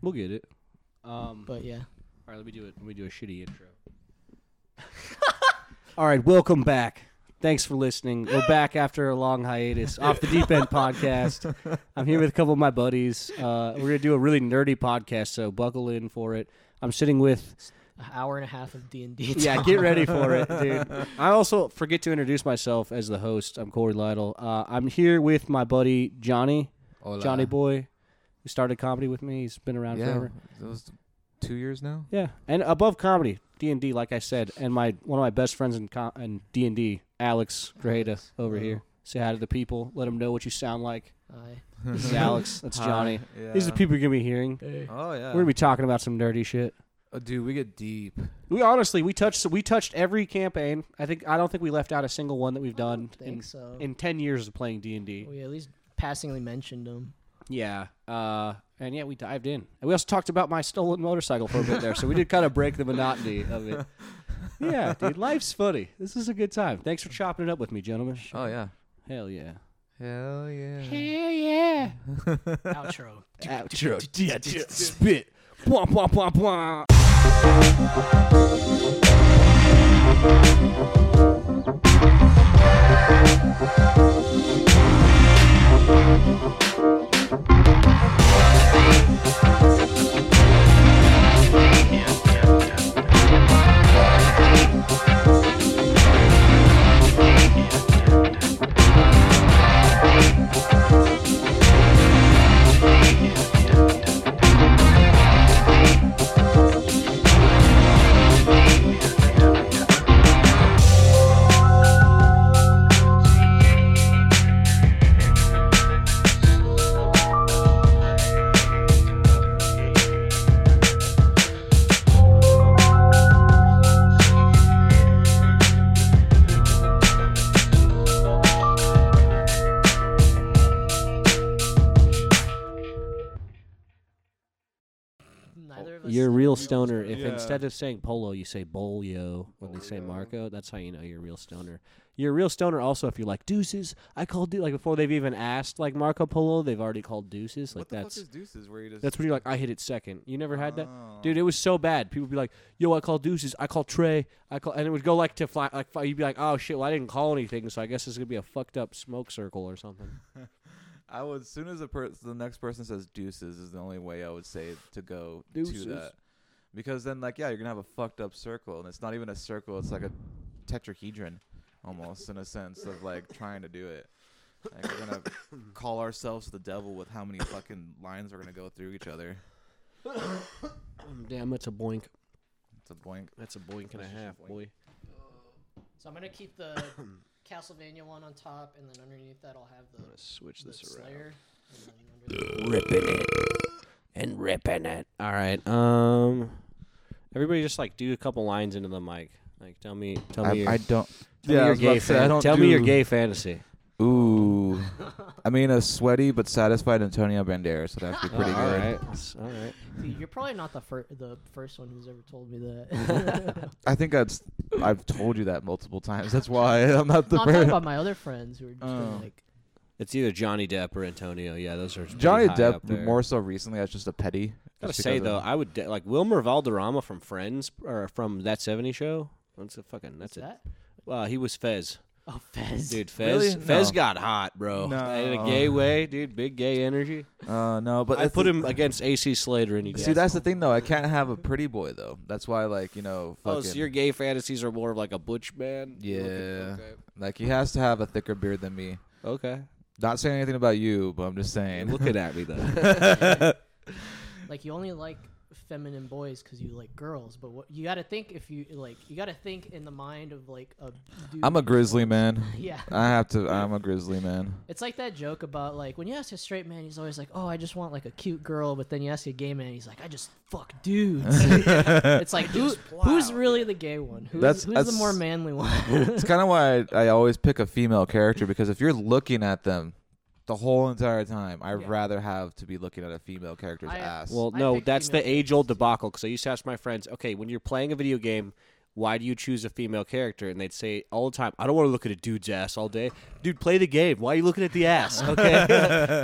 We'll get it. Um, But yeah. all right, let me do it. Let me do a shitty intro. all right, welcome back. Thanks for listening. We're back after a long hiatus. Off the Deep End podcast. I'm here with a couple of my buddies. Uh, we're gonna do a really nerdy podcast, so buckle in for it. I'm sitting with An hour and a half of D and D. Yeah, get ready for it, dude. I also forget to introduce myself as the host. I'm Corey Lytle. Uh, I'm here with my buddy Johnny, Johnny Boy, who started comedy with me. He's been around Yeah, forever. that was two years now. Yeah, and above comedy, D and D, like I said, and my one of my best friends in com- in D and D, Alex Grajeda, over here. Say hi to the people. Let them know what you sound like. This is Alex. That's Hi, Johnny. Yeah. These are the people you're gonna be hearing. Oh yeah. We're gonna be talking about some nerdy shit. oh, dude, we get deep. We honestly we touched we touched every campaign. I think I don't think we left out a single one that we've done I in, think so. in ten years of playing D and D. we at least passingly mentioned them. Yeah, uh, and yeah, we dived in. And we also talked about my stolen motorcycle for a bit there, so we did kind of break the monotony of it. Yeah, dude, life's funny. This is a good time. Thanks for chopping it up with me, gentlemen. Oh yeah. Hell yeah. Hell yeah. Hell yeah. Outro. Spit. Blah, blah, blah, blah. Neither of us You're a real knows stoner. what If it Yeah. instead of saying polo, you say bolio when they say Bolio. Marco, that's how you know you're a real stoner. You're a real stoner also if you're like deuces. I called deu-" like before they've even asked like Marco Polo, they've already called deuces. Like what the that's fuck is deuces? Where you just Oh. That's when you're like, I hit it second. You never had that, dude. It was so bad. People would be like, Yo, I call deuces. I call Trey. I call, and it would go like to fly. Like fi- you'd be like, Oh shit, well I didn't call anything, so I guess this is gonna be a fucked up smoke circle or something. I would as soon as the per- the next person says deuces is the only way I would say to go Deuces. to that. Because then like yeah, you're gonna have a fucked up circle and it's not even a circle, it's like a tetrahedron almost in a sense of like trying to do it. Like we're gonna call ourselves the devil with how many fucking lines we're gonna go through each other. Mm, Damn, that's a boink. It's a blank. That's a boink and a half, boy. So I'm gonna keep the Castlevania one on top, and then underneath that I'll have the, switch the this around. Slayer. and then under the- Ripping it and ripping it. All right. Um, everybody, just like do a couple lines into the mic. Like, tell me, tell me, your, don't. tell me your gay. fan- tell me your gay fantasy. Ooh, I mean a sweaty but satisfied Antonio Banderas would actually be pretty Oh, good. All right. That's- All right. Dude, you're probably not the fir- the first one who's ever told me that. I think that's I've told you that multiple times. That's why I'm not the no, I'm talking first. about my other friends who are just Oh. like, It's either Johnny Depp or Antonio. Yeah, those are pretty Johnny high Depp up there. more so recently as just a petty. Gotta just say because though, of- I would de- like Wilmer Valderrama from Friends or from that '70s show. That's a fucking. That's what's it. that? Wow, he was Fez, Oh, Fez. dude. Fez, Really? Fez No. got hot, bro. in a No. gay way, dude. Big gay energy. uh, no, but I it's- put him against AC Slater any day. See, that's the thing though. I can't have a pretty boy though. That's why, like you know, fucking, Oh, so your gay fantasies are more of like a butch man. Yeah. Okay. like he has to have a thicker beard than me. okay. Not saying anything about you, but I'm just You're saying. looking at me though. like you only like feminine boys because you like girls but what you got to think if you like you got to think in the mind of like a dude. I'm a grizzly man. yeah I have to. I'm a grizzly man. it's like that joke about like when you ask a straight man he's always like oh i just want like a cute girl but then you ask a gay man he's like i just fuck dudes it's like who, who's really the gay one who's, That's- who's the that's- more manly one It's kind of why I, I always pick a female character because if you're looking at them the whole entire time, I'd Yeah. rather have to be looking at a female character's I- ass. Well, I no, picked that's the female age old debacle because I used to ask my friends, okay, when you're playing a video game, why do you choose a female character? And they'd say all the time, I don't want to look at a dude's ass all day. Dude, play the game. Why are you looking at the ass? Okay,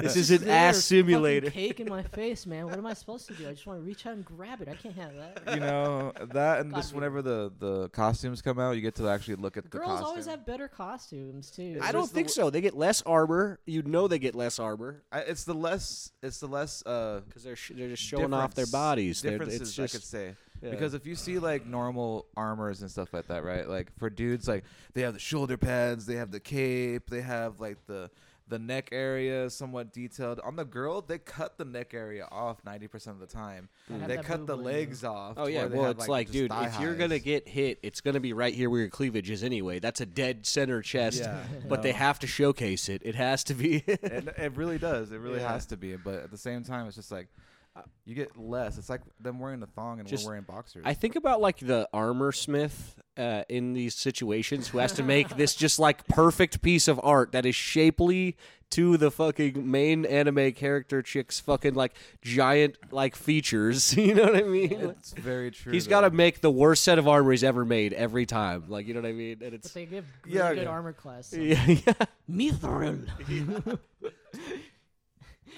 this is an There, ass fucking simulator. Cake in my face, man. What am I supposed to do? I just want to reach out and grab it. I can't have that. you know that, and just God, whenever the the costumes come out, you get to actually look at the Girls always costume. have better costumes too. I don't think so. They get less armor. You know they get less armor I, it's the less. It's the less. Uh, because they're sh- they're just showing off their difference- bodies. They're, Differences, it's I could just say, yeah. because if you see like normal armors and stuff like that, right? Like for dudes, like they have the shoulder pads, they have the cape, they have like the the neck area somewhat detailed. On the girl, they cut the neck area off ninety percent of the time. Gotta have They that cut the boob in. legs off. Oh to yeah, where they well have, it's like, just dude, thigh if you're gonna highs. get hit, it's gonna be right here where your cleavage is anyway. That's a dead center chest, Yeah, but they no. have to showcase it. It has to be. it, it really does. It really Yeah. has to be. But at the same time, it's just like uh, you get less. It's like them wearing a thong and Just- we're wearing boxers. I think about like the armor smith uh, in these situations who has to make this just like perfect piece of art that is shapely to the fucking main anime character chick's fucking like giant like features. You know what I mean? it's very true. He's got to though. make the worst set of armor he's ever made every time. Like you know what I mean? And But it's they give really Yeah, good yeah. armor class. yeah, yeah. Mithril.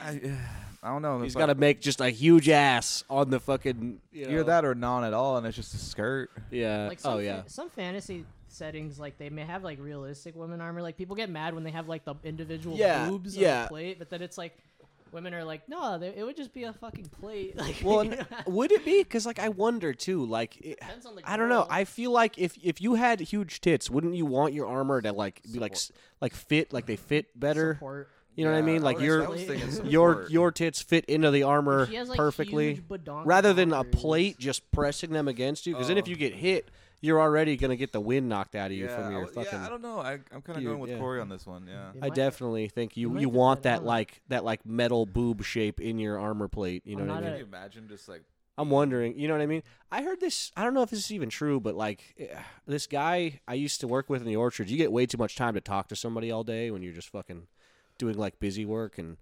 I, I don't know. He's He's got to make just a huge ass on the fucking. You know, You're that or non at all, and it's just a skirt. Yeah. Like some oh fa- yeah. some fantasy settings, like they may have like realistic women armor. Like people get mad when they have like the individual Yeah, boobs on yeah. the plate, but then it's like women are like, no, they, it would just be a fucking plate. Like, Well, you n- know? would it be? Because like I wonder too. Like it, Depends on the I don't know. girl. I feel like if if you had huge tits, wouldn't you want your armor to like be like s- like fit like they fit better? Support. You know what I Yeah, mean? Like was- your I was thinking support. your your tits fit into the armor She has, like, perfectly, huge badonk rather than a boundaries. plate just pressing them against you. Because then if Oh. you get hit, you're already gonna get the wind knocked out of you yeah, from I your w- fucking. yeah, I don't know. I, I'm kind of You- going with yeah. Corey on this one. Yeah. It I might- definitely think you, might you depend want that on- like that like metal boob shape in your armor plate. You know I'm what I not mean? a- Can you imagine just like I'm wondering. You know what I mean? I heard this. I don't know if this is even true, but like eh, this guy I used to work with in the orchard. You get way too much time to talk to somebody all day when you're just fucking doing like busy work. And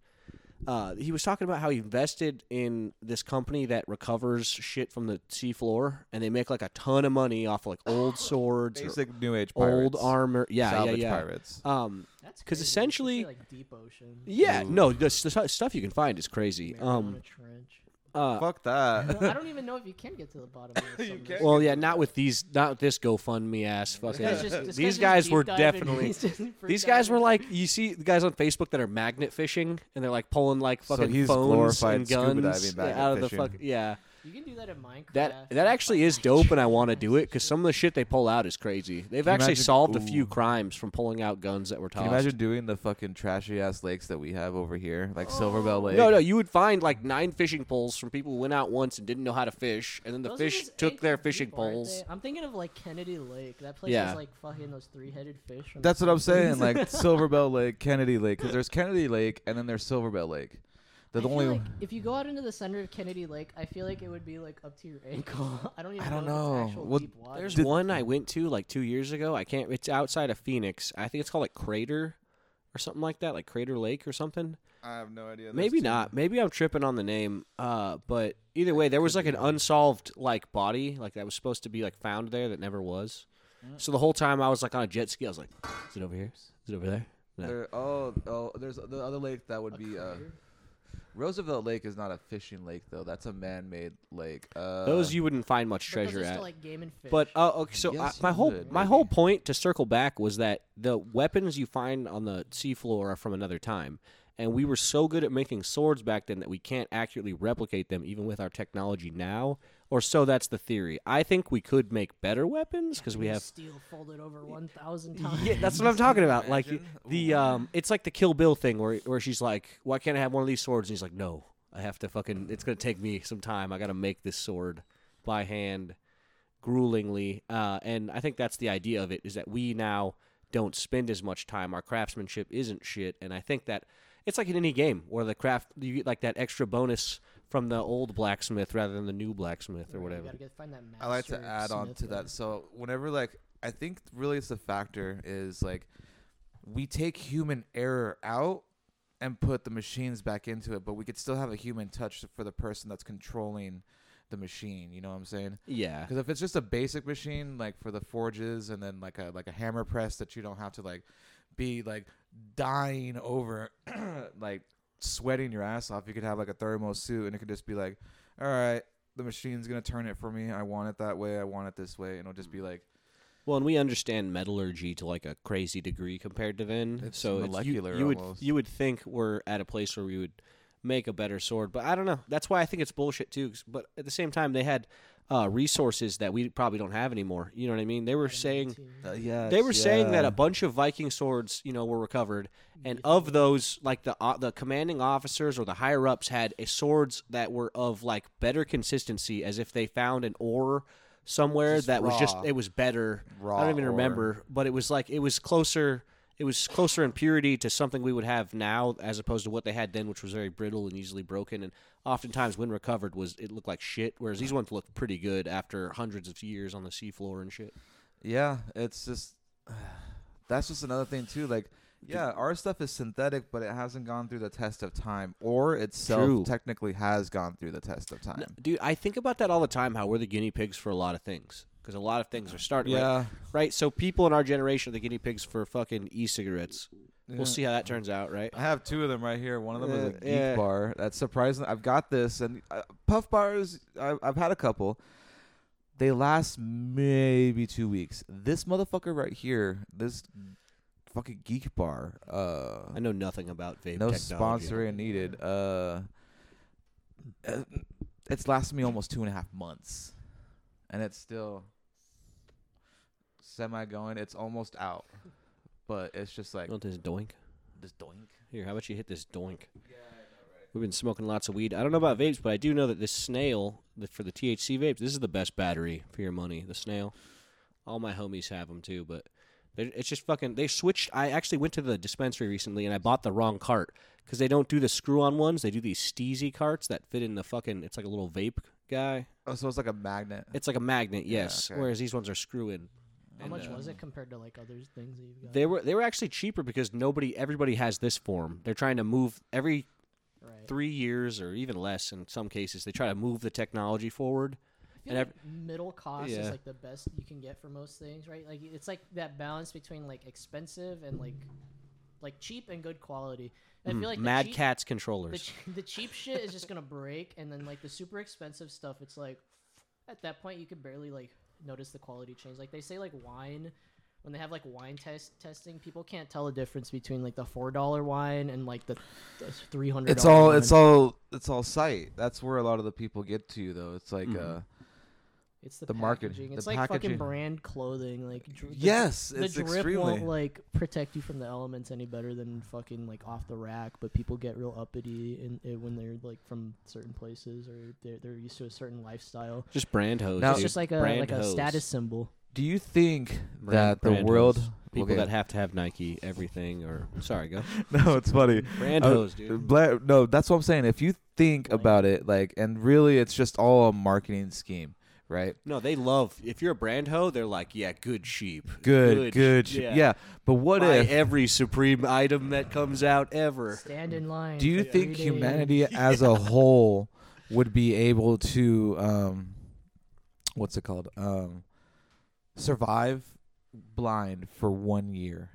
uh, he was talking about how he invested in this company that recovers shit from the seafloor, and they make like a ton of money off like old swords, or basic New Age old pirates? armor. Yeah, salvage yeah, yeah. pirates. Um, That's 'Cause crazy. It's essentially- like deep ocean. yeah, Ooh. no, the, s- the stu- stuff you can find is crazy. Mariana Um, Trench. uh, Fuck that. Well, I don't even know if you can get to the bottom. Of this You on this. can't Well, yeah, not with these, not with this GoFundMe ass This fucking. guy's just- this guy's these just guys deep were diving. definitely. He's just These guys were freediving. like, you see the guys on Facebook that are magnet fishing, and they're like pulling like So fucking he's phones glorified and scuba guns diving out of magnet the fuck. fishing. Yeah, You can do that in Minecraft. that that actually is dope, and I want to do it because some of the shit they pull out is crazy. They've Can you actually imagine- solved a few ooh. crimes from pulling out guns that were Can tossed. you imagine doing the fucking trashy ass lakes that we have over here, like Silver Silverbell Lake? Oh. No, no, you would find like nine fishing poles from people who went out once and didn't know how to fish, and then the Those are fish just took their ancient fishing people, aren't poles. they? I'm thinking of like Kennedy Lake. That place Yeah. has like fucking those three-headed fish. from the That's what I'm saying. Simpsons. Like Silverbell Lake, Kennedy Lake, because there's Kennedy Lake and then there's Silverbell Lake. They're I the feel only. like if you go out into the center of Kennedy Lake, I feel like it would be like up to your ankle. I don't even I don't if know. it's actual Well, deep water. There's Did- one I went to like two years ago. I can't. It's outside of Phoenix. I think it's called like Crater or something like that, like Crater Lake or something. I have no idea. There's Maybe two. not. Maybe I'm tripping on the name. Uh, but either way, there was like an unsolved like body like that was supposed to be like found there that never was. So the whole time I was like on a jet ski, I was like, "Is it over here? Is it over there?" No. There, oh, oh, there's the other lake that would be. Uh, Roosevelt Lake is not a fishing lake though. That's a man-made lake. Uh, Those you wouldn't find much treasure treasure at. like game and fish. But uh, okay, so Yes, I, my you whole would, my maybe. whole point to circle back was that the weapons you find on the seafloor are from another time, and we were so good at making swords back then that we can't accurately replicate them even with our technology now. Or so that's the theory. I think we could make better weapons because we have. steel folded over one thousand times. Yeah, that's what I'm talking about. Like the, the um, it's like the Kill Bill thing where where she's like, "Why can't I have one of these swords?" And he's like, "No, I have to fucking. It's gonna take me some time. I gotta make this sword by hand, gruelingly." Uh, and I think that's the idea of it is that we now don't spend as much time. Our craftsmanship isn't shit, and I think that it's like in any game where the craft you get like that extra bonus from the old blacksmith rather than the new blacksmith or You whatever. gotta get, find that I like to master add on smith to guy. that. So whenever like I think really it's the factor is like we take human error out and put the machines back into it, but we could still have a human touch for the person that's controlling the machine. You know what I'm saying? Yeah. Because if it's just a basic machine, like for the forges, and then like a like a hammer press that you don't have to like be like dying over, like sweating your ass off, you could have like a thermo suit, and it could just be like, all right, the machine's gonna turn it for me. I want it that way. I want it this way, and it'll just be like Well, and we understand metallurgy to like a crazy degree compared to Vin. It's so molecular you, you almost. would you would think we're at a place where we would make a better sword, but I don't know. That's why I think it's bullshit too. 'cause- But at the same time, they had uh, resources that we probably don't have anymore. You know what I mean? They were saying Uh, yeah. they were saying that a bunch of Viking swords, you know, were recovered, and of those, like the uh, the commanding officers or the higher ups had a swords that were of like better consistency, as if they found an ore somewhere Just that was just raw. it was better. I Raw don't even ore. remember, but it was like it was closer. It was closer in purity to something we would have now, as opposed to what they had then, which was very brittle and easily broken. And oftentimes, when recovered, was it looked like shit. Whereas these ones looked pretty good after hundreds of years on the seafloor and shit. Yeah, it's just that's just another thing too. Like, yeah, our stuff is synthetic, but it hasn't gone through the test of time, or itself True. technically has gone through the test of time. No, dude, I think about that all the time. How we're the guinea pigs for a lot of things because a lot of things are starting. right- Yeah, Right, So people in our generation are the guinea pigs for fucking e-cigarettes. Yeah. We'll see how that turns out. Right. I have two of them right here. One of them is a Uh, geek yeah. bar. That's surprising. I've got this, and uh, puff bars. I, I've had a couple. They last maybe two weeks. This motherfucker right here, this fucking geek bar. Uh, I know nothing about vape. no technology. sponsoring needed. Uh, uh, it's lasted me almost two and a half months, and it's still semi going. It's almost out, but it's just like Want this doink? this doink. Here, how about you hit this doink? We've been smoking lots of weed. I don't know about vapes, but I do know that this snail the, for the THC vapes, this is the best battery for your money. The snail. All my homies have them too, but they're- it's just fucking. They switched. I actually went to the dispensary recently and I bought the wrong cart because they don't do the screw-on ones. They do these steezy carts that fit in the fucking. It's like a little vape guy. Oh, so it's like a magnet. It's like a magnet, Yeah, yes. okay. Whereas these ones are screw-in. How And, much uh, was it compared to like other things that you've got? They were they were actually cheaper because nobody everybody has this form. They're trying to move every right. three years or even less in some cases. They try to move the technology forward. I feel and like middle cost Yeah. is like the best you can get for most things, right? Like it's like that balance between like expensive and like like cheap and good quality. And Mm-hmm. I feel like the Mad cheap- Cat's the, controllers. ch- the cheap shit is just gonna break, and then like the super expensive stuff, it's like at that point you can barely like notice the quality change. Like they say like wine. When they have like wine test testing, people can't tell the difference between like the four dollar wine and like the, the three hundred. It's all it's all it's all sight. That's where a lot of the people get to though. It's like Mhm. uh It's the, The market- packaging. it's the like packaging. fucking brand clothing. Like dr- the dri- Yes, the it's drip extremely- won't like protect you from the elements any better than fucking like off the rack. But people get real uppity in, in, when they're like from certain places or they're, they're used to a certain lifestyle. just brand hoes. Now- It's dude. just like a brand like a hoes. status symbol. do you think Brand- that the brand world hoes. people Okay. that have to have Nike everything or sorry go No, it's funny. brand Uh, hoes, dude. Bla- no, that's what I'm saying. If you think Blame. about it, like, and really, it's just all a marketing scheme, right? No, they love. If you're a brand hoe, they're like, yeah, good sheep, Good, good. sh- yeah. yeah. But what Buy if? every Supreme item that comes out ever. Stand in line. Mm. Do you for think three humanity as a whole would be able to, um, what's it called? Um, survive blind for one year,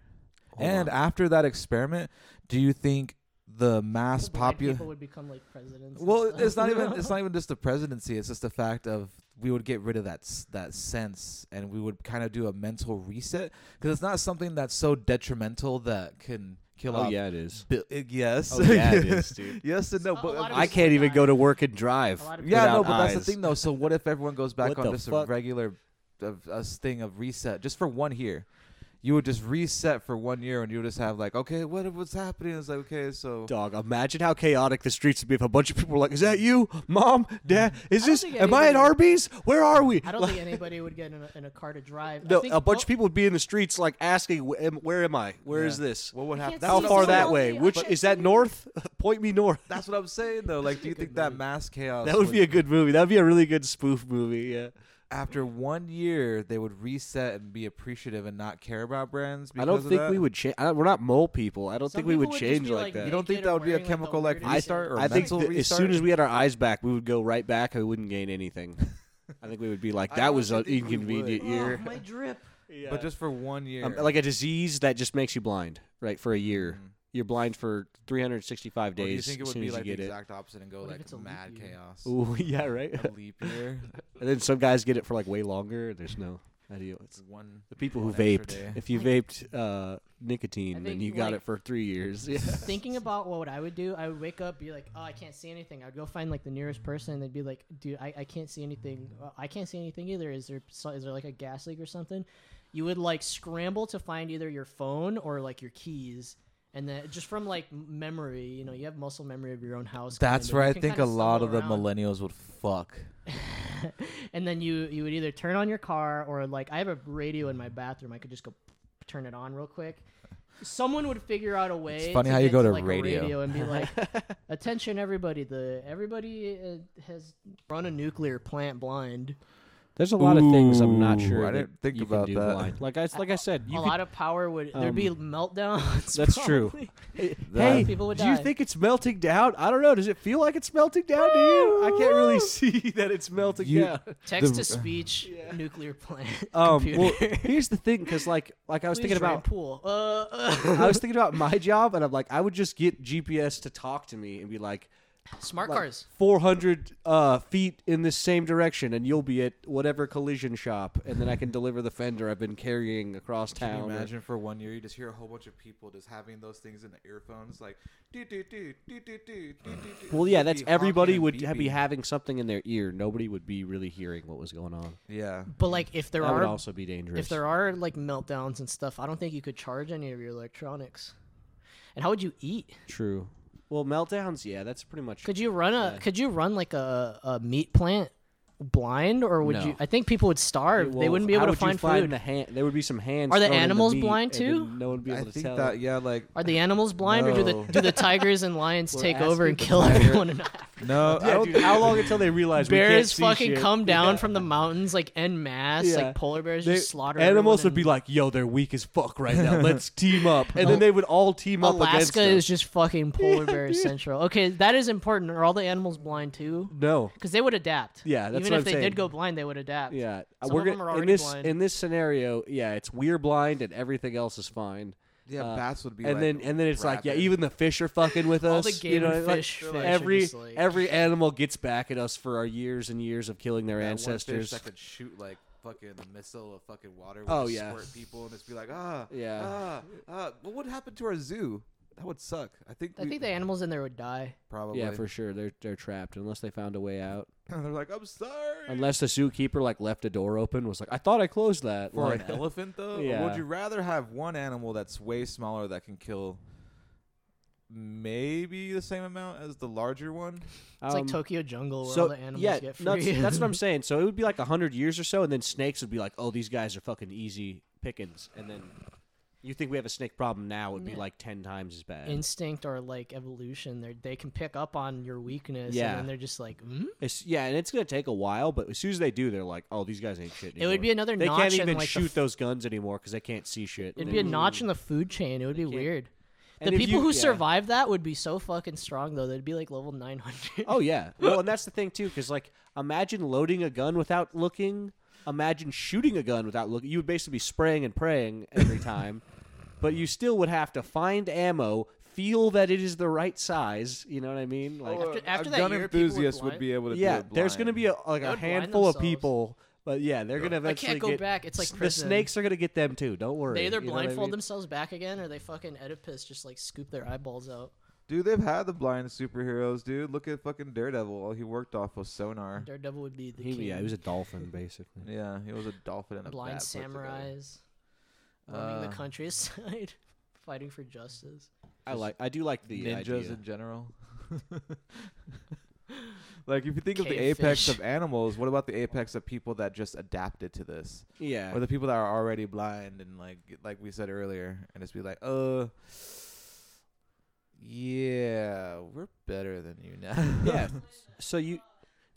Hold and on. after that experiment, do you think the mass days, blind population? people would become like presidents. and Well, stuff. it's not even it's not even just the presidency. It's just the fact of we would get rid of that s- that sense, and we would kind of do a mental reset because it's not something that's so detrimental that can kill oh off. yeah, it is. bi- uh, yes. Oh yeah, it is, dude. yes and no, A- a but lot of I can't even go to work and drive. A lot of yeah, without no, but that's eyes. the thing though. So what if everyone goes back What on the just fuck? a regular, of a s- thing of reset just for one year? You would just reset for one year, and you would just have like, okay, what what's happening? It's like, okay, so Dog, imagine how chaotic the streets would be if a bunch of people were like, "Is that you, mom, dad? Is I don't this? think Am I at anybody- Arby's? Where are we?" I don't Like, think anybody would get in a, in a car to drive. I no, think a bunch mo- of people would be in the streets like asking, "Wh- am- "Where am I? Where is Yeah. this? what would You can't happen? see How This far is that so way? lonely. Which But- is that north? Point me north." That's what I'm saying though. Like, do you Good think that movie. mass chaos? That would be a good movie. That would be a really good spoof movie. Yeah. after one year they would reset and be appreciative and not care about brands. I Because don't of think that? we would change. We're not mole people. I don't Some think we would people just change be, like, like, that. You don't think naked that or would be a wearing, like, the chemical like, weirdest restart or I think mental that as restart? soon as we had our eyes back, we would go right back and we wouldn't gain anything. I think we would be like, I that was an honestly think we would. inconvenient Oh, year. my drip. but just for one year, Um, like a disease that just makes you blind, right? For a year, Mhm. you're blind for 365 Or days. do you think it as would soon be as like the you get it. exact opposite and go What if it's a like leap mad year? chaos? Ooh, yeah, right. A leap year, and then some guys get it for like way longer. There's no idea. It's one the people who one extra vaped. day. If you vaped uh, nicotine, I then think, you got like- it for three years. Yeah. Thinking about what I would do, I would wake up, be like, oh, I can't see anything. I'd go find like the nearest person, and they'd be like, dude, I, I can't see anything. Uh, I can't see anything either. Is there so- is there like a gas leak or something? You would like scramble to find either your phone or like your keys. And then just from like m- memory, you know, you have muscle memory of your own house. That's kinda. where You I can think a kinda lot of stumble the around. millennials would fuck. and then you you would either turn on your car or like I have a radio in my bathroom. I could just go turn it on real quick. Someone would figure out a way. funny to how you get go to like, a radio. and be like, "Attention, everybody! The everybody uh, has run a nuclear plant blind. There's a lot of things I'm not Ooh, sure. I that didn't think you can about do that. blind. Like I, like I said, you a could- lot of power would there'd be um, meltdowns. that's true. probably. hey, people would do you die. think it's melting down? I don't know. Does it feel like it's melting down to you? I can't really see that it's melting You- down. Text to speech nuclear plant. Um, well, computer. here's the thing, because like, like I was Please thinking drain about, pool. Uh, uh, I was thinking about my job, and I'm like, I would just get GPS to talk to me and be like, smart like, cars. 400 uh, feet in this same direction, and you'll be at whatever collision shop, and then I can deliver the fender I've been carrying across Can you town. or- imagine for one year you just hear a whole bunch of people just having those things in the earphones, like do do do do do do do do. Well, yeah, that's everybody would ha- be happy. having something in their ear. Nobody would be really hearing what was going on. Yeah, But like, if there that are would also be dangerous. If there are like meltdowns and stuff, I don't think you could charge any of your electronics. And how would you eat? True. Well, meltdowns, yeah, that's pretty much. Could you run a could you run like a, a meat plant blind or would No. you I think people would starve. they Well, wouldn't be able how to would you find, food. The hand, there would be some hands. Are the thrown in animals meat, blind and then too? No one would be able I to think tell. that yeah, like Are the animals blind or do No. the do the tigers and lions We're take over asking and the kill tiger- everyone and no, I Yeah, don't dude, how long until they realize we can't bears see fucking shit? come down Yeah. from the mounins like en mass, Yeah. like polar bears They- just slaughter Animals everyone would be and like, "Yo, they're weak as fuck right now. Let's team up," and then they would all team up against Alaska them. is just fucking polar Yeah, bears dude. central. Okay, that is important. Are all the animals blind too? no, because they would adapt. Yeah, that's what even if I'm they saying. did go blind, they would adapt. yeah, Some we're of gonna them are in already this blind. in this scenario. Yeah, it's we're blind and everything else is fine. yeah, uh, bats would be. and like, then and then it's like, rabid. yeah, even the fish are fucking with us. All the game you know, and like, fish- they're fish like- are every just like- every animal gets back at us for our years and years of killing their that one fish ancestors. that could shoot like fucking a missile of fucking water. Would Oh, just yeah. squirt people and just be like ah Yeah. ah ah. But what happened to our zoo? That would suck. I think. I we- think the animals in there would die. probably. yeah, for sure. They're they're trapped unless they found a way out. They're like I'm sorry. Unless the zookeeper like left a door open, was like, I thought I closed that. for like, an elephant though or Yeah. would you rather have one animal that's way smaller that can kill maybe the same amount as the larger one It's um, like Tokyo Jungle where all the animals yeah, get free. that's, that's what I'm saying. So it would be like hundred years or so, and then snakes would be like, "Oh, these guys are fucking easy pickings." And then you think we have a snake problem now? It would be Yeah. like ten times as bad. Instinct or like evolution, they they can pick up on your weakness, Yeah. and then they're just like, mm? It's, yeah, and it's gonna take a while, but as soon as they do, they're like, "Oh, these guys ain't shit." It Anymore. would be another They notch can't in even like the shoot f- those guns anymore because they can't see shit. It'd They- be a notch in the food chain. It would be can't- weird. The And if people you- who yeah. survived that would be so fucking strong though. They'd be like level 900. Oh yeah. Well, and that's the thing too, because like, imagine loading a gun without looking. Imagine shooting a gun without looking. You would basically be spraying and praying every time, but you still would have to find ammo, feel that it is the right size. You know what I mean? Like, After- after a that gun year, people would enthusiast would, blind- be able to yeah, do it there's gonna blind. be a like They a would blind handful of themselves. people. But yeah, they're gonna I eventually can't go get- back. It's like s- the prison. snakes are gonna get them too. Don't worry. They either you know what I blindfold mean? themselves back again, or they fucking Oedipus just like scoop their eyeballs out. dude they've had the blind superheroes dude look at fucking daredevil all he worked off was sonar Daredevil would be the He, king. yeah, he was a dolphin basically. yeah he was a dolphin and a blind bat put together. samurais roaming Uh, the countryside fighting for justice I like. I do like the ninjas idea. in general like if you think of the Cave apex fish. of animals what about the apex of people that just adapted to this yeah. or the people that are already blind and like like we said earlier, and just be like, uh, yeah, we're better than you now. Yeah. So you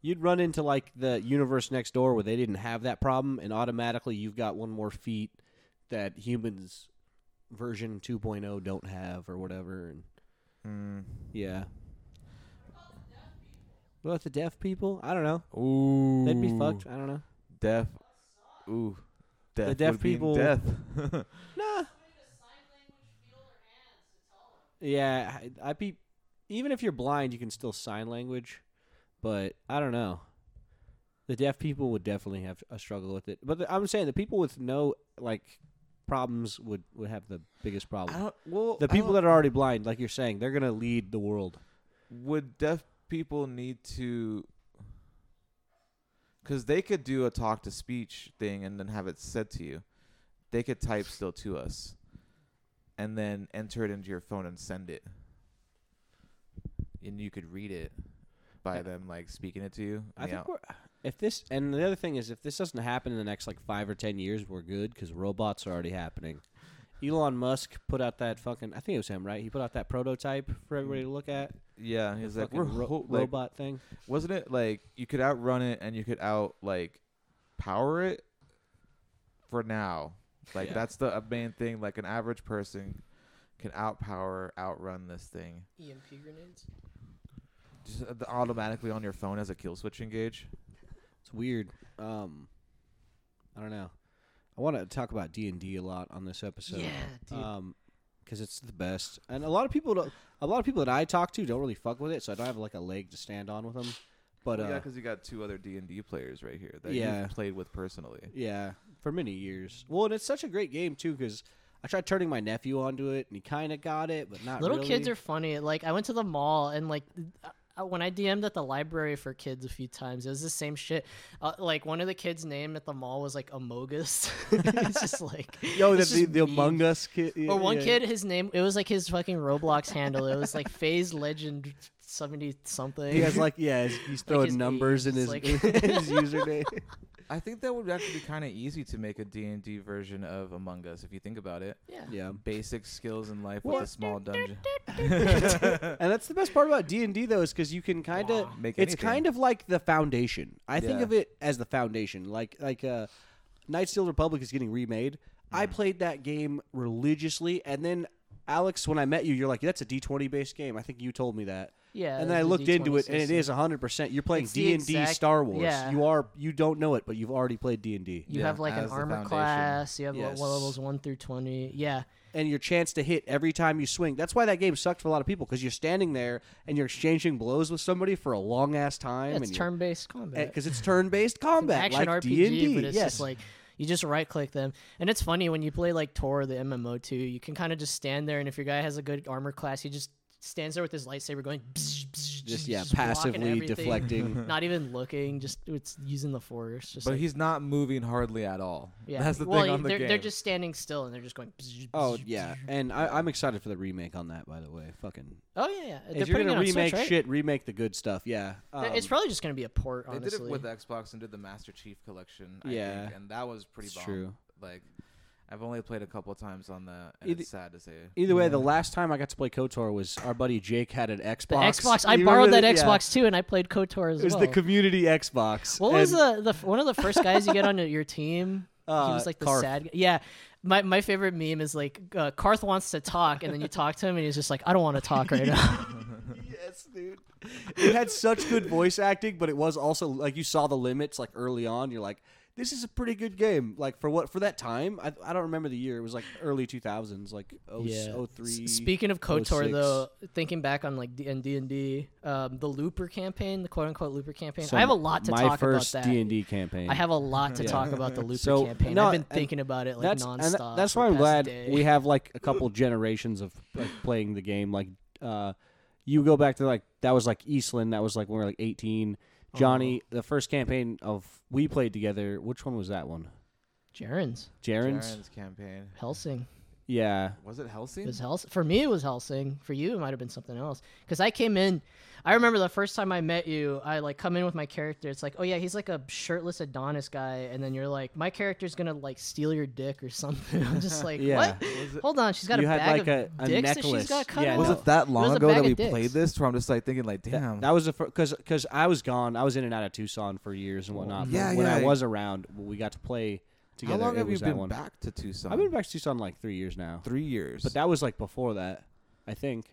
You'd run into like the universe next door where they didn't have that problem, and automatically you've got one more feat that humans version 2.0 don't have or whatever. And Mm. yeah. What about the deaf people? I don't know. Ooh. They'd be fucked. I don't know. Deaf. Ooh. Deaf deaf would be in people- Deaf. Nah. Yeah, I, I be even if you're blind, you can still sign language, but I don't know. The deaf people would definitely have a struggle with it, but the, I'm saying the people with no like problems would would have the biggest I problem. don't. Well, The people that are already blind, like you're saying, they're gonna lead the world. would deaf people need to because they could do a talk to speech thing and then have it said to you they could type still to us and then enter it into your phone and send it and you could read it by them like speaking it to you I yeah. think we're, if this and the other thing is if this doesn't happen in the next like five or ten years, we're good because robots are already happening. Elon Musk put out that fucking I think it was him, right? He put out that prototype for everybody to look at. yeah and he's like fucking we're ro- ho- like, robot thing. wasn't it like you could outrun it and you could out like power it for now like Yeah. that's the uh, main thing like an average person can outpower outrun this thing EMP grenades. just uh, the- automatically on your phone as a kill switch engage It's weird. Um, I don't know. I want to talk about D and D a lot on this episode. yeah, dude. Um, because it's the best, and a lot of people, don't, a lot of people that I talk to don't really fuck with it, so I don't have like a leg to stand on with them. But yeah uh, because you got two other d&d players right here that you've Yeah. you've played with personally Yeah, for many years. Well, and it's such a great game too because I tried turning my nephew onto it, and he kind of got it, but not Little really. kids are funny. Like I went to the mall and like th- uh, when I DM'd at the library for kids a few times, it was the same shit. Uh, like one of the kids' name at the mall was like Amogus. it's just like Yo, the, it's the, just the mean. Among Us kid. yeah, Or one yeah. kid, his name it was like his fucking Roblox handle. It was like Phase Legend seventy something. He has like yeah, he's, he's throwing his numbers age, in his, it's like- his username. i think that would actually be kind of easy to make a d&d version of among us if you think about it yeah. Yeah, basic skills in life Well- with a small dungeon and that's the best part about D and D though, is because you can kind of Make it's anything. kind of like the foundation. I think Yeah. of it as the foundation, like like uh, Knights of the Old Republic is getting remade. I played that game religiously, and then Alex, when I met you, you're like, "That's a D20 based game." I think you told me that. Yeah, and then I the looked into D20 it, and it system. is 100. percent You're playing It's the D and D exact- Star Wars. yeah. You are you don't know it, but you've already played D and D, You Yeah, have like an as the armor foundation. class. You have le- Yes. levels one through twenty. Yeah, and your chance to hit every time you swing. That's why that game sucked for a lot of people because you're standing there and you're exchanging blows with somebody for a long ass time. it's and you're- turn based combat. because it's turn-based combat, action Eh, like RPG, D&D. but it's yes. just like you just right click them. And it's funny when you play like Tor, the MMO too. You can kind of just stand there, and if your guy has a good armor class, he just stands there with his lightsaber going. bzz, bzz, just bzz, yeah, blocking passively everything, deflecting. Not even looking, just it's using the force. Just but like, he's not moving hardly at all yeah. that's the well, thing on the they're, game they're just standing still and they're just going. bzz, oh bzz, yeah, bzz. and I, I'm excited for the remake on that. By the way, fucking. Oh yeah, yeah. They're if you're putting it gonna on Switch, remake right? shit, remake the good stuff. Yeah, Th- it's Um, probably just gonna be a port. They Honestly, did it with Xbox and did the Master Chief collection. I Yeah. think, and that was pretty. It's bomb. true. Like, I've only played a couple of times on the. And Either- it's sad to say. Either way, the last time I got to play Kotor was our buddy Jake had an Xbox. the Xbox. I You borrowed remember that Yeah. Xbox too, and I played Kotor as It was well. the community Xbox. What was and, the, the f- one of the first guys you get on your team? Uh, he was like the Karth. sad. Guy. Yeah, my my favorite meme is like uh, Karth wants to talk, and then you talk to him, and he's just like, I don't want to talk right now. yes, dude. It had such good voice acting, but it was also like you saw the limits like early on. You're like, this is a pretty good game. Like for what for that time, I, I don't remember the year. It was like early 2000s, like oh Yeah. oh S- three. oh, Speaking of Kotor, 06. though, thinking back on like D and D and D, um, the Looper campaign, the quote unquote Looper campaign, So I have a lot to my talk first about that. D and D campaign. I have a lot to Yeah. talk about the Looper So, campaign. no, I've been and thinking about it like that's and nonstop. tha- that's for why the I'm past glad day. we have like a couple generations of like, playing the game. Like, uh, you go back to like that was like Eastland. That was like when we were like 18. Johnny, Uh-huh. the first campaign of we played together. Which one was that one? Jaren's Jaren's. Jaren's campaign. Helsing. Yeah. Was it It Helsing? was Hels- for me, it was Helsing. For you, it might have been something else. Because I came in, I remember the first time I met you. I like come in with my character. It's like, oh yeah, he's like a shirtless Adonis guy, and then you're like, my character's gonna like steal your dick or something. I'm just like, Yeah. what? Was it- Hold on, she's got You a had, bag like, of a- a dicks that necklace. she's got cut Yeah, out. no. was it that long a ago bag that of we dicks. played this? Where I'm just like thinking, like, damn. That was the first because because I was gone. I was in and out of Tucson for years and whatnot. but Yeah, when I yeah. was around, when we got to play together. How long it have you was that been one. back to Tucson? I've been back to Tucson like three years now, three years. but that was like before that, I think.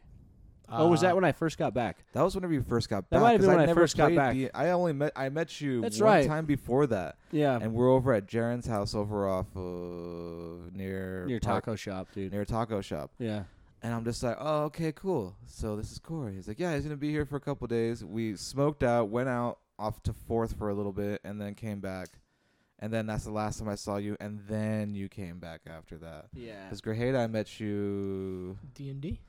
oh, was that when I first got back? That was whenever you first got That back. might have 'cause been I when I never first got played back. D- I only met I met you That's one right. time before that, Yeah, and we're over at Jaren's house over off of near near Park- taco shop, dude. near taco shop. Yeah, And I'm just like, oh, okay, cool. So this is Corey. He's like, yeah, he's gonna be here for a couple days. We smoked out, went out off to Fourth for a little bit, and then came back. And then that's the last time I saw you. And then you came back after that. yeah. Because Grajeda, I met you. D and D.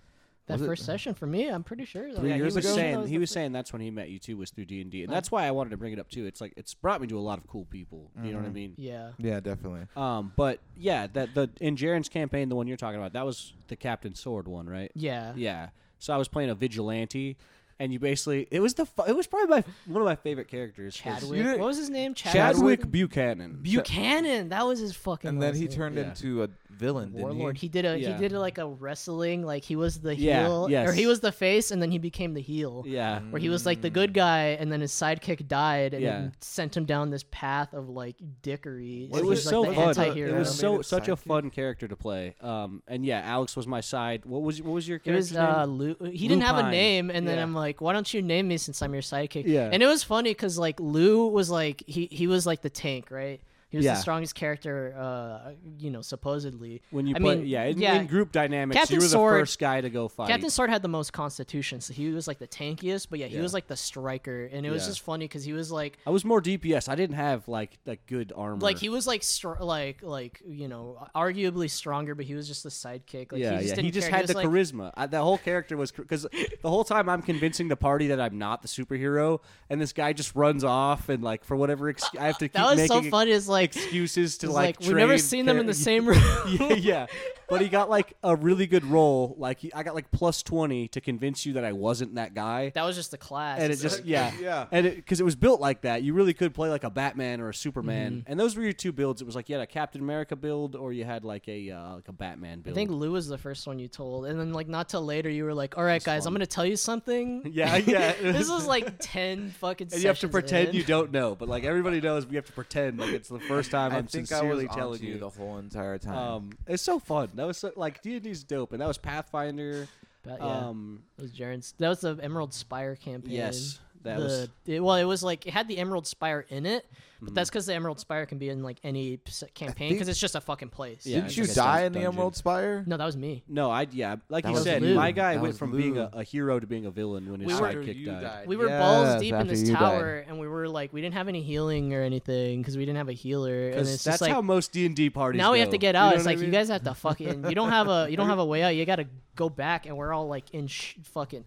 That Was it- first session for me, I'm pretty sure. that- Three yeah, years he was ago? saying That he the was fir- saying that's when he met you too was through D and D, and Huh? that's why I wanted to bring it up too. It's like it's brought me to a lot of cool people. You know what I Mhm. mean? Yeah. Yeah, definitely. Um, but yeah, that the in Jaren's campaign, the one you're talking about, that was the Captain Sword one, right? Yeah. Yeah. So I was playing a vigilante, and you basically it was the fu- it was probably my one of my favorite characters. 'cause- Chadwick. What was his name? Chadwick Buchanan. Buchanan. That was his fucking. And then last he name. turned Yeah. into a villain, didn't Warlord. He did a Yeah. he did a, like a wrestling like he was the Yeah, heel or yes. he was the face and then he became the heel. Yeah. Where he was like the good guy and then his sidekick died and Mm. Yeah. it sent him down this path of like dickery. What It and was he's, so like, the fun. anti-hero. It was so Animated such a sidekick. fun character to play. Um, and yeah, Alex was my side. What was what was your It character's was uh, name? Lu- he didn't have a Lupine. name, and then Yeah. I'm like, why don't you name me since I'm your sidekick? Yeah. And it was funny because like Lou was like he he was like the tank, right? He was Yeah. the strongest character, uh, you know, supposedly. When you I play, mean, yeah, in, yeah. in group dynamics, Captain you were the Sword- first guy to go fight. Captain Sword had the most constitution, so he was like the tankiest, but yeah, he Yeah. was like the striker, and it was Yeah. just funny because he was like, I was more DPS. I didn't have like like good armor. like he was like, str- like, like you know, arguably stronger, but he was just the sidekick. Like, yeah, he just yeah. Didn't He just care. had was, the like, charisma. I, that whole character was because the whole time I'm convincing the party that I'm not the superhero, and this guy just runs off and like for whatever ex- I have to keep That was so making funny. Is like, excuses to it's like. like, we've never trade seen them in the char- same room. yeah, yeah. But he got like a really good roll. Like he, I got like plus twenty to convince you that I wasn't that guy. that was just the class. and it It's just like- yeah Yeah. and because it, was built like that you really could play like a batman or a superman Mm-hmm. and those were your two builds it was like you had a captain america build or you had like a uh, like a batman I build think Lou was the first one you told, and then like not till later you were like, "All right, guys, I'm gonna tell you something." Yeah, yeah. this was like ten fucking. and you have to sessions pretend in. you don't know but like everybody knows we have to pretend like it's the first time he? I am think I was sincerely onto telling you the whole entire time. um it's so fun that was so, like d&d's dope and that was pathfinder But, Uh, yeah. um It was Jaren's. That was the Emerald Spire campaign. yes that the, was Mm-hmm. it- well, it was like it had the Emerald Spire in it, but that's because the Emerald Spire can be in like any s- campaign think- because it's just a fucking place. Yeah, Didn't it's you like a die dun- in the dungeon. Emerald Spire? No, that was me. no, I yeah, like That you was said, Lou. my guy That went was from being a, Lou. a hero to being a villain when his We were- After sidekick died. We were Yes, balls deep in after this you died. tower, and we were like, we didn't have any healing or anything because we didn't have a healer. And 'Cause it's that's just like how most D and D parties. now we have go. to get You out. know it's what I like you mean? guys have to fucking. You don't have a you don't have a way out. You got to go back, and we're all like in sh- fucking.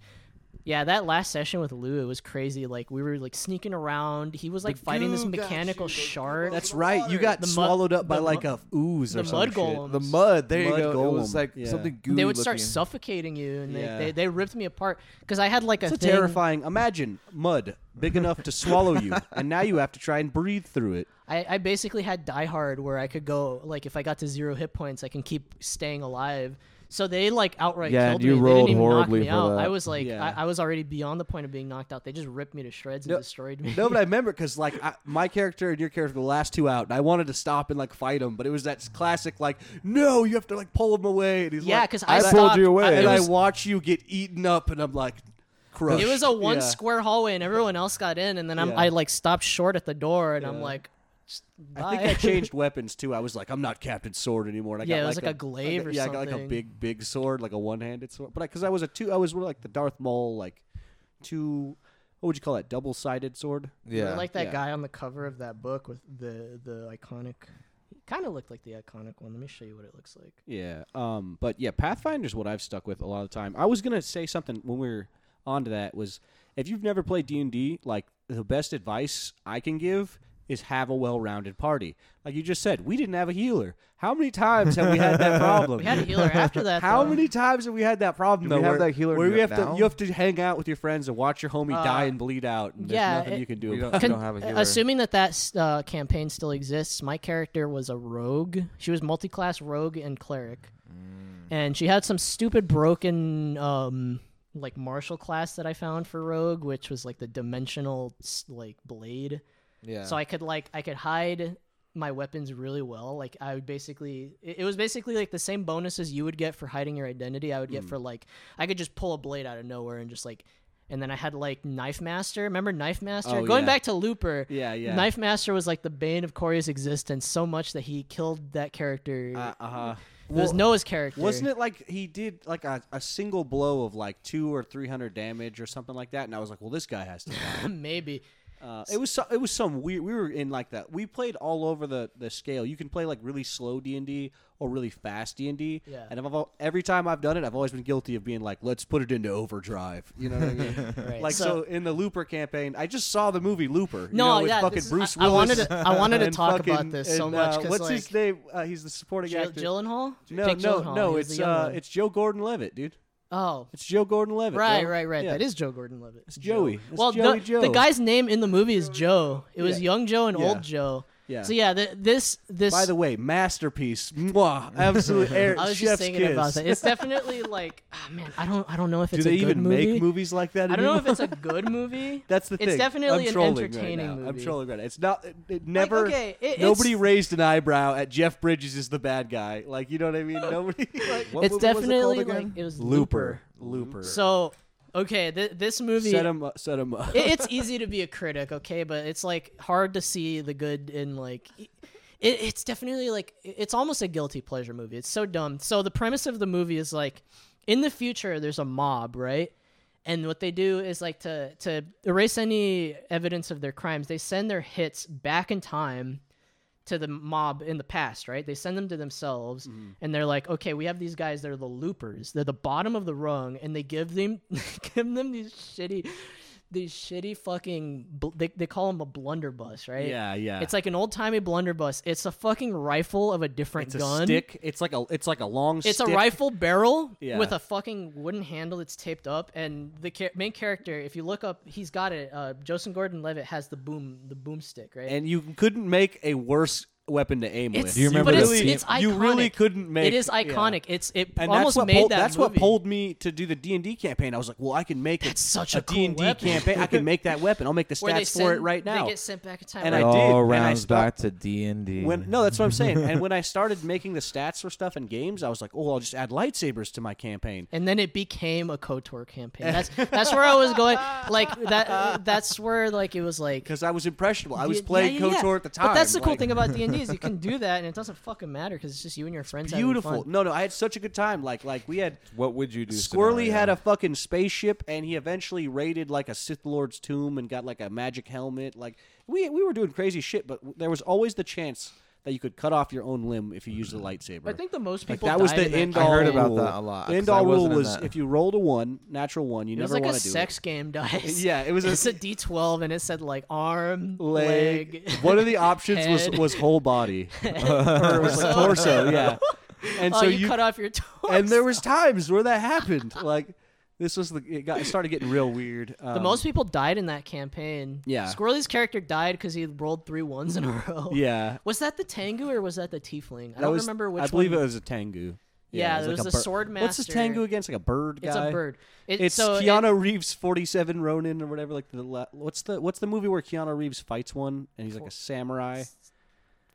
Yeah, that last session with Lou, it was crazy. Like we were like sneaking around. He was like fighting this goo got mechanical you, those shark. That's right. You got The mud- swallowed up by the like a ooze or the some mud shit. golems. The mud. There Mud you go. It golem. was like Yeah. something gooey. they would start looking. suffocating you, and they, Yeah. they, they ripped me apart because I had like a It's a thing- terrifying. Imagine mud big enough to swallow you, and now you have to try and breathe through it. I, I basically had Die Hard where I could go like if I got to zero hit points, I can keep staying alive. So they like outright Yeah, killed and you me. rolled they didn't even horribly knock me for out. that. I was like, Yeah. I, I was already beyond the point of being knocked out. They just ripped me to shreds and No- destroyed me. No, but I remember because like I, my character and your character were the last two out, and I wanted to stop and like fight him, but it was that classic like, no, you have to like pull him away, and he's yeah, like, because I, I pulled stopped. you I- away. it, and was, I watch you get eaten up, and I'm like, crushed. it was a one Yeah. square hallway, and everyone else got in, and then I'm, Yeah. I like stopped short at the door, and I'm Yeah. like, just I think bye. I changed weapons too. I was like, I'm not Captain Sword anymore. And I Yeah, got it was like a glaive glaive or yeah, I got like a something. big, big sword, like a one-handed sword. But because I, was a two, I was more like the Darth Maul, like two. What would you call that? Double-sided sword. Yeah. I like that yeah. guy on the cover of that book with the the iconic. Kind of looked like the iconic one. Let me show you what it looks like. Yeah. Um. But yeah, Pathfinder's what I've stuck with a lot of the time. I was gonna say something when we were onto that was if you've never played D and D, like the best advice I can give is have a well-rounded party. Like you just said, we didn't have a healer. How many times have we had that problem? We had a healer after that. How though. many times have we had that problem Do we though? have where, that healer where n- you have now? to you have to hang out with your friends and watch your homie Uh, die and bleed out. And yeah, there's nothing it- you can do. We about don't, we don't have a healer. Assuming that that uh, campaign still exists, my character was a rogue. She was multi-class rogue and cleric, and she had some stupid broken um, like martial class that I found for rogue, which was like the dimensional s- like blade. yeah. So I could like I could hide my weapons really well. Like I would basically it, it was basically like the same bonuses you would get for hiding your identity. I would Hmm. get for like I could just pull a blade out of nowhere and just like and then I had like Knife Master. Remember Knife Master? Oh, Going yeah. back to Looper. Yeah, yeah. Knife Master was like the bane of Corey's existence so much that he killed that character. Uh, uh-huh. it was Noah's character. Wasn't it like he did like a, a single blow of like two or three hundred damage or something like that? And I was like, well, this guy has to. die. Maybe. Uh, it was so, it was some weird. We were in like that. We played all over the the scale. You can play like really slow D and D or really fast D and D. Yeah. And I've, al- every time I've done it, I've always been guilty of being like, let's put it into overdrive. You know what I mean? Right. Like so, in the Looper campaign, I just saw the movie Looper. you No, know, with yeah, fucking this- Bruce I- I Willis. wanted to- I wanted to and talk about fucking- this so and, much uh, 'cause, what's like, his name? Uh, he's the supporting Jill, actor. Gyllenhaal? no, Jake no, Gyllenhaal. no. He was the It's young uh, one. it's Joe Gordon-Levitt, dude. oh. It's Joe Gordon-Levitt. Right, bro. right, right. Yeah. That is Joe Gordon-Levitt. It's Joey. It's well, Joey the, Joe. the guy's name in the movie is Joe. It was Yeah. young Joe and Yeah. old Joe. Yeah. So yeah, th- this this. By the way, masterpiece. Mwah. Absolute air. I was chef's just thinking kiss. about that. It's definitely like, ah, man, I don't I don't know if Do it's they a good even movie. make movies like that? I don't know if anymore? it's a good movie. That's the it's thing. definitely I'm an trolling right entertaining now. I'm movie. trolling right. now. It's not. It, it never. okay, it- it's- nobody raised an eyebrow at Jeff Bridges is the bad guy. Like you know what I mean? Nobody. Like, What it's movie was it definitely called like again? it was Looper. Looper. So, okay, th- this movie set him up. Set him up. it, it's easy to be a critic, okay, but it's like hard to see the good in like. e, It, it's definitely like it- it's almost a guilty pleasure movie. It's so dumb. So the premise of the movie is like, in the future, there's a mob, right? And what they do is like to to erase any evidence of their crimes. They send their hits back in time to the mob in the past, right? They send them to themselves Mm-hmm. and they're like, okay, we have these guys, they're the loopers. They're the bottom of the rung and they give them give them these shitty these shitty fucking bl- they, they call them a blunderbuss, right? yeah, yeah. It's like an old-timey blunderbuss. It's a fucking rifle of a different It's a gun. stick. It's like a. It's like a long. It's stick. a rifle barrel Yeah. with a fucking wooden handle that's taped up, and the cha- main character, if you look up, he's got it. Uh, Joseph Gordon-Levitt has the boom, the boomstick, right? and you couldn't make a worse weapon to aim with. It's- Do you remember you but it's- really, it's iconic. you really couldn't make it is yeah. iconic. It's it And that's almost what made pulled, that. that's what movie. pulled me to do the D and D campaign. I was like, well, I can make That's such a a cool D and D weapon. campaign. I can make that weapon. I'll make the Where they stats for it send- right now. They get sent back in time. And right? I it did, all and I rounds back stopped- to D and D. When no, that's what I'm saying. and when I started making the stats for stuff in games, I was like, oh, I'll just add lightsabers to my campaign. and then it became a Kotor campaign. That's that's where I was going. Like that. That's where like it was like. Because I was impressionable. I was Yeah, playing yeah, yeah. KOTOR at the time. But that's the cool like- thing about D and D is you can do that, and it doesn't fucking matter because it's just you and your friends. having Beautiful. fun. No, no, I had such a good time. Like, like we had what would you do? Squirrely scenario? had a fucking spaceship, and he eventually raided like a Sith Lord's tomb and got like a magic helmet. Like we we were doing crazy shit, but w- there was always the chance that you could cut off your own limb if you used a lightsaber. I think the most like people that was died the in that end I all. heard rule. about that a lot, The 'cause end I all rule wasn't in was that. if you rolled a one, natural one, you It was never like want a to do sex game dice. Yeah, it was a- It's a D twelve, and it said like arm, it. Leg. leg. One of the options was Head. was whole body, or it was like torso. Yeah, and oh, so you, cut off your torso. and there was times where that happened. Like this was the it got it started getting real weird. the Um, most people died in that campaign. Yeah. Squirrely's character died because he rolled three ones in a row. Yeah, Was that the Tengu or was that the Tiefling? I That don't was- remember which I believe one. it was a Tengu. Yeah, it there like was a a sword What's this master. Tengu against? Like a bird guy. It's a bird. It- It's so it- Keanu Reeves, forty-seven Ronin or whatever. Like the la- what's the what's the movie where Keanu Reeves fights one and he's like a samurai?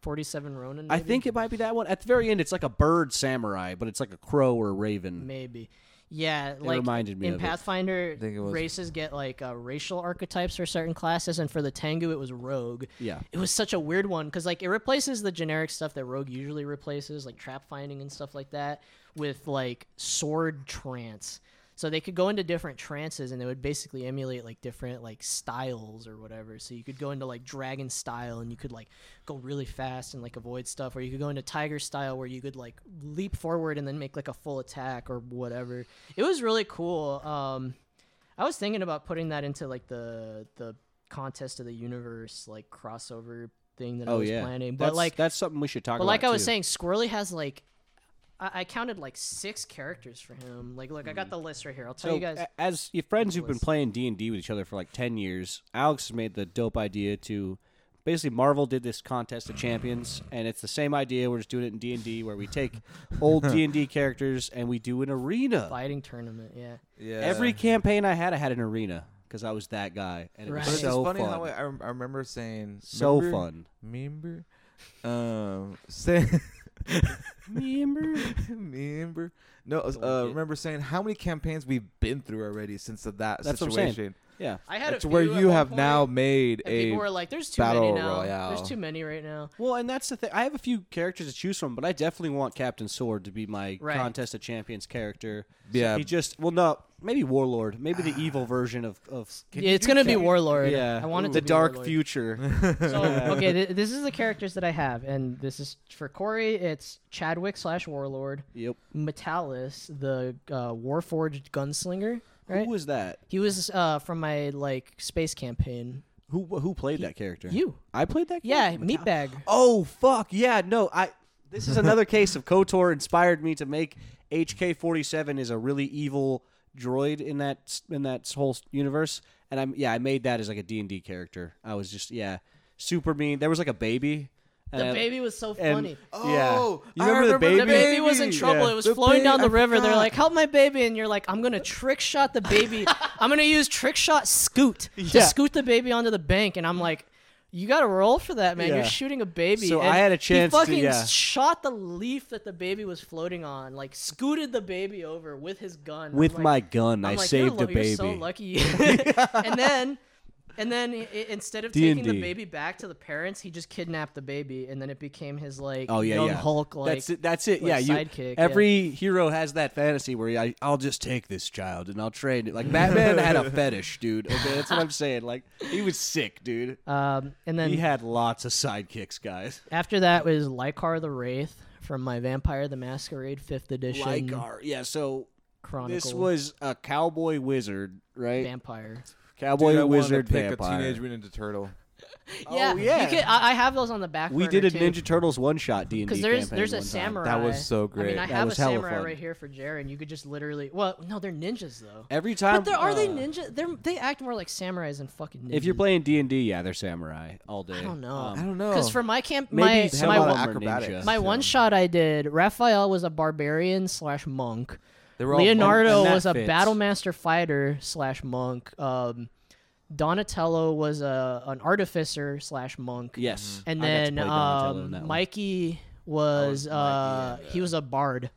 47 Ronin. I maybe? think it might be that one. At the very end, it's like a bird samurai, but it's like a crow or a raven. Maybe. Yeah, like reminded me in of it. Pathfinder, think it was- races get like uh, racial archetypes for certain classes, and for the Tengu, it was Rogue. Yeah. it was such a weird one because like it replaces the generic stuff that Rogue usually replaces, like trap finding and stuff like that, with like sword trance. So they could go into different trances, and they would basically emulate like different like styles or whatever. So you could go into like dragon style, and you could like go really fast and like avoid stuff, or you could go into tiger style, where you could like leap forward and then make like a full attack or whatever. It was really cool. Um, I was thinking about putting that into like the the contest of the universe like crossover thing that I Oh was yeah, planning. But that's, like, that's something we should talk but about. like I was too. saying, Squirrely has like, I, I counted like six characters for him. Like, look, I got the list right here. I'll tell Hmm. So, eh, you guys. a- as your friends who've been list. playing D and D with each other for like ten years, Alex has made the dope idea to basically Marvel did this contest of champions, and it's the same idea. We're just doing it in D and D, where we take old D and D characters and we do an arena. Fighting tournament, yeah. Yeah. Every campaign I had, I had an arena because I was that guy, and it Right. was But it's so funny fun. how I, I rem- I remember saying so remember, fun. Remember, um, say Remember? remember. No, Don't uh, like it. remember saying how many campaigns we've been through already since of that That's what I'm saying. situation. Yeah. I had That's a where few at you one have point, now made and people a were like, "There's too battle many now. royale. There's too many right now." Well, and that's the thing. I have a few characters to choose from, but I definitely want Captain Sword to be my Right. contest of champions character. Yeah. he just well, no, maybe Warlord, maybe the evil version of of Yeah, it's gonna be Warlord. yeah, I wanted the to be dark Warlord. future. So okay, th- this is the characters that I have, and this is for Corey. It's Chadwick slash Warlord, yep. Metalis, the uh, Warforged gunslinger. Right? Who was that? he was uh, from my like space campaign. Who who played that character? You, I played that. yeah, character? Metal- meatbag. Oh fuck yeah! No, I. This is another case of Kotor inspired me to make HK forty seven is a really evil droid in that s- in that s- whole s- universe, and I'm yeah I made that as like d and D character. I was just yeah super mean. There was like a baby. and The I- baby was so and- funny. yeah. Oh, you I remember, the remember baby? The baby was in Baby! trouble. Yeah. It was The flowing ba- down the I river. They're forgot. like, "Help my baby!" And you're like, "I'm gonna trick shot the baby. I'm gonna use trick shot scoot to Yeah. scoot the baby onto the bank." And I'm like, "You got to roll for that, man. Yeah. You're shooting a baby." So And I had a chance to- He fucking yeah. shot the leaf that the baby was floating on. Like scooted the baby over with his gun. With I'm my like, gun, I'm I like, saved you're, a lu- baby. You're so lucky. and then. And then i- i- instead of taking D&D. the baby back to the parents, he just kidnapped the baby, and then it became his like Oh yeah, young yeah. Hulk like that's it. That's it. like, yeah, you. sidekick, yeah. every hero has that fantasy where I, I'll just take this child and I'll train it. Like Batman had a fetish, dude. Okay, that's what I'm saying. Like he was sick, dude. Um, and then He had lots of sidekicks, guys. after that was Lycar the Wraith from my Vampire the Masquerade 5th edition Lycar. Yeah. So Chronicle. this was a cowboy wizard, right? Vampire. Dude, cowboy I wanted to wizard pick vampire. a teenage mutant turtle. yeah, Oh, yeah. You could, I, I have those on the back. we burner did a too, Ninja Turtles one shot D and D there's campaign there's a one time. samurai. That was so I mean, great. I That have a was hella samurai fun. right here for Jared. You could just literally. Well, no, they're ninjas though. Every time, but there are they uh, ninja? They're they act more like samurais than fucking ninjas. If you're playing D and D, yeah, they're samurai all day. I don't know. Um, I don't know. because for my camp, Maybe my some my, of one- them are acrobatics. ninja. my them. one shot I did, Raphael was a barbarian slash monk. They were all Leonardo monks. And was a that fits. battle master fighter slash monk. Um, Donatello was a an artificer slash monk. Yes. And Mm-hmm. I got to then play Donatello in um, that one. Mikey was, was Mikey, uh, yeah. he was a bard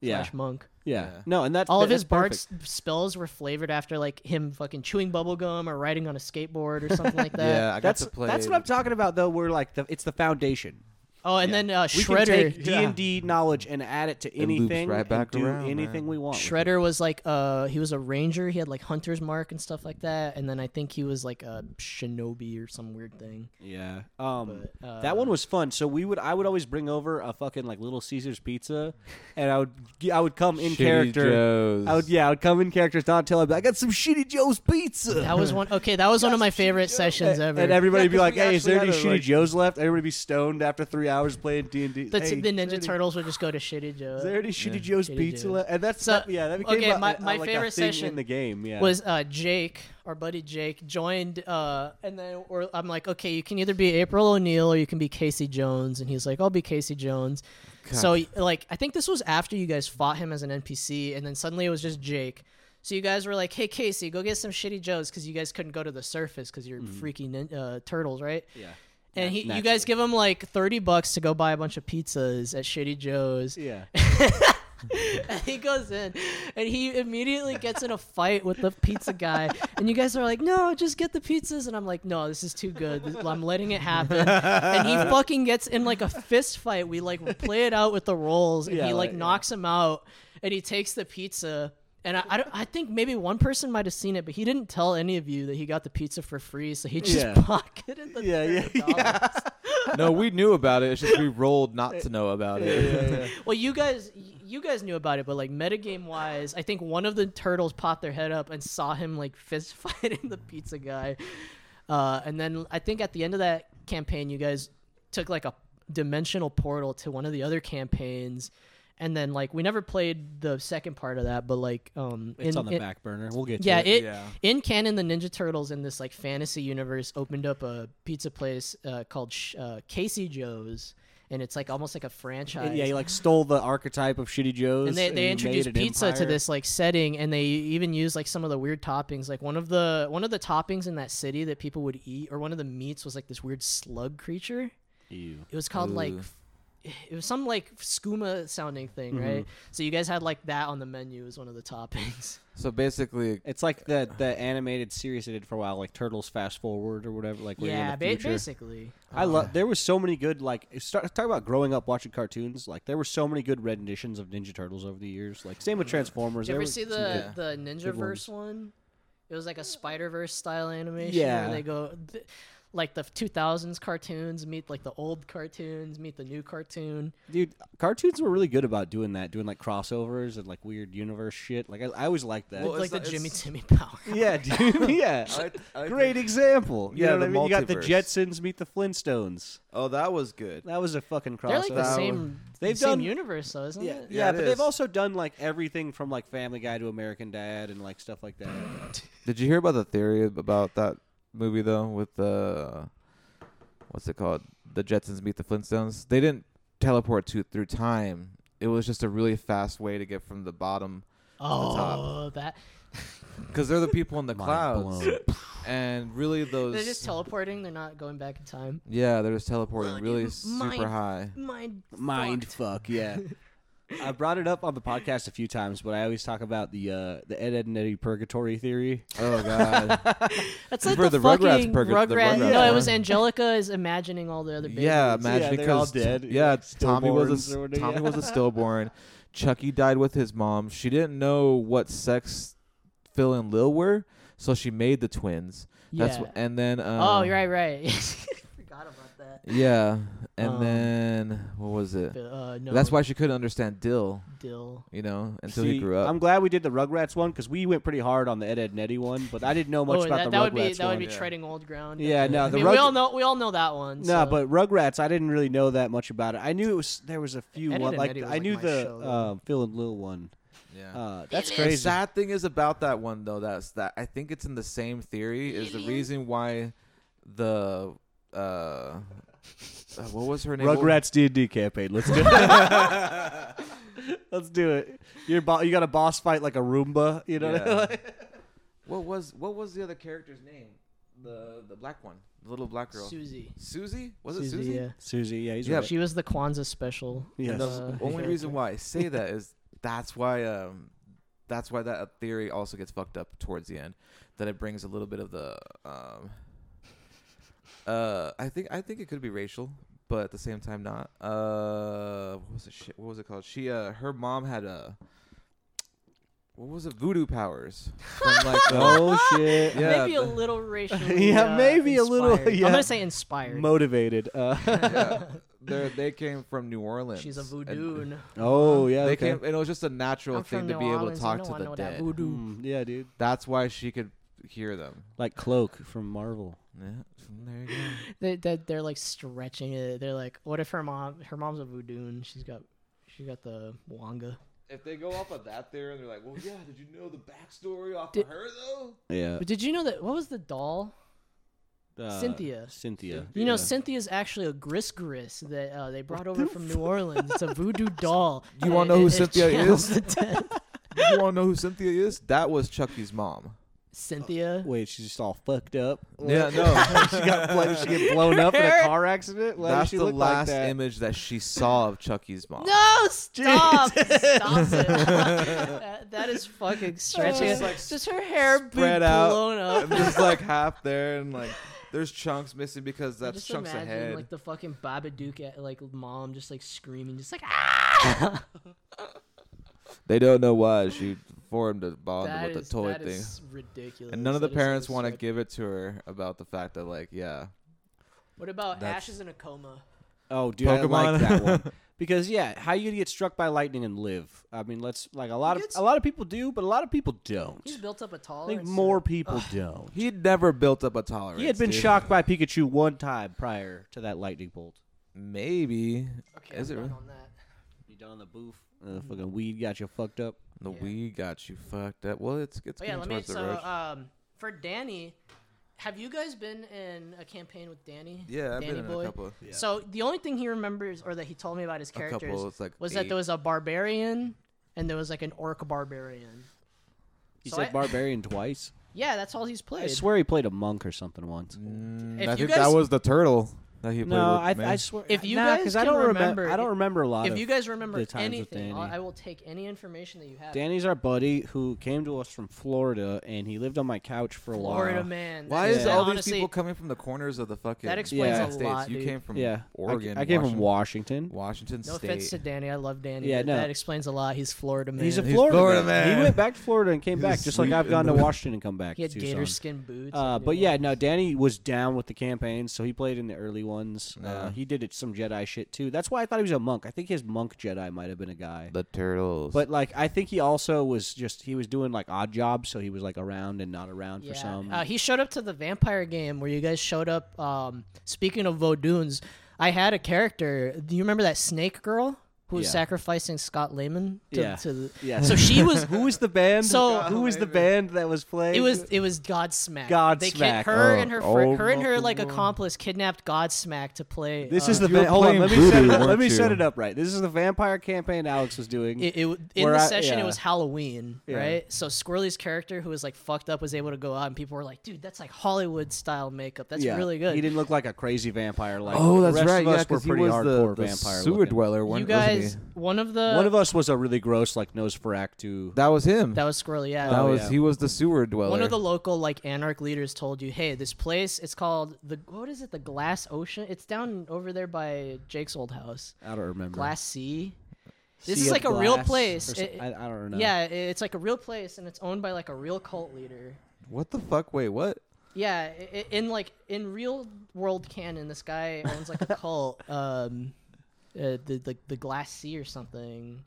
yeah. slash monk. yeah. Yeah. No, and that's All of that's his bard perfect. s- spells were flavored after like him fucking chewing bubblegum or riding on a skateboard or something like that. yeah, I got That's to play. that's what I'm talking about though. We're like the, it's the foundation. Oh, and Yeah. then uh, We Shredder. can take D and D knowledge and add it to loops anything right back and do around, anything man. we want. with it. Shredder was like uh he was a ranger. He had like hunter's mark and stuff like that. And then I think he was like a shinobi or some weird thing. Yeah. Um But, uh, that one was fun. So we would I would always bring over a fucking like little Caesar's pizza and I would I would come in Shitty character. Joes. I would yeah, I would come in character not until I'd be like, I got some shitty Joe's pizza. That was one. Okay, that was one of my favorite sessions ever. And everybody'd Yeah, be 'cause like, we "Hey, is there any actually shitty had a, like- Joes left?" Everybody'd be stoned after three hours playing D and D. the, the Ninja Turtles would just go to Shitty Joe. Is there any Shitty Joe's Shitty Pizza? Joe's. left? And that's So, that, yeah, that became okay, a- my- a- my like a favorite thing in session the game. Yeah, was uh, Jake, our buddy Jake, joined, uh, and then or I'm like, okay, you can either be April O'Neil or you can be Casey Jones, and he's like, I'll be Casey Jones. So like, I think this was after you guys fought him as an NPC, and then suddenly it was just Jake. So you guys were like, hey Casey, go get some shitty Joes because you guys couldn't go to the surface because you're freaky nin- uh, turtles, right? yeah, And he, Naturally. you guys give him like thirty bucks to go buy a bunch of pizzas at Shitty Joe's. yeah. And he goes in and he immediately gets in a fight with the pizza guy and you guys are like no just get the pizzas and i'm like no this is too good This- i'm letting it happen and he fucking gets in like a fist fight we like play it out with the rolls and Yeah, he like, like, yeah. knocks him out and he takes the pizza and I, I, don't- I think maybe one person might have seen it, but he didn't tell any of you that he got the pizza for free, so he just Yeah. pocketed the Yeah, yeah, $30. no, we knew about it. It's just we rolled not to know about it. Well, you guys, you guys knew about it, but like metagame wise, I think one of the turtles popped their head up and saw him like fist fighting the pizza guy, uh, and then I think at the end of that campaign, you guys took like a dimensional portal to one of the other campaigns, and then like we never played the second part of that, but like um, It's in- on the in- back burner. We'll get Yeah, to it. it yeah. in canon, the Ninja Turtles in this like fantasy universe opened up a pizza place uh, called Sh- uh, Casey Joe's, and it's like almost like a franchise. yeah, you like stole the archetype of Shitty Joe's. and they, they you introduced made an pizza to empire. this like setting and they even used like some of the weird toppings like one of the one of the toppings in that city that people would eat or one of the meats was like this weird slug creature it was called like Ooh. f- it was some like skooma sounding thing right Mm-hmm. so you guys had like that on the menu as one of the toppings So basically, It's like the the animated series they did for a while, like Turtles Fast Forward or whatever. Like where you're yeah in the ba- future. basically I Uh. love. There was so many good like start, talk about growing up watching cartoons. Like there were so many good renditions of Ninja Turtles over the years. Like Uh, same with Transformers. did you there ever was see some the good- the ninja verse one it was like a spider verse style animation Yeah. where they go th- like the 2000s cartoons meet like the old cartoons meet the new cartoon good- dude, cartoons were really good about doing that, doing like crossovers and like weird universe shit. Like I, I always liked that. Well, It's it's like not- the Jimmy it's- Timmy power. yeah, dude. Yeah. I like- I like Great the- example. You Yeah, know what I the mean? You got the multiverse. Jetsons meet the Flintstones. oh, that was good. That was a fucking crossover. They're like the That same. They've They've same done- universe, though, isn't Yeah, it? yeah, Yeah, it but they've is. also done like everything from like Family Guy to American Dad and like stuff like that. Did you hear about the theory about that movie though? With the what's it called? The Jetsons meet the Flintstones. They didn't teleport to through time. It was just a really fast way to get from the bottom Oh, that because they're the people in the Mind clouds, blown. and really those. they're just teleporting. They're not going back in time. yeah, they're just teleporting Fucking really mind- super high. Mind. Mind fuck, yeah. I brought it up on the podcast a few times, but I always talk about the uh, the Ed, Ed and Eddie purgatory theory. Oh god. That's like For the, the Rugrats fucking purga- the Rugrats. Rugrats No, it one. was Angelica is imagining all the other babies. Yeah, ma- imagine Yeah, they're all because dead, T- yeah, like Tommy was stillborns or a whatever, Tommy yeah. was a stillborn. Chucky died with his mom. She didn't know what sex Phil and Lil were, so she made the twins. That's Yeah. wh- and then um, oh, you're right, right. Forgot about that. Yeah, and Um, then what was it? But, uh, no, That's why she couldn't understand Dill, Dill. you know, until See, he grew up. I'm glad we did the Rugrats one because we went pretty hard on the Ed, Ed and Eddie one, but I didn't know much oh, about that, the that Rugrats would be that one. would be Yeah. treading old ground. Yeah, no, I the mean, Rug- we all know we all know that one. No, so. but Rugrats, I didn't really know that much about it. I knew it was there was a few Ed, Ed one- and like Eddie was, I like, knew my the show. uh, Phil and Lil one. yeah. Uh, that's The crazy. sad thing is about that one though. That's that. I think it's in the same theory. Is the reason why the uh, uh what was her name? What- Rugrats D and D campaign. Let's do it. Let's do it. Your bo- you got a boss fight like a Roomba. You know. Yeah. What was what was the other character's name? The the black one, the little black girl. Susie. Susie? Was Susie, it Susie? yeah. Susie, yeah, he's Yeah, right. She was the Kwanzaa special. Yes. And the uh, only character. reason why I say that is that's why um that's why that theory also gets fucked up towards the end. That it brings a little bit of the um uh I think I think it could be racial, but at the same time not. Uh what was the shit what was it called? She uh her mom had a what was it? Voodoo powers. From like the- Oh shit. Yeah, maybe a the- little racial. Yeah, maybe a little- yeah. I'm gonna say inspired. Motivated. Uh, yeah. They're- they came from New Orleans. She's a and voodoo. and oh yeah. They okay. came, and it was just a natural I'm thing from to New be able Orleans, to you know talk I to the know that dead. voodoo. Mm, yeah, dude. That's why she could hear them. Like Cloak from Marvel. Yeah, there you go. They, they, they're like stretching it. They're like, what if her mom? Her mom's a voodoo. And she's got, she got the wanga. if they go off of that there, and they're like, "Well, yeah, did you know the backstory off Did- of her though?" Yeah. But did you know that? What was the doll? Uh, Cynthia. Cynthia. You know, Yeah. Cynthia's actually a gris gris that uh, they brought over from New Orleans. It's a voodoo doll. You and wanna it- know who it Cynthia channels is? the dead. you want to know who Cynthia is? That was Chucky's mom. Cynthia. Wait, she's just all fucked up. Yeah, no, she got blo- did she get blown up in a car accident. Why does that's she the look last like that? image that she saw of Chucky's mom. No, stop! Stop it! that, that is fucking stretching. just Just, like her hair be spread out. blown up. I'm just like half there, and like there's chunks missing because I that's just chunks imagine ahead. like the fucking Babadook at, like mom just like screaming, just like ah. they don't know why she formed a bond "Ah, That with is the toy that thing. is ridiculous. And none of the That is so parents want to stretched. give it to her about the fact that, like, yeah, What about That's- Ashes in a coma? Oh, dude, I like Pokemon. that one. Because yeah, how you gonna get struck by lightning and live? I mean, let's like a lot of gets- a lot of people do, but a lot of people He's don't. built up a I tolerance. think to more it. people don't. He'd never built up a tolerance. He had been dude. shocked by Pikachu one time prior to that lightning bolt. Maybe. Okay, Is I'm it done really? on that. You done the booth? Uh, fucking weed got you fucked up. The Yeah. weed got you fucked up. Well, it's it's Oh, yeah, getting let me. towards the So, road. um, for Danny, have you guys been in a campaign with Danny? yeah, I've Danny been in Boy? a couple. Of, So the only thing he remembers, or that he told me about his a characters, couple. It's like was eight. that there was a barbarian and there was like an orc barbarian. He So said I- barbarian twice. Yeah, that's all he's I played. swear he played a monk or something once. Mm, if I you think guys- that was the turtle that he played No, with, I, man. I swear. If you nah, guys 'cause I can don't remem- remember- I don't remember a lot if of. you guys remember the times with anything, Danny. I I will take any information that you have. Danny's our buddy who came to us from Florida, and he lived on my couch for a while. Florida man. Why Yeah. is all Honestly, these people coming from the corners of the fucking That explains Yeah. a States? lot, You dude. came from Yeah, Oregon. I, I came from Washington, Washington. Washington No State. offense to Danny, I love Danny. Yeah, but no. that explains a lot. He's Florida man. He's a He's Florida, Florida He man. went back to Florida and came He back, was just like sweet I've in gone to the- Washington and come back. he had to gator Tucson. skin boots. Uh, and he but yeah, loved- no, Danny was down with the campaign, so he played in the early ones. Uh, Yeah. he did it some Jedi shit too. That's why I thought he was a monk. I think his monk Jedi might have been a guy. The turtles. But like, I think he also was just he was doing like odd jobs, so he was like around and not around for Yeah. some. Uh, he showed up to the vampire game where you guys showed up. Um, speaking of Vodoons, I had a character. Do you remember that snake girl who was Yeah. sacrificing Scott Lehman? To, Yeah. To the, Yeah. So she was. who was the band? Uh, So- who was the band that was playing? It was it was Godsmack. They Godsmack. kid, her Oh, and her friend, oh, her and her like fucking accomplice kidnapped Godsmack to play. This uh, is the you were va- hold on. playing Let me set voodoo, it up. Let weren't me set you? it up right. This is the vampire campaign Alex was doing. It, it, in Where the I- session, yeah. it was Halloween, Yeah. right? So Squirrely's character, who was like fucked up, was able to go out, and people were like, "Dude, that's like Hollywood style makeup. That's Yeah. really good." He didn't look like a crazy vampire. Like oh, that's the rest right. Of yeah, us were 'cause he pretty was hardcore the, the vampire. sewer looking. dweller. weren't- you wasn't guys, he? one of the One of us was a really gross, like Nosferatu. That was him. that was Squirrely, yeah. That Oh, was yeah. he was the sewer dweller. one of the local like anarch leaders told you, "Hey, this place it's called the what is it? The Glass Ocean. It's down over there by Jake's old house, I don't remember. Glass Sea. This Sea is of like a real Glass or place. so- It- I, I don't know. Yeah, i- it's like a real place, and it's owned by like a real cult leader. what the fuck? Wait, what? Yeah, i- i- in like in real world canon, this guy owns like a cult, um, uh, the, the the Glass Sea or something.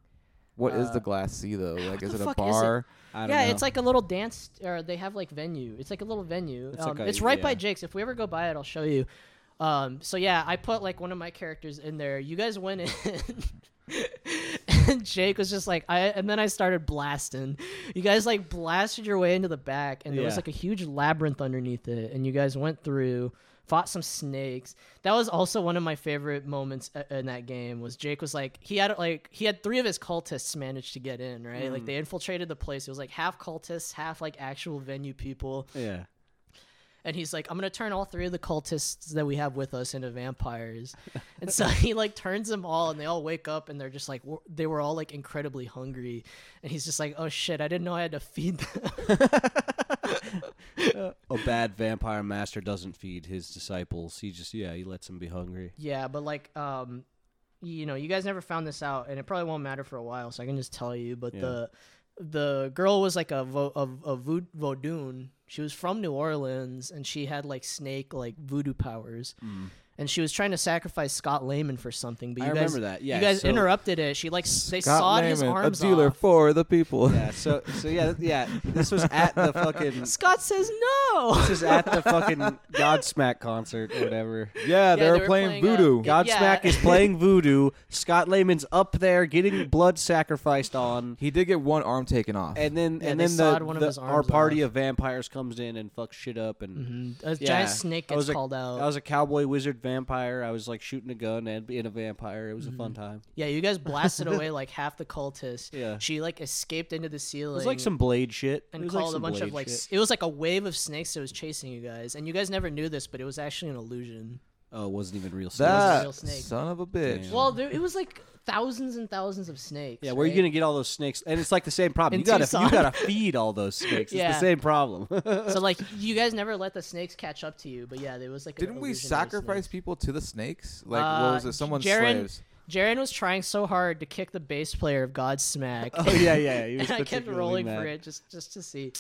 What is Uh, the glass sea though? Like, the is it a fuck is it? bar? I don't Yeah, know. it's like a little dance, or they have like venue. It's like a little venue. It's It's, um, like a- it's right by yeah. Jake's. If we ever go by it, I'll show you. Um, so yeah, I put like one of my characters in there. You guys went in. and Jake was just like I and then I started blasting. You guys like blasted your way into the back and there was Yeah. like a huge labyrinth underneath it and you guys went through fought some snakes. That was also one of my favorite moments i- in that game was Jake was like he had like he had 3 of his cultists managed to get in, right? Like they infiltrated the place. It was like half cultists, half like actual venue people yeah. and he's like, I'm gonna turn all three of the cultists that we have with us into vampires, and so he like turns them all, and they all wake up, and they're just like, w- they were all like incredibly hungry, and he's just like, oh shit, I didn't know I had to feed them. A bad vampire master doesn't feed his disciples. He just yeah, he lets them be hungry. yeah, but like, um, you know, you guys never found this out, and it probably won't matter for a while, so I can just tell you. But Yeah. the the girl was like a vo- a, a vo- voodoo. She was from New Orleans, and she had like snake like voodoo powers. And she was trying to sacrifice Scott Lehman for something, but Mm. I you guys remember that. Yeah, you guys so- interrupted it. She like s- they Scott sawed his Lehman, arms a dealer off. for the people. Yeah. So so yeah th- yeah. This was at the fucking. this Scott says no. was at the fucking Godsmack concert or whatever. Yeah, they, they were were playing, playing, uh, voodoo. God- Godsmack Yeah. is playing voodoo. Scott Lehman's up there getting blood sacrificed on. he did get one arm taken off. And then Yeah, and they then the, sawed one of the- his our arms party off. of vampires comes in and fucks shit up and A Yeah. giant snake I was a- gets called out. I was a cowboy wizard vampire. I was like shooting a gun and being a vampire. It was a fun time. yeah, you guys blasted away like half the cultists. Yeah. She like escaped into the ceiling. It was like some blade shit. it and was like called a some bunch of blade like shit. s it was like a wave of snakes that was chasing you guys, and you guys never knew this, but it was actually an illusion. oh, it wasn't even real. was a that real snake. son of a bitch. Damn. Well, there, it was like thousands and thousands of snakes. Yeah, where are you right? gonna get all those snakes? And it's like the same problem. In you gotta you Tucson. gotta feed all those snakes. It's Yeah. the same problem. Oh, So like you guys never let the snakes catch up to you, but yeah, there was like an Didn't we illusion of the sacrifice snakes. people to the snakes? Like, Uh, what was it? Someone Jaren- slaves. Jaren was trying so hard to kick the bass player of Godsmack. oh yeah, yeah. He was and I kept particularly rolling mad. for it just just to see.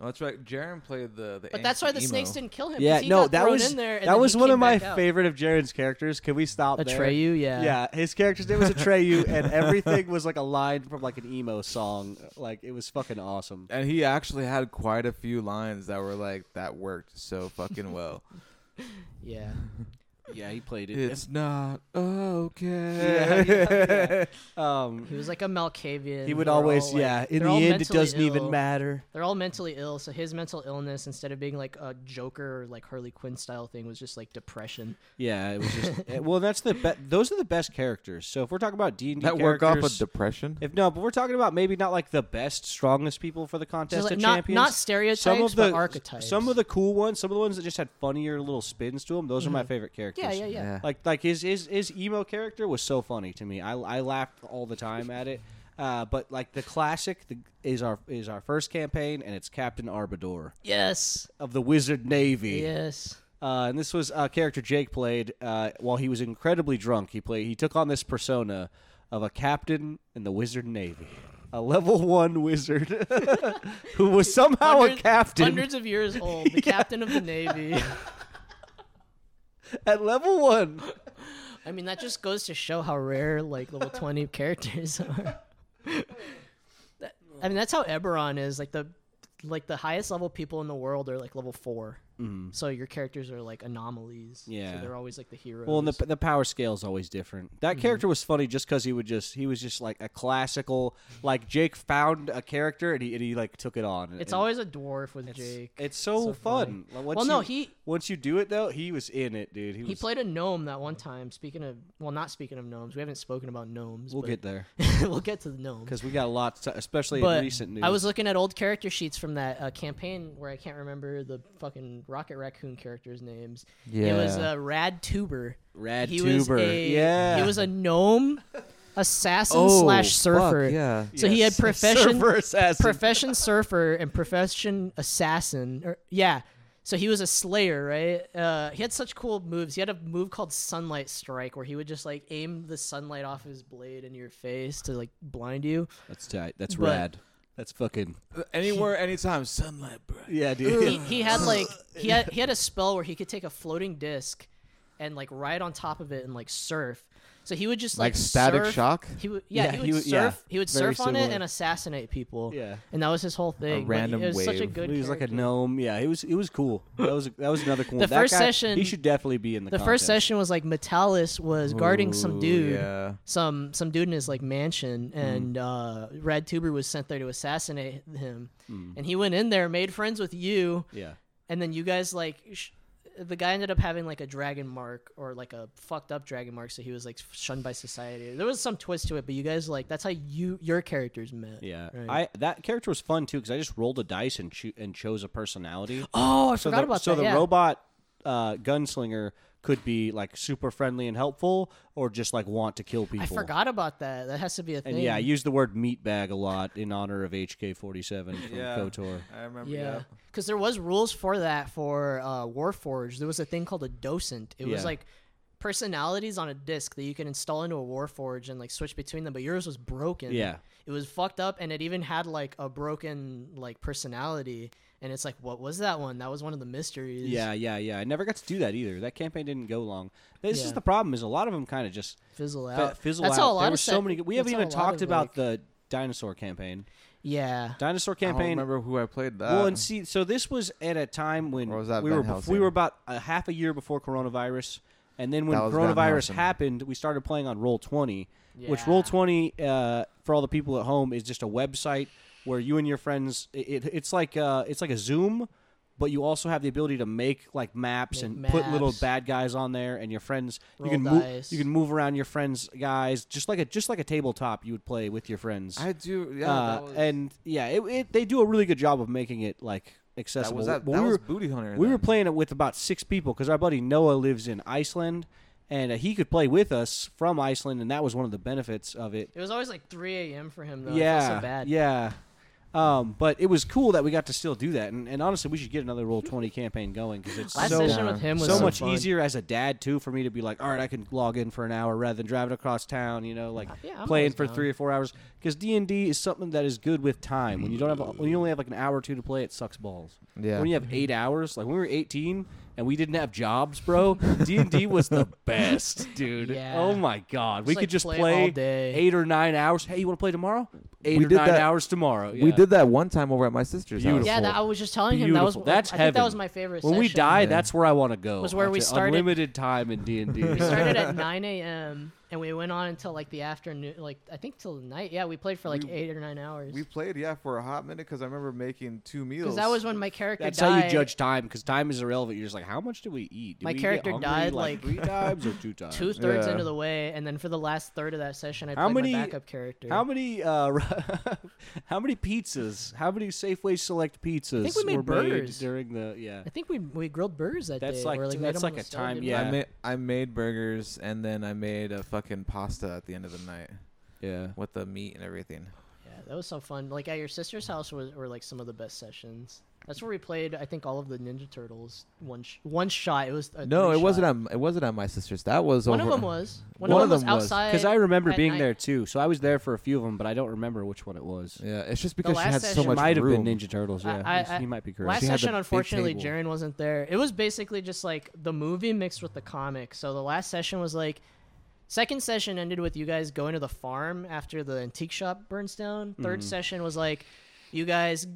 Oh, that's right. Jaren played the the. But that's why the emo. snakes didn't kill him. 'cause Yeah, he no, got that thrown was- in there. And that then was he one of came my back out. favorite of Jaren's characters. Can we stop there? Atreyu, yeah. Yeah, his character's name was Atreyu, and everything was like a line from like an emo song. Like it was fucking awesome. And he actually had quite a few lines that were like that worked so fucking well. yeah. Yeah, he played it. it's not okay. Yeah, yeah. Um, He was like a Malkavian. he would They're all, always, like- yeah. In the they're all end, it mentally doesn't even ill. matter. They're all mentally ill, so his mental illness, instead of being like a Joker or like Harley Quinn style thing, was just like depression. Yeah, it was just eh, well. That's the be- those are the best characters. So if we're talking about D and D that work off a characters, depression. if no, but we're talking about maybe not like the best, strongest people for the contest Just like of not champions. not stereotypes, some of the but archetypes. some of the cool ones, some of the ones that just had funnier little spins to them. Those are my favorite characters. Mm-hmm. yeah, yeah, yeah. Like like his his his emo character was so funny to me. I I laughed all the time at it. Uh, but like the classic the, is our is our first campaign, and it's Captain Arbador Yes, of the Wizard Navy. yes. Uh, and this was a character Jake played uh, while he was incredibly drunk. He played. He took on this persona of a captain in the Wizard Navy, a level one wizard who was somehow Hundreds- a captain Hundreds of years old, the captain of the navy. at level one. I mean, that just goes to show how rare like level twenty characters are. That- I mean, that's how Eberron is. Like the like the highest level people in the world are like level four. Mm. So your characters are like anomalies. Mm-hmm. Yeah. so they're always like the heroes. Well, and the the power scale is always different. Mm-hmm. That character was funny just because he would just he was just like a classical like Jake found a character and he and he like took it on. it's And always a dwarf with Jake. it's so, so fun. funny. Like, once well, no, you- he once you do it though, he was in it, dude. He, he was, played a gnome that one time. Speaking of, well, not speaking of gnomes, we haven't spoken about gnomes. We'll but get there we'll get to the gnomes. because we got a lot, to, especially But in recent news. I was looking at old character sheets from that uh, campaign where I can't remember the fucking Rocket Raccoon characters' names. It was Yeah. uh, Rad Tuber. Rad He was Tuber. a- yeah. He was a gnome assassin slash surfer. Oh, yeah. So he had Yes. profession Surfer assassin. profession surfer and profession assassin. Or, yeah. So he was a slayer, right? Uh, he had such cool moves. He had a move called Sunlight Strike, where he would just like aim the sunlight off his blade into your face to like blind you. That's tight. That's But- rad. That's fucking Anywhere, anytime, sunlight, bro. yeah, he, dude. he had like he had he had a spell where he could take a floating disc and like ride on top of it and like surf. So he would just like, Like static surf- shock? He would yeah, Yeah, he would he would- surf yeah, he would very surf on it similar. and assassinate people. Yeah. And that was his whole thing. Like, random it was such a wave. good He was like a character. gnome. Yeah, he was. It was cool. That was that was another cool. The one. That first guy- session- he should definitely be in the. the first contest. session was like Metalis was guarding some dude. Yeah. Some some dude in his like mansion, and uh, Rad Tuber was sent there to assassinate him. And he went in there, made friends with you, Yeah. and then you guys like sh- the guy ended up having like a dragon mark or like a fucked up dragon mark so he was like shunned by society there was some twist to it but you guys like that's how you your characters met Yeah, right? I that character was fun too because I just rolled a dice and cho- and chose a personality. oh i so forgot the, about so that the yeah. robot uh, gunslinger could be like super friendly and helpful, or just like want to kill people. i forgot about that that has to be a thing And yeah, I use the word meatbag a lot in honor of HK47 from Yeah. KOTOR. I remember. yeah because there was rules for that for uh, warforged there was a thing called a docent it Yeah. was like personalities on a disc that you can install into a warforge and like switch between them but yours was broken Yeah. it was fucked up and it even had like a broken like personality and it's like what was that one that was one of the mysteries Yeah, yeah, yeah. I never got to do that either. That campaign didn't go long. This Yeah. is the problem. Is a lot of them kind of just fizzle fi- out fizzle that's out. how a lot there of were so set- many. We that's haven't how a even lot talked of, about like- Oh, the dinosaur campaign. yeah Dinosaur I don't campaign. remember who I played that. Well, and see, so this was at a time when Or was that we Van were bef- we Helsing? were about a half a year before coronavirus, and then when That was Van coronavirus Helsing. happened, we started playing on Roll Twenty, which Yeah. Roll Twenty uh, for all the people at home is just a website where you and your friends. It, it, it's like uh, it's like a Zoom, but you also have the ability to make like maps Make and put little maps. bad guys on there, and your friends Roll you can move dice. you can move around your friends guys just like a just like a tabletop you would play with your friends. I do. Yeah. Uh, that was, and yeah, it, it, they do a really good job of making it like that accessible. was that. But that we was were, Booty Hunter. we were then. playing it with about six people because our buddy Noah lives in Iceland, and uh, he could play with us from Iceland, and that was one of the benefits of it. it was always like 3 a.m for him though I felt yeah, so bad yeah. Um, but it was cool that we got to still do that, and, and honestly, we should get another roll twenty campaign going because it's Last so session with him was so, so much fun. easier as a dad too for me to be like, all right, I can log in for an hour rather than driving across town, you know, like Uh, Yeah, I'm playing always for down. three or four hours. Because D and D is something that is good with time. When you don't have, a- when you only have like an hour or two to play, it sucks balls. Yeah. When you have eight hours, like when we were eighteen and we didn't have jobs, bro, D and D was the best, dude. Yeah. Oh my god, we Just, could like, just play play, all day. eight or nine hours. Hey, you want to play tomorrow? Eight We or did nine that- hours tomorrow. We Yeah. did that one time over at my sister's house. Beautiful. Oh, Yeah, that, I was just telling him that Beautiful. was. That's I think heaven. that was my favorite. When we session. die, Yeah. that's where I want to go. Was where we To started- Unlimited time in D and D. we started at 9 a.m. and we went on until like the afternoon, like I think till the night. Yeah, we played for like We- eight or nine hours. We played, yeah, for a hot minute because I remember making two meals. Because that was when my character That's died. how you judge time because time is irrelevant. You're just like, how much did we eat? Did My we get character hungry, died, like, three times or two times. Two thirds Yeah. into the way, and then for the last third of that session, I How played many- my backup character. How many? Uh, how many pizzas? How many Safeway Select pizzas? we made were burgers. during the yeah. I think we we grilled burgers that That's day. like- or, made that's like them on a the stove, time- didn't we? yeah. I made I made burgers and then I made a fucking pasta at the end of the night Yeah. with the meat and everything. Yeah, that was so fun. Like at your sister's house were, were like some of the best sessions. That's where we played. I think all of the Ninja Turtles one sh- one shot. It was a No, three it wasn't shot. on. It wasn't on my sister's. That was One of over. them was. One, One of of them them was was. outside. Because I remember at being night- there too, so I was there for a few of them, but I don't remember which one it was. Yeah, it's just because she last had so session- much Might have room. been Ninja Turtles. I- Yeah, I- Yes, I- you might be correct. Last She had the session, big unfortunately, table. Jaren wasn't there. It was basically just like the movie mixed with the comic. So the last session was like, second session ended with you guys going to the farm after the antique shop burns down. 3rd Mm-hmm. session was like, you guys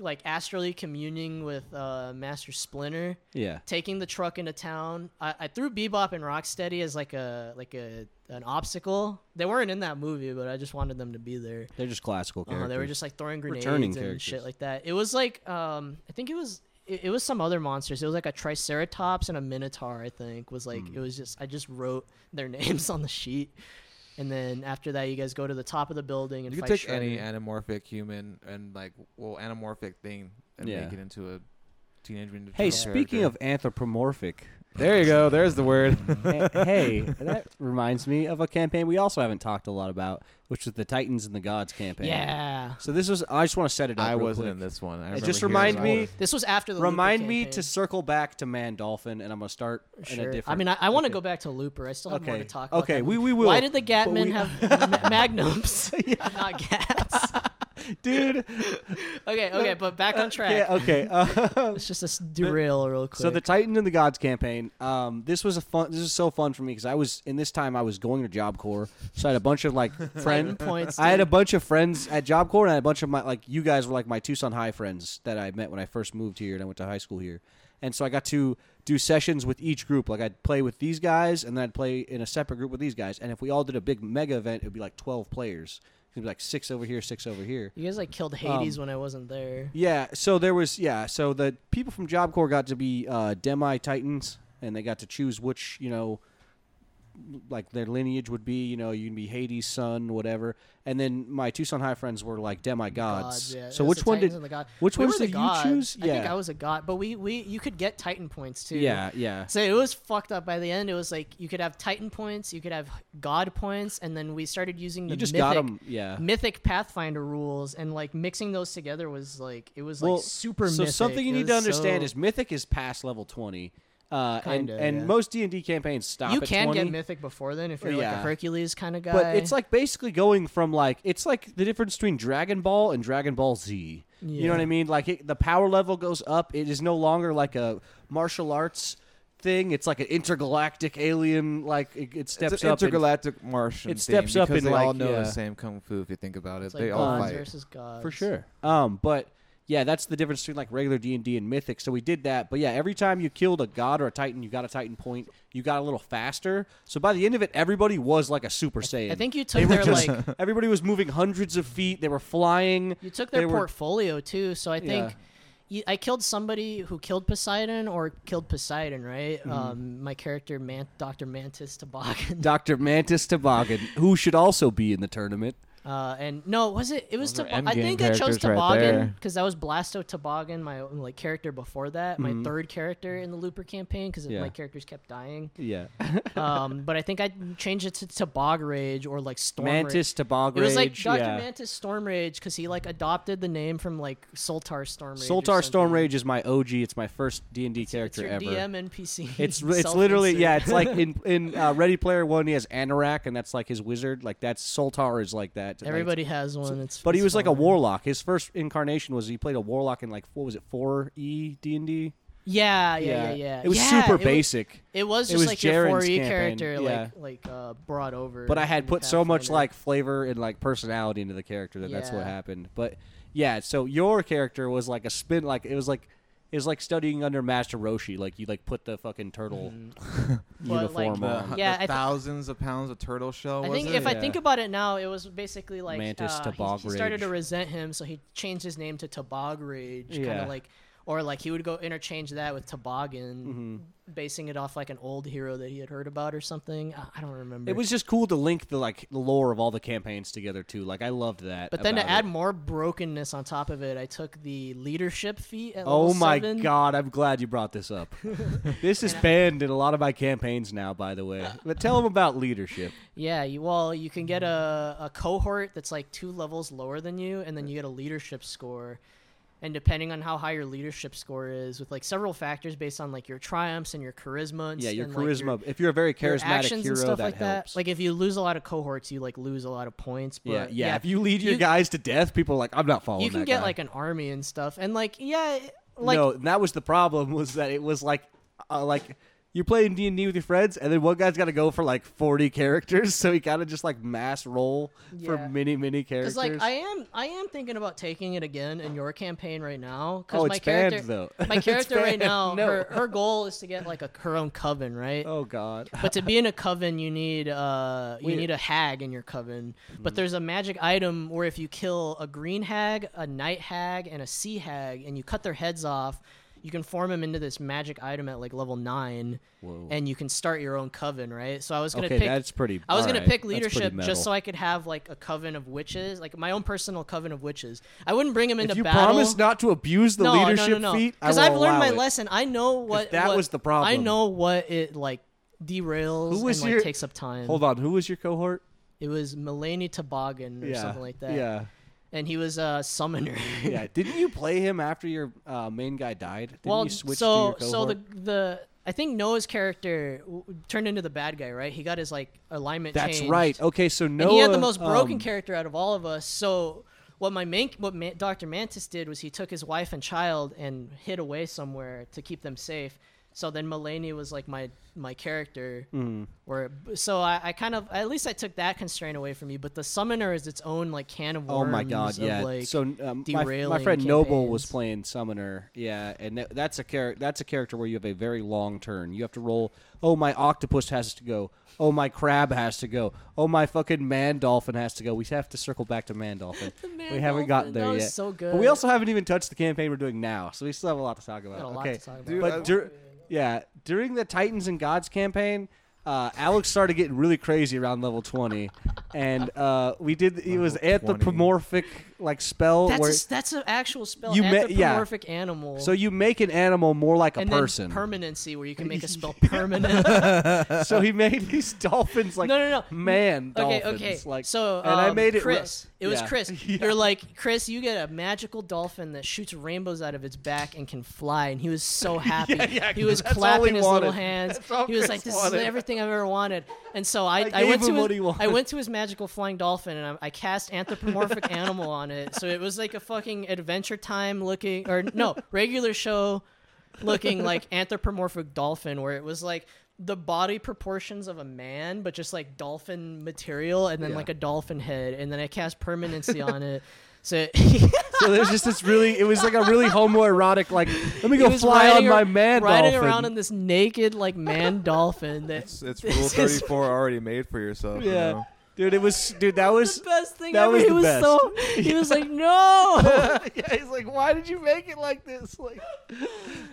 like astrally communing with uh, Master Splinter, yeah, taking the truck into town. I, I threw Bebop and Rocksteady as like a like a an obstacle. They weren't in that movie, but I just wanted them to be there. they're just classical Uh-huh, characters. they were just like throwing grenades Returning and shit characters. like that. It was like um, I think it was it, it was some other monsters. It was like a triceratops and a minotaur. I think was like Hmm. it was just I just wrote their names on the sheet, and then after that you guys go to the top of the building and You could fight take any Shredder. anamorphic human and like well anamorphic thing and Yeah. make it into a teenage mutant. Ninja hey, Turtle speaking character. of anthropomorphic, there you go. There's the word. Eh, hey, that reminds me of a campaign we also haven't talked a lot about, which was the Titans and the Gods campaign. yeah. So this was. I just want to set it up. I real wasn't quick. in this one. I It remember just hearing remind about me. it. This was after the Looper Remind me to campaign. circle back to Mandolphin, and I'm gonna start in Sure. a I different. mean, I, I want to okay. go back to Looper. I still have more Okay. to talk about. Okay, that we- one. we will, Why did the but Gatmen we- have ma- magnums, not gas? dude. Okay, okay, but back on track. Yeah. Okay. uh, Let's just let's derail real quick. so the Titan and the Gods campaign. Um, this was a fun. This is so fun for me because I was in this time I was going to Job Corps, so I had a bunch of like friend. points. I had a dude. bunch of friends at Job Corps, and I had a bunch of my like you guys were like my Tucson High friends that I met when I first moved here and I went to high school here, and so I got to do sessions with each group. Like I'd play with these guys, and then I'd play in a separate group with these guys. And if we all did a big mega event, it'd be like twelve players. It'd be like six over here, six over here. You guys like Um, killed Hades when I wasn't there. Yeah, so there was yeah, so the people from Job Corps got to be uh, demi titans, and they got to choose which you know, like their lineage would be. You know, you can be Hades' son, whatever. And then my Tucson High friends were like demi gods. yeah. so That's which the one Titans did and the god. which we ones were the did you gods. choose? I think Yeah. I was a god, but we we you could get Titan points too. yeah yeah So it was fucked up by the end. It was like you could have Titan points, you could have God points, and then we started using the you just mythic, got 'em got them yeah. mythic Pathfinder rules, and like mixing those together was like it was Well, like super. so mythic. something you It need to was understand so- is mythic is past level twenty. Uh, Kinda, and and yeah. most D and D campaigns stop. you at can 20. get mythic before then if you're like Yeah. a Hercules kind of guy. But it's like basically going from like it's like the difference between Dragon Ball and Dragon Ball Z. You Yeah. know what I mean? Like it, the power level goes up. It is no longer like a martial arts thing. It's like an intergalactic alien. Like it, it steps It's an up. and- intergalactic Martian. it steps theme up because in, they all like, know yeah. the same kung fu. If you think about it, It's they like all gods fight. versus gods for sure. Um, but yeah, that's the difference between like regular D and D and Mythic. So we did that. But yeah, every time you killed a god or a titan, you got a titan point. You got a little faster. So by the end of it, everybody was like a super saiyan. I think you They took were their just- like everybody was moving hundreds of feet. They were flying. you took They their were- portfolio too. So I think Yeah. you, I killed somebody who killed Poseidon or killed Poseidon, right? Mm-hmm. Um, my character, Man- Doctor Mantis Toboggan. Dr. Mantis Toboggan, who should also be in the tournament. Uh, and no, was it? It was Those are toboggan. I endgame think I chose characters right toboggan there. because that was Blasto toboggan, my like character before that, my third character in the Looper campaign because Mm-hmm. Yeah. my characters kept dying. Yeah. Um, but I think I changed it to tobog rage or like storm. Rage. Mantis Tobog It was like Rage, Doctor yeah. Mantis Storm Rage because he like adopted the name from like Soltar Storm Rage. or Soltar Storm something. Rage is my OG. It's my first D and D It's character your ever. DM NPC. It's it's Self literally yeah. insert. It's like in in uh, Ready Player One, he has Anorak, and that's like his wizard. Like that's Soltar is like that. Like, Everybody has one. It's But he it's was like a fun. warlock. His first incarnation was he played a warlock in like what was it four E D and D? Yeah, yeah, yeah, yeah. It was Yeah, super it was- basic. It was It just was like Jaren's your 4E campaign, character, yeah. like like uh, brought over. But I in had the put so much Pathfinder. like flavor and like personality into the character that that's what Yeah. happened. But yeah, so your character was like a spin. Like it was like it was like studying under Master Roshi. Like you like put the fucking turtle Mm-hmm. But, like, uniform The, on. hu- Yeah, the I th- thousands of pounds of turtle shell. I was think it? if I Yeah. think about it now, it was basically like Mantis uh, he- Tobog he, started to Rage. resent him, so he changed his name to Tobog Rage, kind Yeah. of like, or like he would go interchange that with Toboggan, Mm-hmm. basing it off like an old hero that he had heard about or something. I, I don't remember. It was just cool to link the like lore of all the campaigns together too. Like I loved that. But then to about add it. more brokenness on top of it, I took the leadership feat at Oh level my seven. god, I'm glad you brought this up. this is banned in a lot of my campaigns now, by the way. But tell them about leadership. Yeah, you, well, you can get a, Mm-hmm. a cohort that's like two levels lower than you, and then you get a leadership score. And depending on how high your leadership score is, with like several factors based on like your triumphs and your charisma. And, Yeah, s- your and, charisma. like, if you're a very your, your charismatic actions hero, and stuff that like helps. that. Like if you lose a lot of cohorts, you like lose a lot of points. But yeah, yeah, If you lead your guys to death, people are like, I'm not following. you can that get guy." like an army and stuff, and like yeah, like no. That was the problem. Was that it was like, uh, like you're playing D and D with your friends, and then one guy's got to go for like 40 characters, so he got to just like mass roll Yeah. for many, many characters. Oh, Because like I am, I am thinking about taking it again in your campaign right now. 'cause Oh, my it's banned, character, though. My It's character right banned. now, No. her, her goal is to get like a her own coven, right? oh god. But to be in a coven, you need uh, you Wait. Hmm. need a hag in your coven. But there's a magic item where if you kill a green hag, a night hag, and a sea hag, and you cut their heads off, you can form them into this magic item at like level nine, Whoa. and you can start your own coven, right? So I was gonna okay, pick that's pretty. I was all gonna right, that's pick pretty leadership metal. just so I could have like a coven of witches, like my own personal coven of witches. I wouldn't bring him into If you battle. promise not to abuse the no, leadership no, no, no. feat, I Because will I've learned allow my it. lesson. I know what that what- was the problem. I know what it like derails Who was and like your- takes up time. Hold on, who was your cohort? It was Mulaney Toboggan or something like that. Yeah, And he was a summoner. yeah. Didn't you play him after your uh, main guy died? Didn't well, you switch so to your so cohort? the the I think Noah's character w- turned into the bad guy, right? He got his like alignment That's changed. right. Okay, so Noah. and he had the most broken um, character out of all of us. So what my main, what Ma- Dr. Mantis did was he took his wife and child and hid away somewhere to keep them safe. So then Mulaney was like my my character, Mm. where so I, I kind of at least I took that constraint away from you. But the summoner is its own like can of Oh worms. my God! of, Yeah. like, so um, my, my derailing friend Noble campaigns. was playing Summoner. Yeah, and that, that's a character. That's a character where you have a very long turn. You have to roll. Oh, my octopus has to go. Oh, my crab has to go. Oh, my fucking man dolphin has to go. We have to circle back to man dolphin. we haven't Mandolphin, gotten there that was yet. so But we good. also haven't even touched the campaign we're doing now, so we still have a lot to talk about. Got a lot okay. uh, to talk about. Dude, I- but dur- yeah, during the Titans and Gods campaign, uh, Alex started getting really crazy around level twenty, and uh, we did. It was Level 20. anthropomorphic like spell that's a where s that's an actual spell. You ma- yeah. anthropomorphic animal. so you make an animal more like a and person. then permanency, where you can make a spell permanent. so he made these dolphins like No, no, no. man Okay, dolphins. okay. Like so, and I um, made it re- Chris. it was Yeah. Chris. Yeah. You're like Chris. You get a magical dolphin that shoots rainbows out of its back and can fly, and he was so happy. Yeah, yeah, he was that's all clapping he his wanted. little hands. That's all he was Chris like, "This wanted." is everything I've ever wanted." And so I, I, gave went him to what he his, wanted. I went to his magical flying dolphin, and I, I cast anthropomorphic animal on it. So it was like a fucking Adventure Time looking, or no, regular show looking like anthropomorphic dolphin where it was like the body proportions of a man but just like dolphin material and then Yeah. like a dolphin head and then i cast permanency on it so So there's just this really. It was like a really homoerotic. Like let me go was fly on riding my ar- man riding dolphin. around on this naked like man dolphin that's It's, it's rule is- 34 already made for yourself. you yeah, know? dude. It was dude. That was the best thing that ever was he the was best. so he was like no yeah, he's like, why did you make it like this? Like,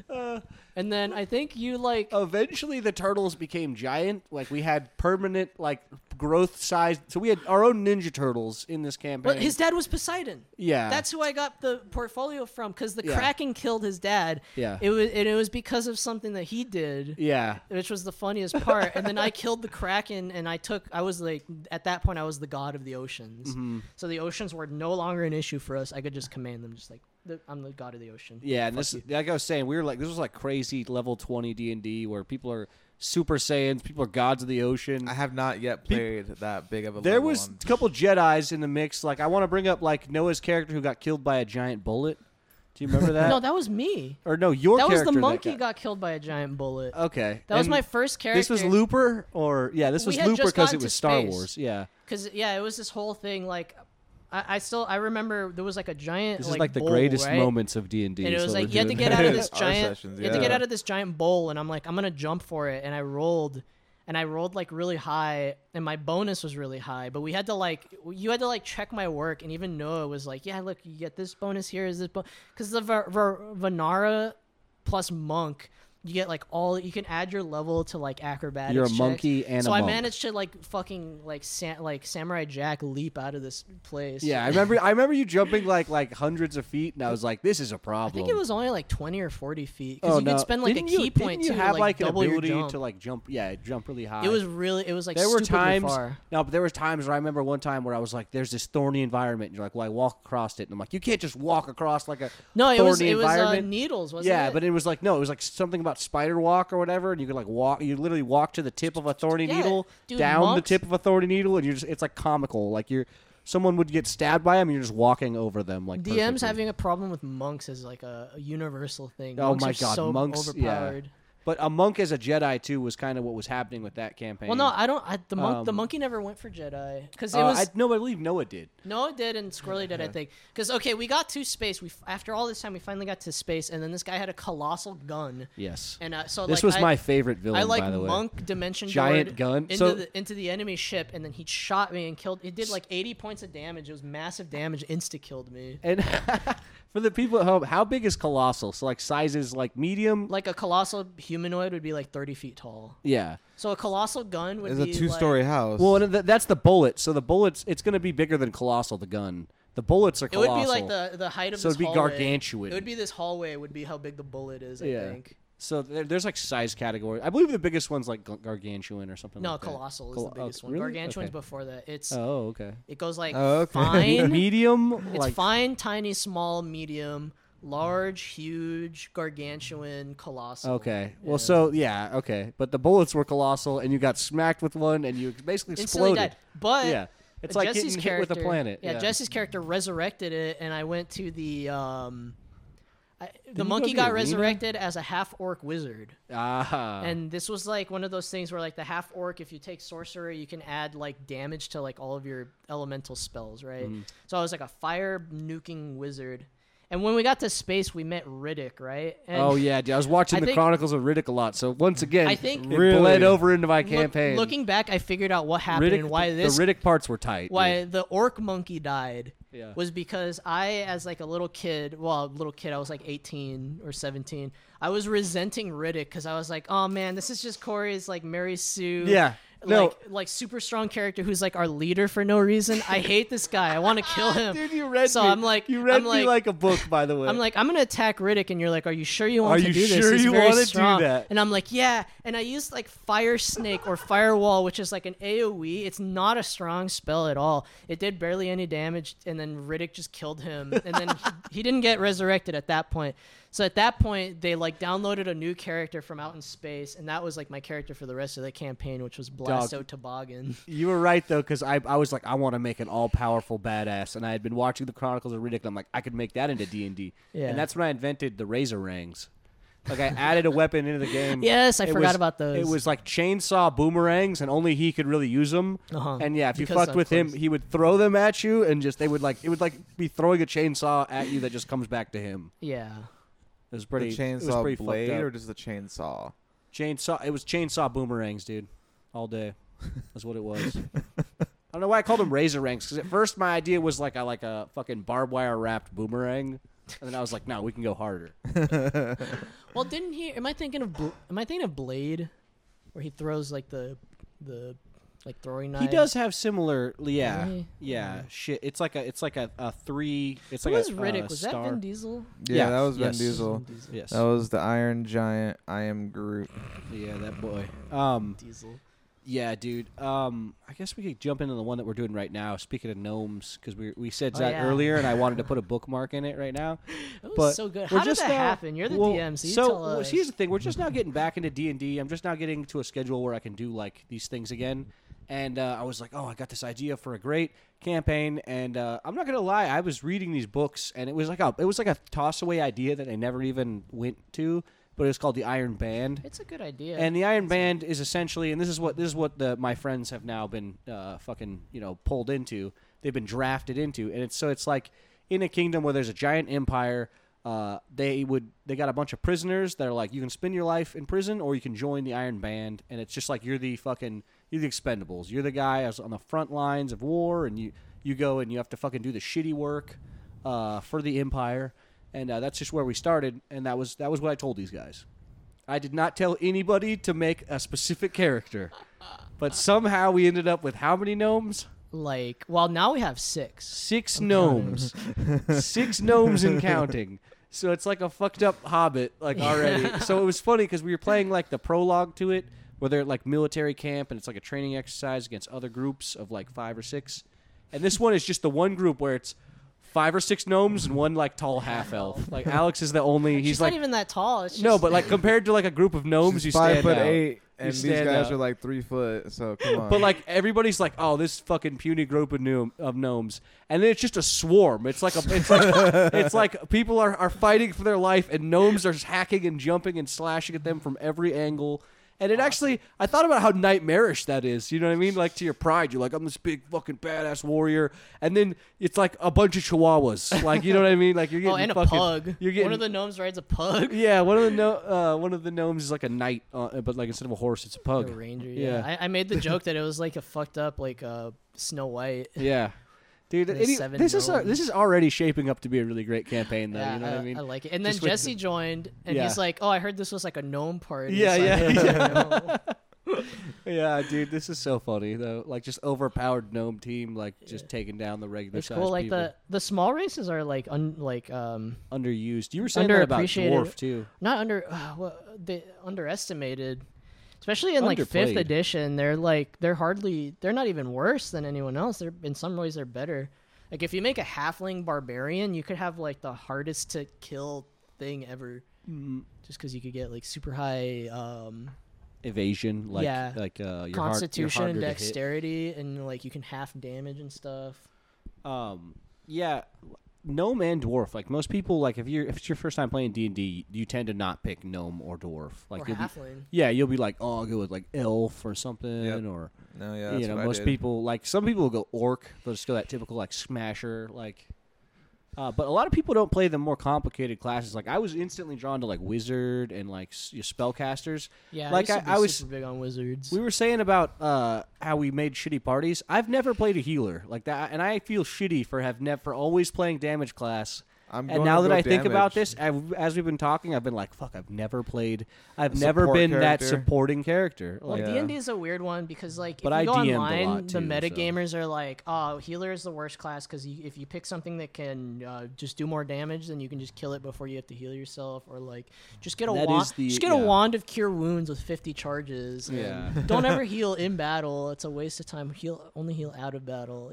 and Oh, then i think you like eventually the turtles became giant. Like we had permanent like growth size. So we had our own Ninja Turtles in this campaign. But his dad was Poseidon. yeah, That's who I got the portfolio from because the Yeah. Kraken killed his dad. Yeah. It was and it was because of something that he did. yeah. Which was the funniest part, and then I killed the kraken, and I took. I was like, at that point, I was the god of the oceans. Mm-hmm. So the oceans were no longer an issue for us. I could just command them, just like "The- I'm the god of the ocean. Yeah, and this like I was saying, we were like this was like crazy level twenty D and D where people are super saiyans, people are gods of the ocean. I have not yet played that big of a. there level was on- a couple Jedi's in the mix. Like I want to bring up like Noah's character who got killed by a giant bullet. Do you remember that? No, that was me. or no, your that was character the monkey that got killed by a giant bullet. okay. that was and my first character. This was Looper, or yeah, this We was had Looper just because gotten it to was Star space. Wars. Yeah, Cause yeah, it was this whole thing. Like, I, I still I remember there was like a giant. this like, is like the bowl, greatest right? moments of D and D. And it was like you had to get out of this Our giant. sessions, You had to get yeah. out of this giant bowl, and I'm like, I'm gonna jump for it, and I rolled, and I rolled like really high, and my bonus was really high. But we had to like, you had to like check my work, and even Noah was like, yeah, look, you get this bonus here, is this because the Ver- Ver- Venara plus monk. You get like all you can add your level to like acrobatics. You're a checks. monkey and a so I monk. managed to like fucking like sa- like samurai jack leap out of this place. Yeah, I remember. I remember you jumping like like hundreds of feet, and I was like, "This is a I problem." think it was only like twenty or forty feet because you could spend like Oh, Didn't a you- key point didn't you too, have like, an double ability your jump. to like jump. Yeah, jump really high. it was really, it was like there were stupidly times. far. No, but there was times where I remember one time where I was like, "There's this thorny environment." And you're like, "Well, I walk across it," and I'm like, "You can't just walk across like a No, it thorny was it was uh, environment." needles, wasn't yeah, it? but it was like no, it was like something about spider walk or whatever, and you could like walk. You literally walk to the tip of a thorny Yeah, needle, dude, down monks- the tip of a thorny needle, and you're just it's like comical. Like you're someone would get stabbed by them, and you're just walking over them. Like DM's perfectly. having a problem with monks is like a, a universal thing. Oh monks my are God, so monks, yeah. overpowered. But a monk as a Jedi too was kind of what was happening with that campaign. Well, no, I don't. I, the monk, the Um, monkey never went for Jedi because it Uh, was I, no, I believe Noah did. No, it did, and Squirrely did, I think. Because okay, we got to space. We f- after all this time, we finally got to space, and then this guy had a colossal gun, Yes, and uh, so this like, was I, my favorite villain. I like by the way. monk dimension Giant doored gun. into So- the into the enemy ship, and then he shot me and killed. It did like eighty points of damage. It was massive damage. Insta killed me. And for the people at home, how big is colossal? So like sizes like medium. Like a colossal humanoid would be like thirty feet tall. yeah. So a colossal gun would It's be a two-story Like, house. Well, and th- that's the bullet. So the bullets, it's going to be bigger than colossal. The gun. The bullets are it would colossal. be like the the height of. So this it'd be hallway. gargantuan. It would be this hallway. Would be how big the bullet is. I Yeah. think. So there, there's like size category. I believe the biggest one's like gar- gargantuan or something. No, like that. colossal is Col- the biggest oh, one. really? Gargantuan's Okay. before that. It's Oh, okay. It goes like Oh, okay. fine. Medium. it's like, fine, tiny, small, medium, large, huge, gargantuan, colossal. Okay. Well, so yeah. Okay, but the bullets were colossal, and you got smacked with one, and you basically instantly exploded. died. But yeah, it's like Jesse's getting hit character with a planet. Yeah, Jesse's character resurrected it, and I went to the um, I, the you monkey go to the got arena? resurrected as a half orc wizard. Ah. and this was like one of those things where like the half orc if you take sorcery you can add like damage to like all of your elemental spells right Mm-hmm. so i was like a fire nuking wizard and when we got to space we met riddick right and oh yeah, dude. I was watching I the think- Chronicles of Riddick a lot, so once again, I think- it Really? bled over into my look- campaign. looking back i figured out what happened Riddick, and why the- this the Riddick parts were tight. why dude. the orc monkey died Yeah. was because I, as like a little kid, well, little kid, I was like 18 or 17. I was resenting Riddick because I was like, oh man, this is just Corey's like Mary Sue. Yeah. No. Like, like super strong character who's like our leader for no reason. I hate this guy. I want to kill him. Dude, you read so me. I'm like, you read I'm me like, a book, by the way. I'm like, I'm gonna attack Riddick, and you're like, Are you sure you want Are to you do this? sure He's you very wanna do strong." that? And I'm like, Yeah. And I used like Fire Snake or Firewall, which is like an AOE. It's not a strong spell at all. It did barely any damage, and then Riddick just killed him, and then he, he didn't get resurrected at that point. So at that point, they like downloaded a new character from out in space, and that was like my character for the rest of the campaign, which was Blasto Toboggan. you were right though, because I, I was like, I want to make an all powerful badass, and I had been watching the Chronicles of Riddick, and I'm like, I could make that into D and D, Yeah. and that's when I invented the razor rangs. Like I added a weapon into the game. Yes, I It forgot was- about those. It was like chainsaw boomerangs, and only he could really use them. Uh-huh. And yeah, if you Because fucked I'm with him, close. he would throw them at you, and just they would like it would like be throwing a chainsaw at you that just comes back to him. Yeah. It was the pretty. it was chainsaw pretty fucked blade up. or just the chainsaw? Chainsaw. It was chainsaw boomerangs, dude. All day. That's what it was. I don't know why I called them razor ranks. Because at first my idea was like a like a fucking barbed wire wrapped boomerang, and then I was like, no, we can go harder. Well, didn't he? Am I thinking of? Bl- am I thinking of Blade, where he throws like the the like throwing knives. He does have similar, yeah, Really? yeah. Shit, it's like a, it's like a, a three. It's Who like was a, Riddick? a was star. that Vin Diesel? Yeah, Yeah, that was yes. Vin Diesel. Vin Diesel. Yes. That was the Iron Giant. I am Groot. Yeah, that boy. Um, Diesel. yeah, dude. Um, I guess we could jump into the one that we're doing right now. Speaking of gnomes, because we we said Oh, that yeah. earlier, and I wanted to put a bookmark in it right now. That was But so good. We're How just did that now- happen? You're the well, DM, so you so tell well, us. here's the thing: we're just now getting back into D and D. I'm just now getting to a schedule where I can do like these things again. And uh, I was like, oh, I got this idea for a great campaign. And uh, I'm not gonna lie, I was reading these books, and it was like a it was like a toss away idea that I never even went to. But it was called the Iron Band. It's a good idea. And the Iron Band is essentially, and this is what this is what the my friends have now been uh, fucking you know pulled into. They've been drafted into, and it's so it's like in a kingdom where there's a giant empire. Uh, they would they got a bunch of prisoners that are like you can spend your life in prison or you can join the Iron Band, and it's just like you're the fucking you're the Expendables. You're the guy who's on the front lines of war, and you you go and you have to fucking do the shitty work uh, for the empire. And uh, that's just where we started, and that was that was what I told these guys. I did not tell anybody to make a specific character. But somehow we ended up with how many gnomes? like, well, now we have six. Six Oh, gnomes. Six gnomes and counting. So it's like a fucked up hobbit, like already. so it was funny because we were playing like the prologue to it, where they're at like military camp and it's like a training exercise against other groups of like five or six. And this one is just the one group where it's five or six gnomes and one like tall half elf. Like Alex is the only. He's She's like not even that tall. It's just, no, but like compared to like a group of gnomes, you She's five stand foot out. eight, and these stand guys out. are like three foot. So come on. But like everybody's like, oh, this fucking puny group of, gnom- of gnomes, and then it's just a swarm. It's like a, it's like, it's like people are, are fighting for their life, and gnomes are hacking and jumping and slashing at them from every angle. And it actually, I thought about how nightmarish that is. You know what I mean? Like to your pride, you're like, I'm this big fucking badass warrior, and then it's like a bunch of chihuahuas. Like you know what I mean? Like you're getting oh, and a fucking- pug. You're getting One of the gnomes rides a pug. yeah, one of the no, uh, one of the gnomes is like a knight, uh, but like instead of a horse, it's a pug. The ranger. Yeah, Yeah. I, I made the joke that it was like a fucked up like uh, Snow White. Yeah. Dude, There's any- seven this is a, gnomes. this is already shaping up to be a really great campaign, though. yeah, uh, you know I, what I mean? I like it. And then Just with- Jesse joined, and Yeah. he's like, "Oh, I heard this was like a gnome party." Yeah, so I yeah, made it a gnome. yeah, dude, this is so funny though. Like just overpowered gnome team, like just taking down the regular It's sized cool. Like people. the the small races are like un like um underused. You were saying that about Underappreciated. dwarf too. not under uh, well, they underestimated especially in like fifth Underplayed. edition they're like they're hardly they're not even worse than anyone else they're in some ways they're better like if you make a halfling barbarian you could have like the hardest to kill thing ever Mm. just because you could get like super high um Evasion, like Yeah. like uh, your constitution hard, and you dexterity and like you can half damage and stuff Um, yeah, gnome and dwarf. Like most people, like if you're if it's your first time playing D and D, you tend to not pick gnome or dwarf. Like or you'll be- halfling yeah, you'll be like, oh, I'll go with like elf or something, Yep. or no, yeah, you know, most people like some people will go orc. They'll just go that typical like smasher like. Uh, but a lot of people don't play the more complicated classes. Like I was instantly drawn to like wizard and like s- your spellcasters. yeah Like, I, used to I- be I was- super big on wizards We were saying about uh, how we made shitty parties. I've never played a healer like that, and I feel shitty for have never for always playing damage class. I'm and gonna now that go I think about damage. this, I've, as we've been talking, I've been like, "Fuck, I've never played. I've A never support been that character. supporting character." Well, Like, Yeah. D&D is a weird one because like But if I you go DM'd a online, lot too, so- the metagamers are like, "Oh, healer is the worst class because you, if you pick something that can uh, just do more damage, then you can just kill it before you have to heal yourself, or like just get a That wand, is the- just get yeah. a wand of cure wounds with 50 charges. and Yeah. don't ever heal in battle; it's a waste of time. Heal only heal out of battle.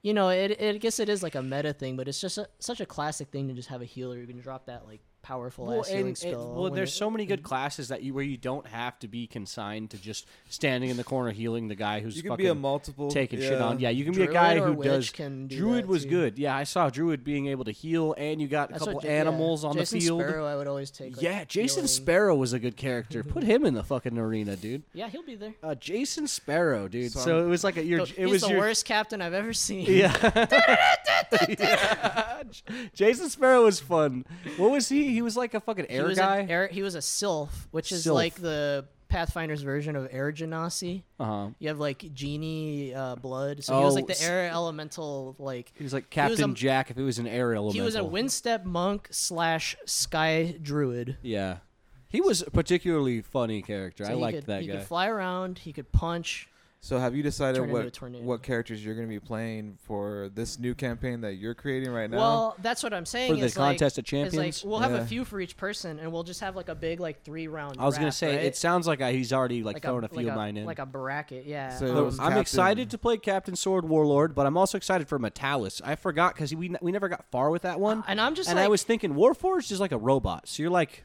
You know, it, it I guess it is like a meta thing, but it's just a, such a classic thing to just have a healer who can drop that like powerful ass healing and it- spell. well, when there's it- so many good classes that you where you don't have to be consigned to just standing in the corner healing the guy who's you can fucking be a multiple taking shit on. Yeah, you can be a Druid guy or who witch does. can do Druid that was too. good. Yeah, I saw Druid being able to heal, and you got a That's what couple Ja- yeah. animals on Jason the field. Sparrow, I would always take. like, yeah, Jason healing. Sparrow was a good character. Put him in the fucking arena, dude. Yeah, he'll be there. Uh, Jason Sparrow, dude. So, So I'm- it was like a, your. Yo, it he's was the your, worst captain I've ever seen. Yeah. Yeah. Jason Sparrow was fun. What was he? He was like a fucking he air was guy. An, air, he was a sylph, which is Sylph. like the Pathfinder's version of air genasi. uh-huh. You have like genie uh, blood, so he was Oh, like the s- air elemental. Like He was like was Captain a- Jack if it was an air elemental. he was a windstep monk slash sky druid. Yeah, he was a particularly funny character. So I he liked could, that he guy. could fly around. He could punch. So have you decided Turn into a what tornado. what characters you're going to be playing for this new campaign that you're creating right now? Well, that's what I'm saying. For the is, contest like, of champions? Is like, we'll have Yeah. a few for each person, and we'll just have like a big like three round. I was gonna wrap, say right? it sounds like I, he's already like, throwing a, few like of mine in. like a bracket. Yeah. So um, Look, was I'm Captain- excited to play Captain Sword Warlord, but I'm also excited for Metalis. I forgot because we we never got far with that one, and I'm just and I like- was thinking Warforged is like a robot, so you're like,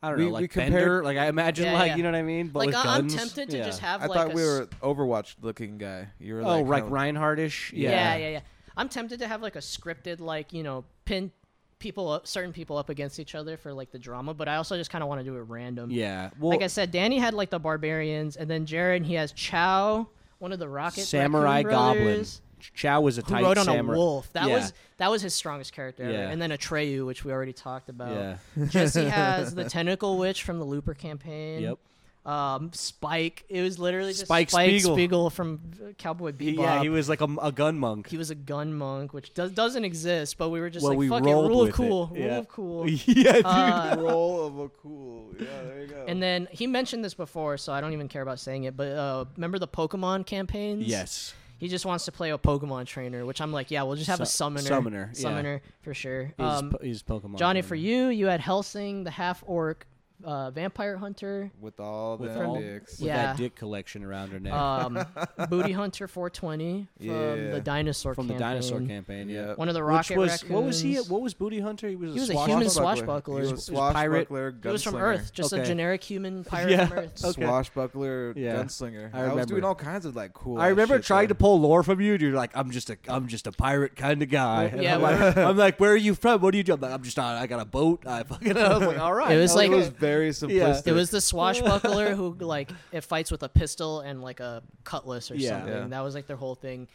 I don't We- know, like we Bender, compared- like I imagine, Yeah, like yeah. you know what I mean, but like with I- I'm guns. tempted to Yeah. just have I like a thought we s- were Overwatch looking guy. You were oh, like, like kinda- Reinhardtish, yeah. yeah. yeah, yeah, I'm tempted to have like a scripted, like you know, pin people, up, certain people up against each other for like the drama. But I also just kind of want to do it random. Yeah. Well, like I said, Danny had like the barbarians, and then Jared he has Chow, one of the rocket Samurai Raccoon Goblin. brothers, Chow was a who tight rode on samurai. a wolf. That Yeah. was that was his strongest character. ever. Yeah. And then Atreyu, which we already talked about. yeah. Jesse has the tentacle witch from the Looper campaign. Yep. Um, Spike. It was literally just Spike Spike, Spiegel. Spiegel. from Cowboy Bebop. yeah, he was like a, a gun monk. He was a gun monk, which does, doesn't exist, but we were just Well, like, we fuck it, rolled rule with of it. cool, Yeah. rule of cool. yeah, dude. Uh, Roll of a cool. Yeah, there you go. and then he mentioned this before, so I don't even care about saying it, but uh, remember the Pokemon campaigns? yes. He just wants to play a Pokemon trainer, which I'm like, yeah, we'll just have a Su- summoner. summoner, yeah. Summoner, for sure. He's, Um, po- he's Pokemon. Johnny, trainer. for you, you had Helsing, the half orc uh, vampire hunter, with all With them all- dicks. with Yeah. that dick collection around her neck um, Booty Hunter 420 from Yeah. the dinosaur from campaign. the dinosaur campaign. Yeah. Yep. One of the rocket Which was what was he? raccoons. What was Booty Hunter? He was, He was a swashbuck- human swashbuck- swashbuckler. He He was was a pirate. swashbuckler gunslinger. He was from Earth, just Okay. a generic human pirate Yeah. from Earth. Okay. Swashbuckler Yeah. gunslinger. I I, was doing remember. all kinds of like cool. I ass remember shit trying to there. pull lore from you, and you're like, "I'm just a, I'm just a pirate kind of guy." And Yeah, I'm like, I'm like, "Where are you from? What do you do?" I'm like, "I'm just on. I got a boat. I fucking." I was like, "All right." It was okay." like- It was very simplistic. It was the swashbuckler who like it fights with a pistol and like a cutlass or Yeah. something. Yeah. That was like their whole thing.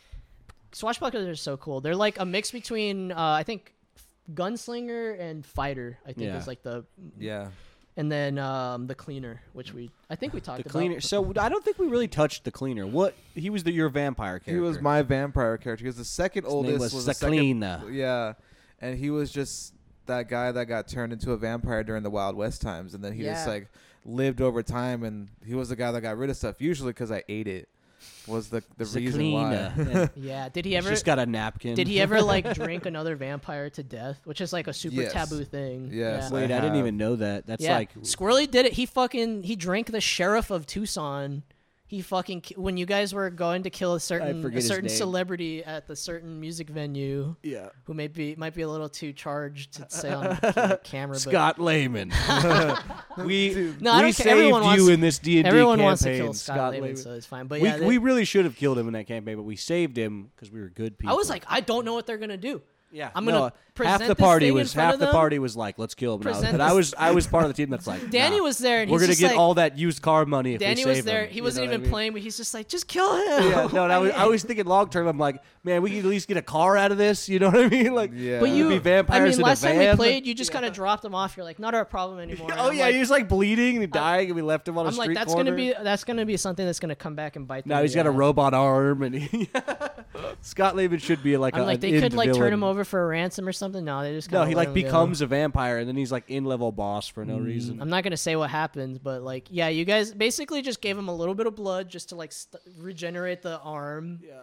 Swashbucklers are so cool. They're like a mix between uh, I think gunslinger and fighter. I think Yeah. is like the yeah. and then um, the cleaner, which we I think we talked the about. cleaner. So I don't think we really touched the cleaner. What he was the your vampire character. He was my vampire character. He was the second name oldest. was the Saklina. second, yeah, and he was just that guy that got turned into a vampire during the Wild West times, and then he just Yeah. like lived over time, and he was the guy that got rid of stuff usually because I ate it. Was the the reason why? Saklina. Yeah. Did he He's ever? just got a napkin. Did he ever like drink another vampire to death? Which is like a super Yes. taboo thing. Yes. Yeah. Wait, I I, didn't have. even know that. That's yeah. like Squirrely did it. He fucking he drank the sheriff of Tucson. He fucking ki- when you guys were going to kill a certain forget a his certain name. celebrity at the certain music venue yeah. who may be might be a little too charged to say on the camera. Scott Lehman. we No, I we don't care. saved Everyone you wants- in this D and but D everyone campaign. wants to kill Scott, Scott Lehman, Lehman. so it's fine. But we, yeah, they- we really should have killed him in that campaign, but we saved him because we were good people. I was like, I don't know what they're gonna do. yeah, I'm gonna present half the this party thing in was front half of the them. party was like, let's kill him. And I was- Present But I this- was I was part of the team that's like, Danny nah, was there, and We're he's gonna just get like, all that used car money if Danny we save was there. him. He You wasn't know what even I mean? playing, but he's just like, just kill him. Yeah, no, and I was, I was thinking long term. I'm like, man, we could at least get a car out of this. You know what I mean? Like, Yeah. But it'd you, be vampires I in mean, a last time we van. played, you just kind of dropped him off. You're like, not our problem anymore. And Oh I'm yeah, like, he was like bleeding and dying, and we left him on a I'm street like, that's corner. gonna be that's gonna be something that's gonna come back and bite. them Now in he's the got a ass. robot arm, and he, Scott Lehman should be like I'm a, like, an they could end like turn villain. him over for a ransom or something. No, they just No, kinda he let like him go. becomes a vampire, and then he's like in level boss for Mm-hmm. no reason. I'm not gonna say what happens, but like, yeah, you guys basically just gave him a little bit of blood just to like st- regenerate the arm. Yeah.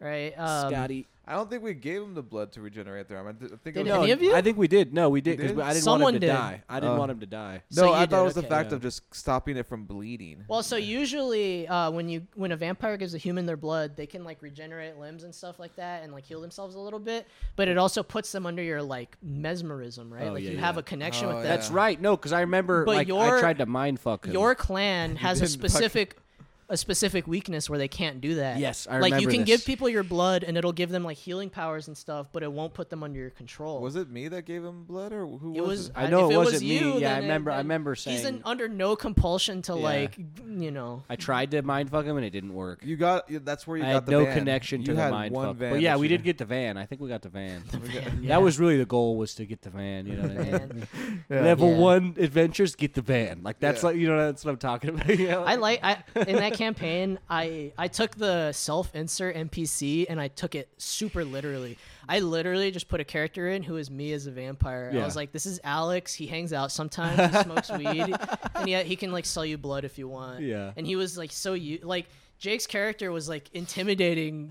Right. Um, Scotty. I don't think we gave him the blood to regenerate the arm. I, th- I think Did it was No, any of you? I think we did. No, we did because did? I didn't Someone want him to did. die. I didn't Oh. want him to die. No, So I you thought did, it was the okay. fact Yeah. of just stopping it from bleeding. Well, so usually uh, when you when a vampire gives a human their blood, they can like regenerate limbs and stuff like that, and like heal themselves a little bit. But it also puts them under your like mesmerism, right? Oh, like yeah, you yeah. have a connection Oh, with them. That's right. No, because I remember But like I your- tried to mind fuck him. Your clan has a didn't fuck- specific a specific weakness where they can't do that. Yes, I like you remember can this. give people your blood and it'll give them like healing powers and stuff, but it won't put them under your control. Was it me that gave him blood, or who It was. I know if it it was wasn't me. you, Yeah, I then it- remember- I then remember He's saying- in, under no compulsion to Yeah. like, you know. I tried to mind fuck him, and it didn't work. You got you- that's where you I got had the no van. connection to You the had mind one fuck. van But yeah, that we you- did get the van. I think we got the van. man, yeah. That was really the goal was to get the van. You know what I mean? Man. Level Yeah. one adventures, get the van. Like that's Yeah. like you know that's what I'm talking about. you know? I like I in that campaign I I took the self insert NPC and I took it super literally. I literally just put a character in who is me as a vampire. Yeah. I was like, this is Alex. He hangs out sometimes. He smokes weed, and yet he can like sell you blood if you want. Yeah. And he was like so you like Jake's character was like intimidating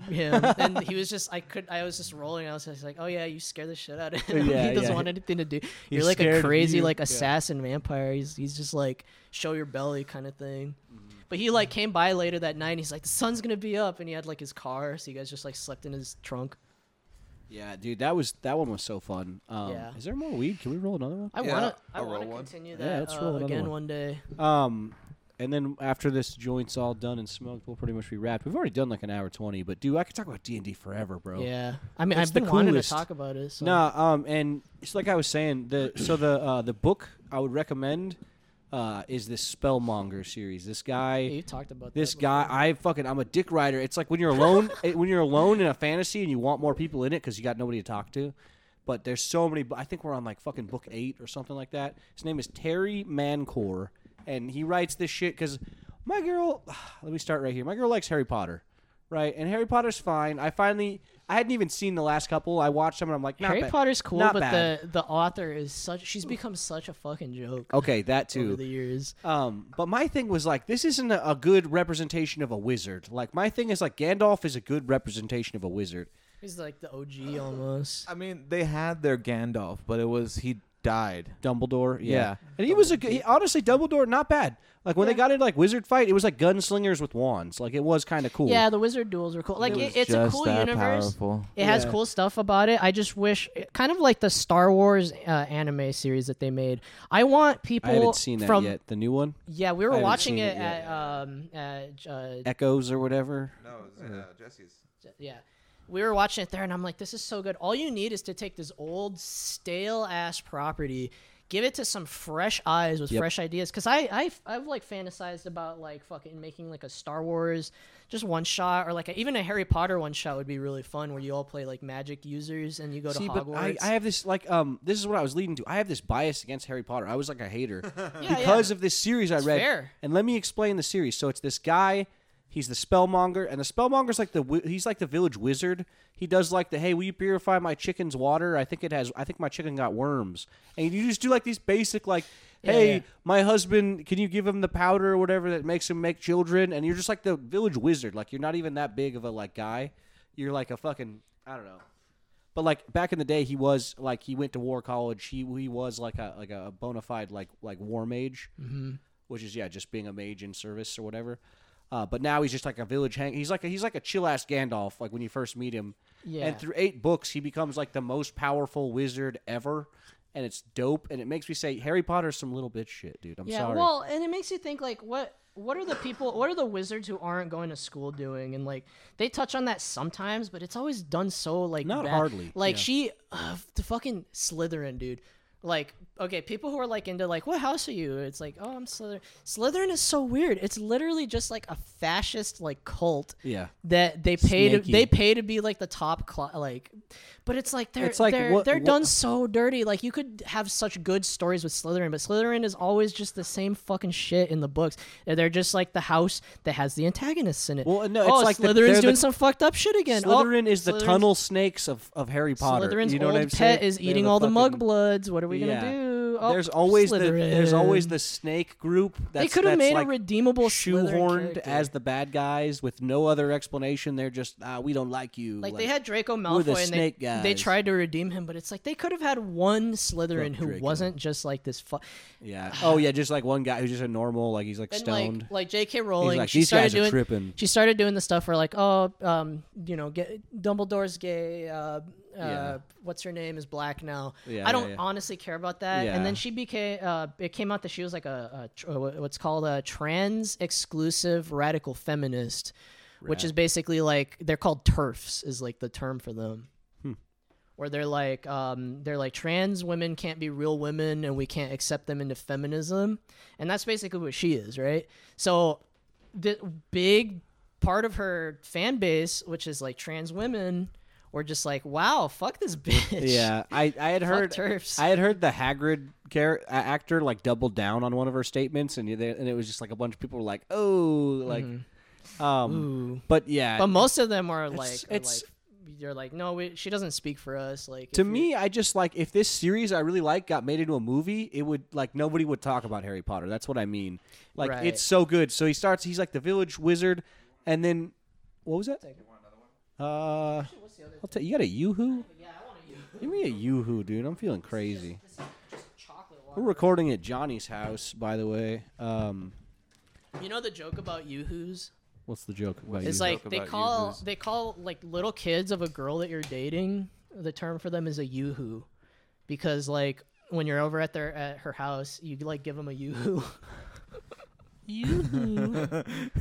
him, and he was just I could I was just rolling. I was just like, oh yeah, you scare the shit out of him. Yeah, he doesn't yeah. want anything to do. He's You're like scared a of crazy you. like Yeah. assassin vampire. He's he's just like show your belly kind of thing. Mm-hmm. But he like came by later that night. and He's like, the sun's gonna be up, and he had like his car, so you guys just like slept in his trunk. Yeah, dude, that was that one was so fun. Um, Yeah. Is there more weed? Can we roll another one? I Yeah, wanna I I'll roll wanna one. continue Yeah, that let's uh, roll another again one. one day. Um, and then after this joint's all done and smoked, we'll pretty much be wrapped. We've already done like an hour twenty, but dude, I could talk about D and D forever, bro. Yeah, I mean, It's I've the been wanting to coolest. talk about it. So. No, um, and it's like I was saying, the so the uh, the book I would recommend uh, is this Spellmonger series. This Yeah, guy, you talked about this that guy, I fucking, I'm a dick rider. It's like when you're alone, it- when you're alone in a fantasy and you want more people in it because you got nobody to talk to. But there's so many. I think we're on like fucking book eight or something like that. His name is Terry Mancor, and he writes this shit because my girl. Let me start right here. My girl likes Harry Potter, right? And Harry Potter's fine. I finally, I hadn't even seen the last couple. I watched them and I'm like, not Harry bad. Potter's cool, Not but bad. Oh, the the author is such. She's become such a fucking joke Okay, that over too. the years. Um, but my thing was like, this isn't a, a good representation of a wizard. Like my thing is like Gandalf is a good representation of a wizard. He's like the OG almost. I mean, they had their Gandalf, but it was he died. Dumbledore, yeah. Yeah. And he was a good, he, honestly Dumbledore, not bad. Like when they got into like wizard fight, it was like gunslingers with wands. Like it was kind of cool. Yeah, the wizard duels were cool. Like it, it's a cool universe. Powerful. It has Yeah. cool stuff about it. I just wish, kind of like the Star Wars uh, anime series that they made. I want people I haven't seen that from yet. The new one, yeah, we I were haven't watching seen it, it yet. at um at, uh, Echoes or whatever. No, it's, uh, Jesse's. yeah we were watching it there and i'm like this is so good all you need is to take this old stale ass property give it to some fresh eyes with Yep. fresh ideas because I, I i've like fantasized about like fucking making like a star wars just one shot or like a, even a harry potter one shot would be really fun where you all play like magic users and you go See, to but hogwarts I, I have this like um this is what I was leading to. I have this bias against Harry Potter. I was like a hater Yeah, because yeah. of this series I read. fair. And let me explain the series. So it's this guy. He's the spellmonger, and the spellmonger's like the wi- he's like the village wizard. He does like the hey, will you purify my chicken's water? I think it has. I think my chicken got worms. And you just do like these basic like, Yeah, hey, yeah. my husband, can you give him the powder or whatever that makes him make children? And you're just like the village wizard. Like you're not even that big of a like guy. You're like a fucking I don't know. But like back in the day, he was like he went to war college. He he was like a like a bona fide like like war mage, mm-hmm. which is yeah, just being a mage in service or whatever. Uh, but now he's just like a village hang. He's like a, he's like a chill ass Gandalf. Like when you first meet him, Yeah. And through eight books, he becomes like the most powerful wizard ever, and it's dope. And it makes me say Harry Potter's some little bitch shit, dude. I'm yeah sorry. well and it makes you think like what what are the people what are the wizards who aren't going to school doing and like they touch on that sometimes but it's always done so like Not bad. hardly, like yeah. she uh, the fucking slytherin dude like okay people who are like into like what house are you it's like oh i'm slytherin slytherin is so weird it's literally just like a fascist like cult yeah. that they pay to Snaky. they pay to be like the top cl- like but it's like they're It's like, they're, what- they're what- done so dirty like you could have such good stories with Slytherin but Slytherin is always just the same fucking shit in the books And they're just like the house that has the antagonists in it Well, no, oh, it's like the- Slytherin's they're doing the- some fucked up shit again Oh, Slytherin is the Slytherin's- tunnel snakes of, of Harry Potter. Slytherin's you know old what I'm saying? pet is They're eating the all the fucking- mugbloods what are we Yeah. gonna do oh, there's always the there's always Slytherin. the snake group. That's, they could have that's made like a redeemable Slytherin shoehorned character. as the bad guys with no other explanation. They're just ah, we don't like you. Like, they had Draco Malfoy we're the and snake they, they guys. tried to redeem him, but it's like they could have had one Slytherin Fuck who Draco. wasn't just like this. Fu- yeah. Oh yeah, just like one guy who's just a normal. Like he's like and stoned. like like J.K. Rowling, like, she "These started guys are doing tripping." she started doing the stuff where like oh um you know get Dumbledore's gay uh, uh Yeah. what's her name is black now Yeah, I don't yeah, yeah. honestly care about that and Yeah. then she became uh it came out that she was like a, a tr- uh, wha- what's called a trans exclusive radical feminist which is basically like they're called turfs is like the term for them where they're like um, they're like trans women can't be real women and we can't accept them into feminism and that's basically what she is right so the big part of her fan base which is like trans women were just like wow fuck this bitch yeah, I, I had heard turfs. I had heard the Hagrid char- a- actor like doubled down on one of her statements, and they, and it was just like a bunch of people were like, oh, like, um, Mm-hmm. Ooh. but yeah, but most of them are like are it's- like you're like no we, she doesn't speak for us like to if you- me, I just like if this series I really like got made into a movie, it would like nobody would talk about Harry Potter. That's what I mean. Like Right. it's so good. So he starts. He's like the village wizard. And then what was that? Take it. Uh, Shit, What's the other? I'll tell you got a yoo-hoo? Yeah, I want to use. Give me a yoo-hoo, dude. I'm feeling crazy. This is just chocolate water. We're recording at Johnny's house, by the way. Um, You know the joke about yoo-hoos? what's the joke about It's you? like joke they about call yoo-hoos. they call like little kids of a girl that you're dating. The term for them is a yoo-hoo, because like when you're over at their at her house, you like give them a yoo-hoo. yoo-hoo.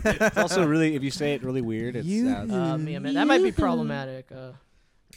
it's also really if you say it really weird, it sounds. Uh, me, and man, that might be problematic. Uh,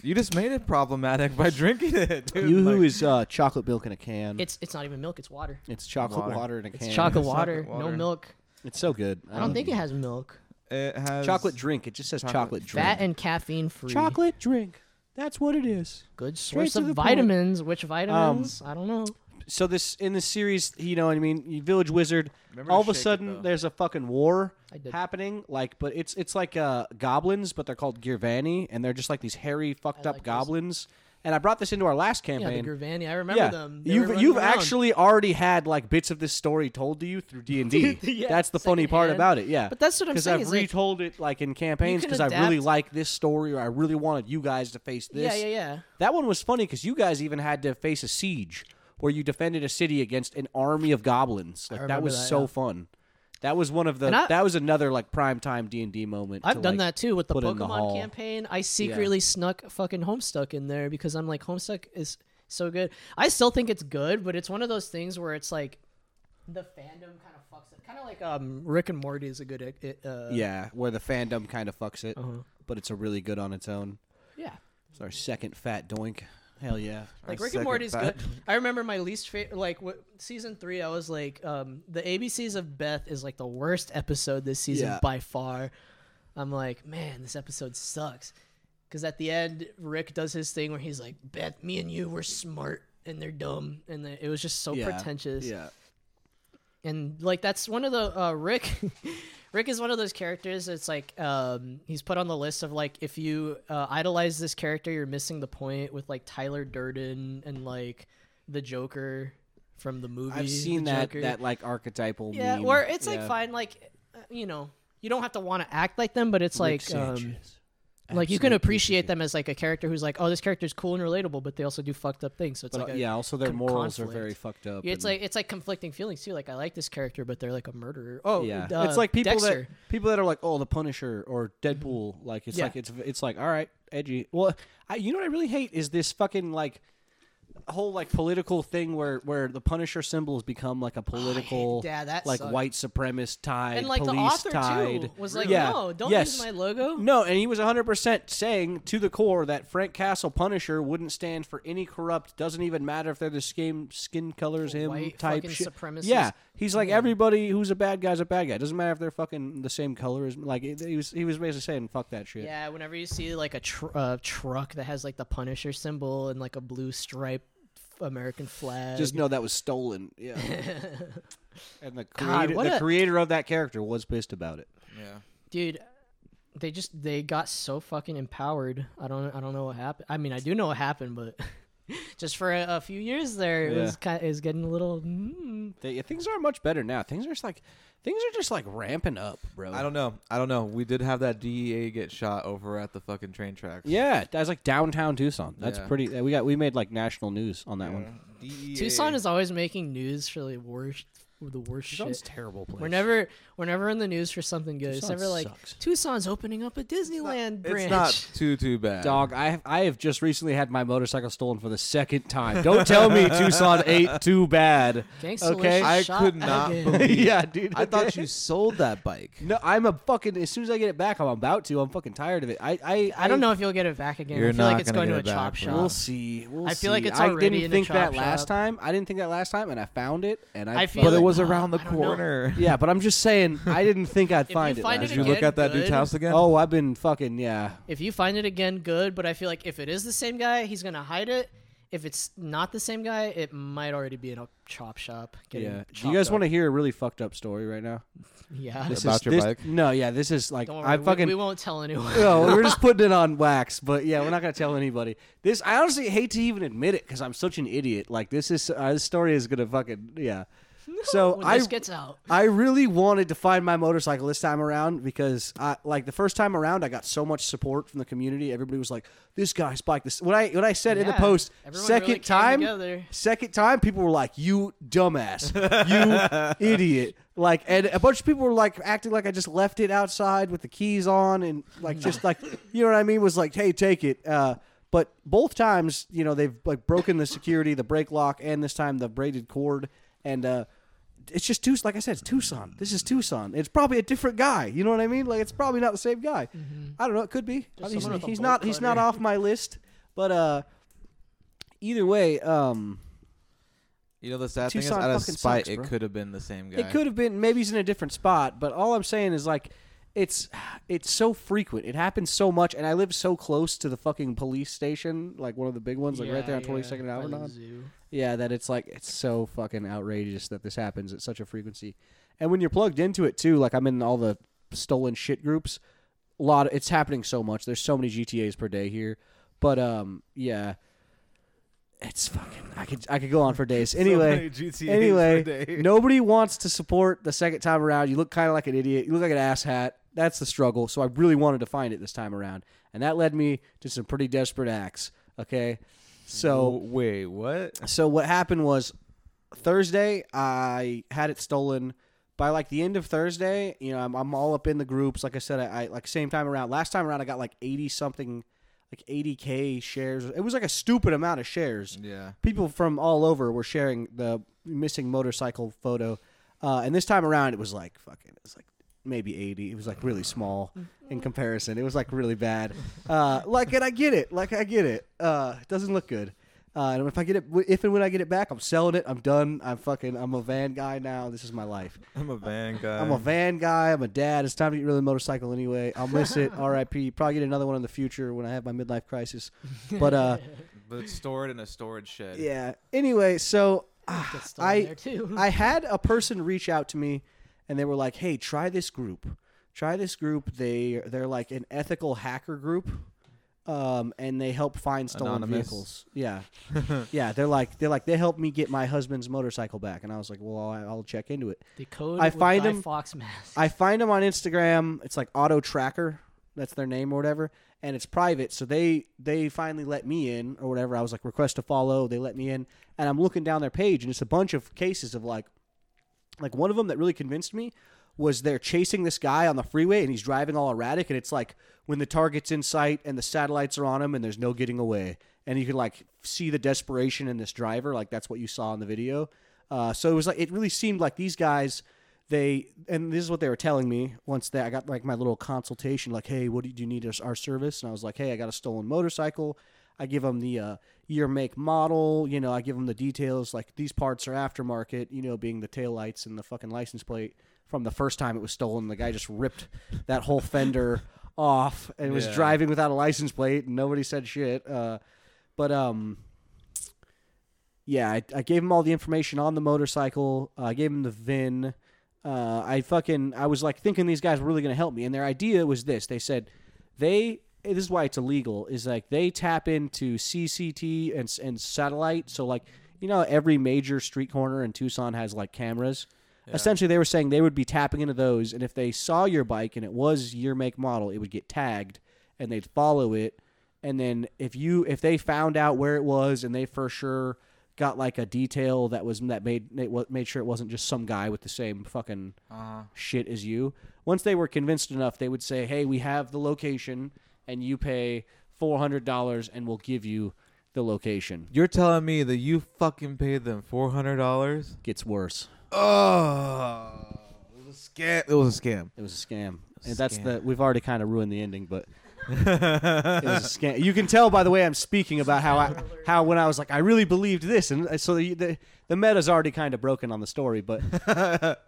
You just made it problematic by drinking it, dude. Yoo-hoo Like, is uh, chocolate milk in a can. It's, it's it's not even milk. It's water. chocolate water. Water. in a can. It's chocolate water, Chocolate No water. milk. It's so good. Um, I don't think it has milk. it has chocolate drink. It just says chocolate, Chocolate. drink. Fat and caffeine free. chocolate drink. That's what it is. Good Straight source to the of point. vitamins. Um, Which vitamins? I don't know. So this in this series, you know, what I mean, you Village Wizard. Remember to all of a shake it, sudden, though. there's a fucking war I did. happening. Like, but it's it's like uh, goblins, but they're called Girvani, and they're just like these hairy, fucked I up like those. goblins. And I brought this into our last Yeah, the campaign. Gervani. I remember yeah, them. They were you've running you've around. actually already had like bits of this story told to you through D and D. Yeah, That's the funny part about secondhand. it. Yeah, But that's what I'm because saying. I've is, like, retold it like in campaigns can because I really adapt- like this story or I really wanted you guys to face this. yeah, yeah, yeah. That one was funny because you guys even had to face a siege where you defended a city against an army of goblins. Like that remember was that, so yeah. fun. That was one of the. And I- that was another like prime time D and D moment. I've to, done like- that too with the put in the Pokemon hall. campaign. I secretly snuck fucking Homestuck in there because I'm like Homestuck is so good. I still think it's good, but it's one of those things where it's like the fandom kind of fucks it. Kind of like um Rick and Morty is a good uh, uh, Yeah, where the fandom kind of fucks it, Uh-huh. but it's a really good on its own. yeah. It's our second fat doink. Hell yeah. Like Our Rick and second Morty's bad- good. I remember my least favorite, like w- season three. I was like, um, the ABCs of Beth is like the worst episode this season Yeah. by far. I'm like, man, this episode sucks. Because at the end, Rick does his thing where he's like, Beth, me and you were smart and they're dumb, and the, it was just so Yeah. Oh, pretentious. Yeah. And like that's one of the uh, Rick. Rick is one of those characters that's like um, he's put on the list of like if you uh, idolize this character, you're missing the point with like Tyler Durden and like the Joker from the movie. I've seen The that Joker. that like archetypal. yeah, meme. where it's like Yeah. fine, like uh, you know, you don't have to want to act like them, but it's Rick like um, Sanchez. like you can Absolute appreciate piece of shit. them as like a character who's like, oh, this character's cool and relatable, but they also do fucked up things. So it's But like uh, a, yeah, also their con- morals are conflict. very fucked up. It's and- like it's like conflicting feelings too. Like I like this character, but they're like a murderer. Oh, yeah, uh, it's like people Dexter. that people that are like, oh, the Punisher or Deadpool. Like it's Yeah. like it's it's like all right, edgy. Well, I, you know what I really hate is this fucking like whole like political thing where where the Punisher symbol has become like a political Oh, yeah, that like sucked. white supremacist tide and like the police author tide. too was like, Yeah. no, don't Yes. use my logo. No, and he was 100% saying to the core that Frank Castle Punisher wouldn't stand for any corrupt, doesn't even matter if they're the skin, skin colors, him White type fucking shit. supremacist. Yeah, he's like, everybody who's a bad guy's a bad guy. Doesn't matter if they're fucking the same color as Like, it- he was, he was basically saying, fuck that shit. Yeah, whenever you see like a tr- uh, truck that has like the Punisher symbol and like a blue stripe f- American flag, Just know that was stolen. Yeah. and the God, creator, what the a- creator of that character was pissed about it. Yeah. dude, they just they got so fucking empowered. I don't I don't know what happened. I mean, I do know what happened, but just for a, a few years there, it Yeah. was kind it was getting a little. Mm, They, things are much better now. Things are just like, things are just like ramping up, bro. I don't know. I don't know. We did have that DEA get shot over at the fucking train tracks. Yeah, that's like downtown Tucson. That's Yeah. pretty. We got we made like national news on that one. DEA. Tucson is always making news for the worst the worst shit. terrible place. We're never we're never in the news for something good. Tucson it's never like sucks. Tucson's opening up a Disneyland branch. It's not too too bad. Dog, I have, I have just recently had my motorcycle stolen for the second time. Don't tell me Tucson ain't too bad. Gangsta Okay, I shot could not again. believe- yeah, dude. I thought okay. you sold that bike. No, I'm a fucking. As soon as I get it back, I'm about to. I'm fucking tired of it. I I, I don't know if you'll get it back again. I You're feel like not it's gonna going to a get it chop back, shop. bro. We'll see. We'll I feel like see. it's I already didn't in a think that chop last shop. time. I didn't think that last time, and I found it. And I, I feel But it like- was around the I don't know. corner. Yeah, but I'm just saying. I didn't think I'd you find it. find last it Did you look Again, at that dude's good. house again? Oh, I've been fucking yeah. If you find it again, good. But I feel like if it is the same guy, he's going to hide it. If it's not the same guy, it might already be in a chop shop. getting Yeah. Do chopped you guys up. want to hear a really fucked up story right now? Yeah. This About is, your this- bike? No, yeah, this is like Don't I worry. we- fucking. we, won't tell anyone. no, we're just putting it on wax, but yeah, we're not gonna tell anybody. This I honestly hate to even admit it because I'm such an idiot. Like this is uh, this story is gonna fucking yeah. So when I this gets out. I really wanted to find my motorcycle this time around because I like the first time around I got so much support from the community. Everybody was like, "This guy's bike." This when I when I said in the Yeah, post everyone really second came time, together. second time people were like, "You dumbass, you idiot!" Like and a bunch of people were like acting like I just left it outside with the keys on and like just like you know what I mean was like, "Hey, take it." Uh, but both times, you know, they've like broken the security, the brake lock, and this time the braided cord and. uh it's just Tucson. Like I said, it's Tucson. This is Tucson. It's probably a different guy. You know what I mean? Like it's probably not the same guy. I don't know. It could be. I mean, Mm-hmm. someone he's with a he's bolt not. He's not cutter. off my list. But uh, either way, um, You know the sad thing Tucson is, out of fucking spite, sucks, it bro. could have been the same guy. it could have been. Maybe he's in a different spot. But all I'm saying is like, it's it's so frequent. It happens so much, and I live so close to the fucking police station, like one of the big ones, like right there on 22nd and by the Alvernon. zoo. Yeah, that it's like it's so fucking outrageous that this happens at such a frequency. And when you're plugged into it too, like I'm in all the stolen shit groups, a lot it's happening so much. There's so many GTAs per day here. But um yeah. It's fucking I could I could go on for days. Anyway, anyway, nobody wants to support the second time around. You look kind of like an idiot. You look like an asshat. That's the struggle. So I really wanted to find it this time around. And that led me to some pretty desperate acts, okay? So wait, what? so what happened was Thursday I had it stolen. By like the end of Thursday, you know, I'm, I'm all up in the groups. Like I said, I, I like same time around. Last time around, I got like eighty something, like eighty k shares. It was like a stupid amount of shares Yeah. people from all over were sharing the missing motorcycle photo. Uh, and this time around, it was like fucking, it was like maybe 80. It was like really small in comparison. It was like really bad. Uh, like, and I get it. Like, I get it. Uh, it doesn't look good. Uh, and if I get it, if and when I get it back, I'm selling it. I'm done. I'm fucking, I'm a van guy now. This is my life. I'm a van guy. I'm a van guy. I'm a dad. It's time to get rid of the motorcycle anyway. I'll miss it. R.I.P. Probably get another one in the future when I have my midlife crisis. But, uh, but stored in a storage shed. yeah. Anyway, so ah, Gets stolen I there too. I had a person reach out to me, and they were like, "Hey, try this group. Try this group. They they're like an ethical hacker group, um, and they help find stolen Anonymous. vehicles. Yeah, yeah. They're like they're like they helped me get my husband's motorcycle back, and I was like, well, I- I'll check into it. the code I with find Guy him- Fox mask. I find them on Instagram. It's like Auto Tracker. That's their name or whatever, and it's private. So they they finally let me in or whatever. I was like request to follow. They let me in, and I'm looking down their page, and it's a bunch of cases of like, like one of them that really convinced me was they're chasing this guy on the freeway, and he's driving all erratic, and it's like when the target's in sight and the satellites are on him, and there's no getting away, and you can like see the desperation in this driver. Like that's what you saw in the video. Uh, so it was like it really seemed like these guys they and this is what they were telling me once that I got like my little consultation like hey what do you, do you need us our service and I was like hey I got a stolen motorcycle I give them the uh, year make model you know I give them the details like these parts are aftermarket you know being the taillights and the fucking license plate from the first time it was stolen the guy just ripped that whole fender off and was Yeah. driving without a license plate and nobody said shit uh, but um yeah, I, I gave him all the information on the motorcycle. Uh, I gave him the VIN. Uh, I fucking I was like thinking these guys were really gonna help me, and their idea was this: they said they this is why it's illegal is like they tap into CCT and s- and satellite. So like you know every major street corner in Tucson has like cameras. Essentially, they were saying they would be tapping into those, and if they saw your bike and it was your make model, it would get tagged, and they'd follow it and then if you if they found out where it was and they for sure got like a detail that was that made that wa- made sure it wasn't just some guy with the same fucking Uh-huh. shit as you. Once they were convinced enough, they would say, "Hey, we have the location, and you pay four hundred dollars, and we'll give you the location." You're telling me that you fucking paid them four hundred dollars? Gets worse. Oh, it was a scam. It was a scam. It was a scam, and that's Scam. the we've already kind of ruined the ending, but it was a scam. You can tell by the way I'm speaking about how I how when I was like I really believed this, and uh, so the the, the meta's already kind of broken on the story, but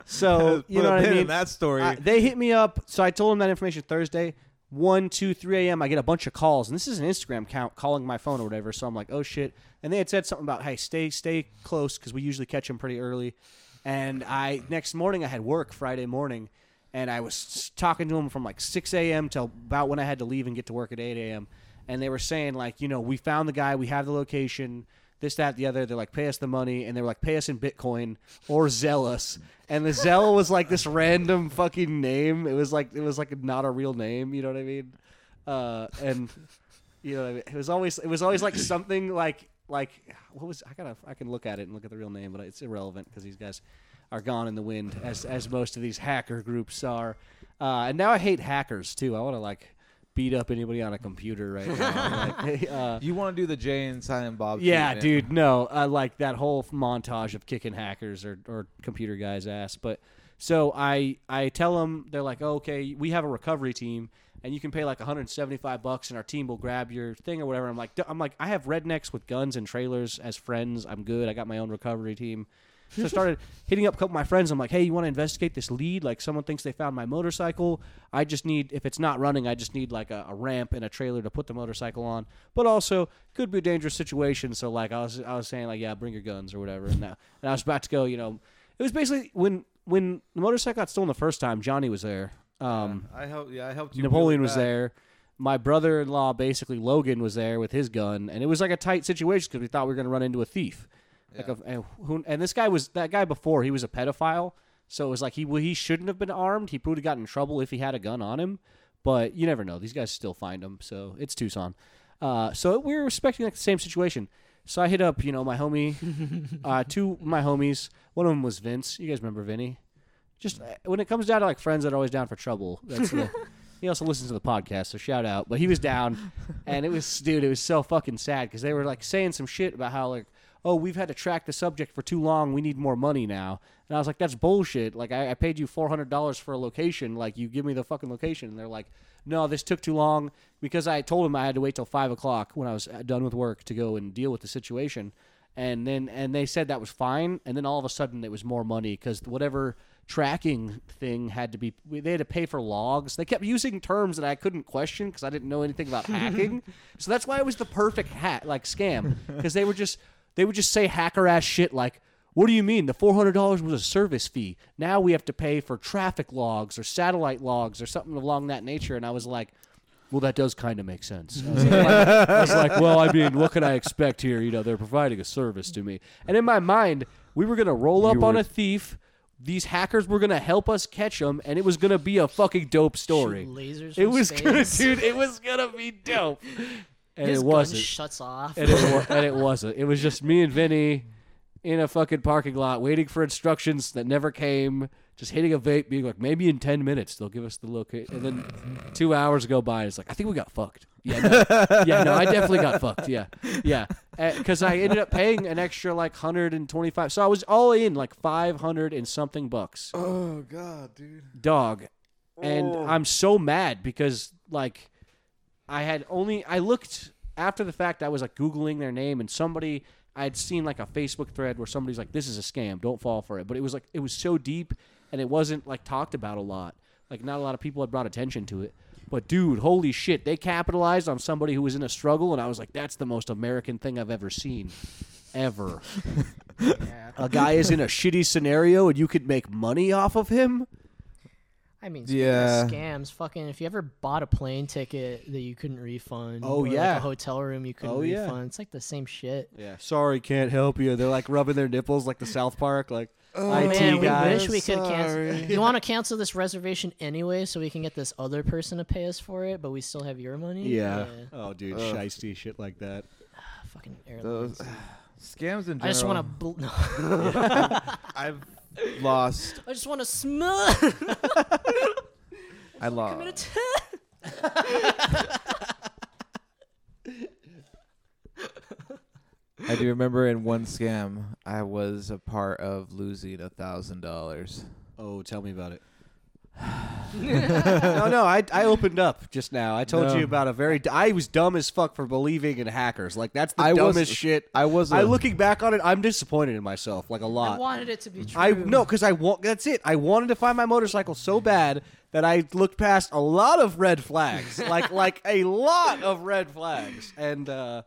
so Put you a know what I pin in mean. that story. I- they hit me up, so I told them that information Thursday. 1, 2, 3 a.m. I get a bunch of calls, and this is an Instagram count calling my phone or whatever. So I'm like, oh shit. And they had said something about, hey, stay stay close because we usually catch them pretty early. And I next morning I had work Friday morning, and I was talking to them from like 6 a.m. till about when I had to leave and get to work at 8 a.m. And they were saying like, you know, we found the guy, we have the location. this, that, the other. They're like, pay us the money, and they were like, pay us in Bitcoin or Zell us. And the Zell was like this random fucking name. It was like it was like not a real name. You know what I mean? Uh, and you know what I mean? it was always it was always like something like like what was I gotta I can look at it and look at the real name, but it's irrelevant because these guys are gone in the wind as as most of these hacker groups are. Uh, and now I hate hackers too. I want to like beat up anybody on a computer right now. Like, uh, You want to do the Jay and Silent Bob? yeah, treatment. dude. No, I like that whole f- montage of kicking hackers or, or computer guys' ass. But so I I tell them they're like, oh, okay, we have a recovery team, and you can pay like 175 bucks, and our team will grab your thing or whatever. I'm like, "D- I'm like, I have rednecks with guns and trailers as friends. I'm good. I got my own recovery team. So I started hitting up a couple of my friends. I'm like, hey, you want to investigate this lead? Like, someone thinks they found my motorcycle. I just need, if it's not running, I just need like a, a ramp and a trailer to put the motorcycle on. But also, could be a dangerous situation. So like, I was, I was saying like, yeah, bring your guns or whatever. And, that, and I was about to go. You know, it was basically when when the motorcycle got stolen the first time, Johnny was there. Um, I helped. Yeah, I helped you. wheel Napoleon it was back. there. My brother-in-law, basically Logan, was there with his gun, and it was like a tight situation because we thought we were going to run into a thief. Like Yeah. a, and, who, and this guy was that guy before he was a pedophile, so it was like he well, he shouldn't have been armed. He would have gotten in trouble if he had a gun on him, but you never know. These guys still find him, so it's Tucson. Uh, so we were expecting like the same situation. So I hit up you know my homie, uh, two of my homies. One of them was Vince. You guys remember Vinny? Just uh, when it comes down to like friends that are always down for trouble. That's the, he also listens to the podcast, so shout out. But he was down, and it was dude, it was so fucking sad because they were like saying some shit about how like, oh, we've had to track the subject for too long. We need more money now. And I was like, that's bullshit. Like I, I paid you four hundred dollars for a location. Like you give me the fucking location. And they're like, no, this took too long because I told him I had to wait till five o'clock when I was uh, done with work to go and deal with the situation and then and they said that was fine and then all of a sudden it was more money because whatever tracking thing had to be they had to pay for logs they kept using terms that i couldn't question because i didn't know anything about hacking so that's why it was the perfect hat like scam because they were just they would just say hacker ass shit like what do you mean? The four hundred dollars was a service fee. Now we have to pay for traffic logs or satellite logs or something along that nature. And I was like, well, that does kind of make sense. I was, like, I was like, well, I mean, what can I expect here? You know, they're providing a service to me. And in my mind, we were gonna roll up on a thief. These hackers were gonna help us catch them, and it was gonna be a fucking dope story. Shoot lasers. It from was gonna, space. dude. It was gonna be dope. And His it gun wasn't shuts off. and it, wa- and it wasn't. It was just me and Vinny in a fucking parking lot waiting for instructions that never came. Just hitting a vape, being like, maybe in ten minutes they'll give us the location. And then two hours go by, and it's like, I think we got fucked. Yeah, no, yeah, no, I definitely got fucked. Yeah, yeah, because I ended up paying an extra like hundred and twenty-five. So I was all in like five hundred and something bucks Oh god, dude. dog and i'm so mad because like i had only i looked after the fact i was like googling their name and somebody i'd seen like a facebook thread where somebody's like this is a scam don't fall for it but it was like it was so deep and it wasn't like talked about a lot like not a lot of people had brought attention to it but dude holy shit they capitalized on somebody who was in a struggle and i was like that's the most american thing i've ever seen ever a guy is in a shitty scenario and you could make money off of him I mean, yeah, Yeah. scams. Fucking, if you ever bought a plane ticket that you couldn't refund, Oh, or, like, yeah. a hotel room you couldn't Oh, yeah. refund, it's like the same shit. Yeah. Sorry, can't help you. They're like rubbing their nipples like the South Park, like IT Oh, Man, we guy. wish we could cancel. sorry. You want to cancel this reservation anyway, so we can get this other person to pay us for it, but we still have your money. yeah. Oh, dude, Ugh. shisty shit like that. fucking airlines. Those scams in general. I just want to. Bl- no. I've lost. I just want to smell. I I'm gonna lost. t- I do remember in one scam, I was a part of losing a thousand dollars. Oh, tell me about it. no, no, I, I opened up just now. I told No. you about a very. d- I was dumb as fuck for believing in hackers. Like that's the I was- dumbest shit. I was. I a- looking back on it, I'm disappointed in myself like a I lot. wanted it to be true. I no, because I want. That's it. I wanted to find my motorcycle so bad that I looked past a lot of red flags, like like a lot of red flags, and uh,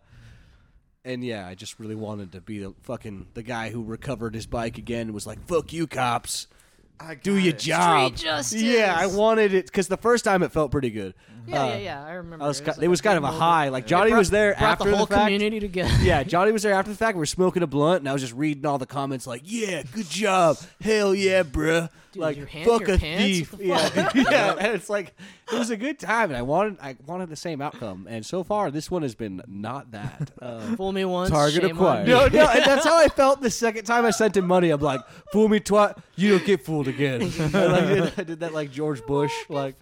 and yeah, I just really wanted to be the fucking the guy who recovered his bike again. and Was like, fuck you, cops. I do got your it. job. Street justice. Yeah, I wanted it because the first time it felt pretty good. Yeah, Uh, yeah, yeah. I remember. I was, ki- like it was kind of a big high. Like Johnny was there moment. Brought after the whole fact. community together. Yeah, Johnny was there after the fact. We were smoking a blunt, and I was just reading all the comments, like, "Yeah, good job, hell yeah, bruh." Dude, like, your hand in fuck your a pants? thief. What the Yeah, yeah. And it's like it was a good time, and I wanted, I wanted the same outcome. And so far, this one has been not that. Uh, Fool me once. Target shame on acquired. me. no, no, and that's how I felt the second time I sent him money. I'm like, fool me twice, you don't get fooled again. And, like, I, did, I did that like George Bush, like.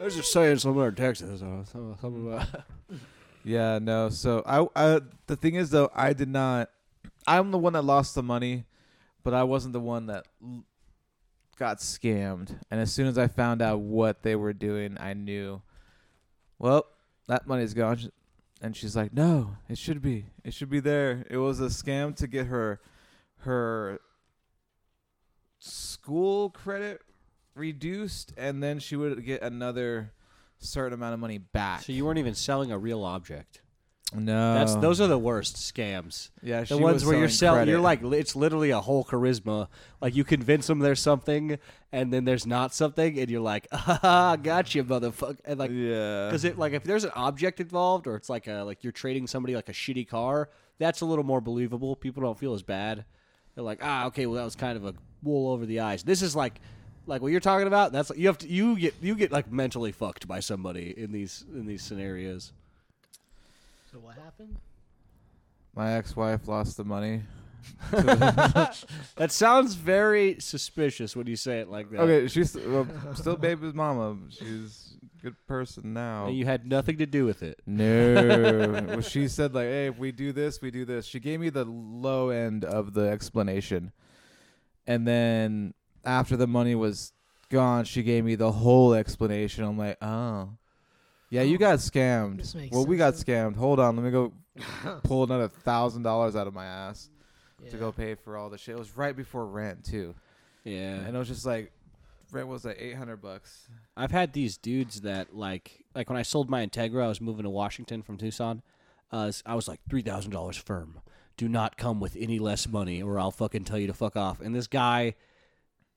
There's a saying somewhere in Texas. Uh, some- some, uh, Yeah, no. So I, I, the thing is though, I did not. I'm the one that lost the money, but I wasn't the one that l- got scammed. And as soon as I found out what they were doing, I knew. Well, that money's gone. Sh- And she's like, "No, it should be. It should be there. It was a scam to get her, her school credit reduced, and then she would get another certain amount of money back. So you weren't even selling a real object. no, That's Uh, those are the worst scams. Yeah, the ones where you're selling, you're like, li- it's literally a whole charisma. Like you convince them there's something, and then there's not something, and you're like, ah, got you, motherfucker. And like, yeah, because it like if there's an object involved, or it's like a like you're trading somebody like a shitty car, that's a little more believable. People don't feel as bad. They're like, ah, okay, well that was kind of a wool over the eyes. This is like. Like what you're talking about, that's like, you have to you get you get like mentally fucked by somebody in these in these scenarios. So what happened? my ex-wife lost the money. That sounds very suspicious when you say it like that. Okay, she's well, still baby's mama. She's a good person now. And you had nothing to do with it. no, well, she said like, hey, if we do this, we do this. She gave me the low end of the explanation, and then after the money was gone, she gave me the whole explanation. I'm like, oh. Yeah, you got scammed. This makes well, we got sense scammed. Hold on, let me go pull another thousand dollars out of my ass. Yeah. to go pay for all the shit. It was right before rent too, Yeah. and it was just like rent was like eight hundred bucks. I've had these dudes that like like when I sold my Integra, I was moving to Washington from Tucson. Uh, s- I was like three thousand dollars firm. Do not come with any less money, or I'll fucking tell you to fuck off. And this guy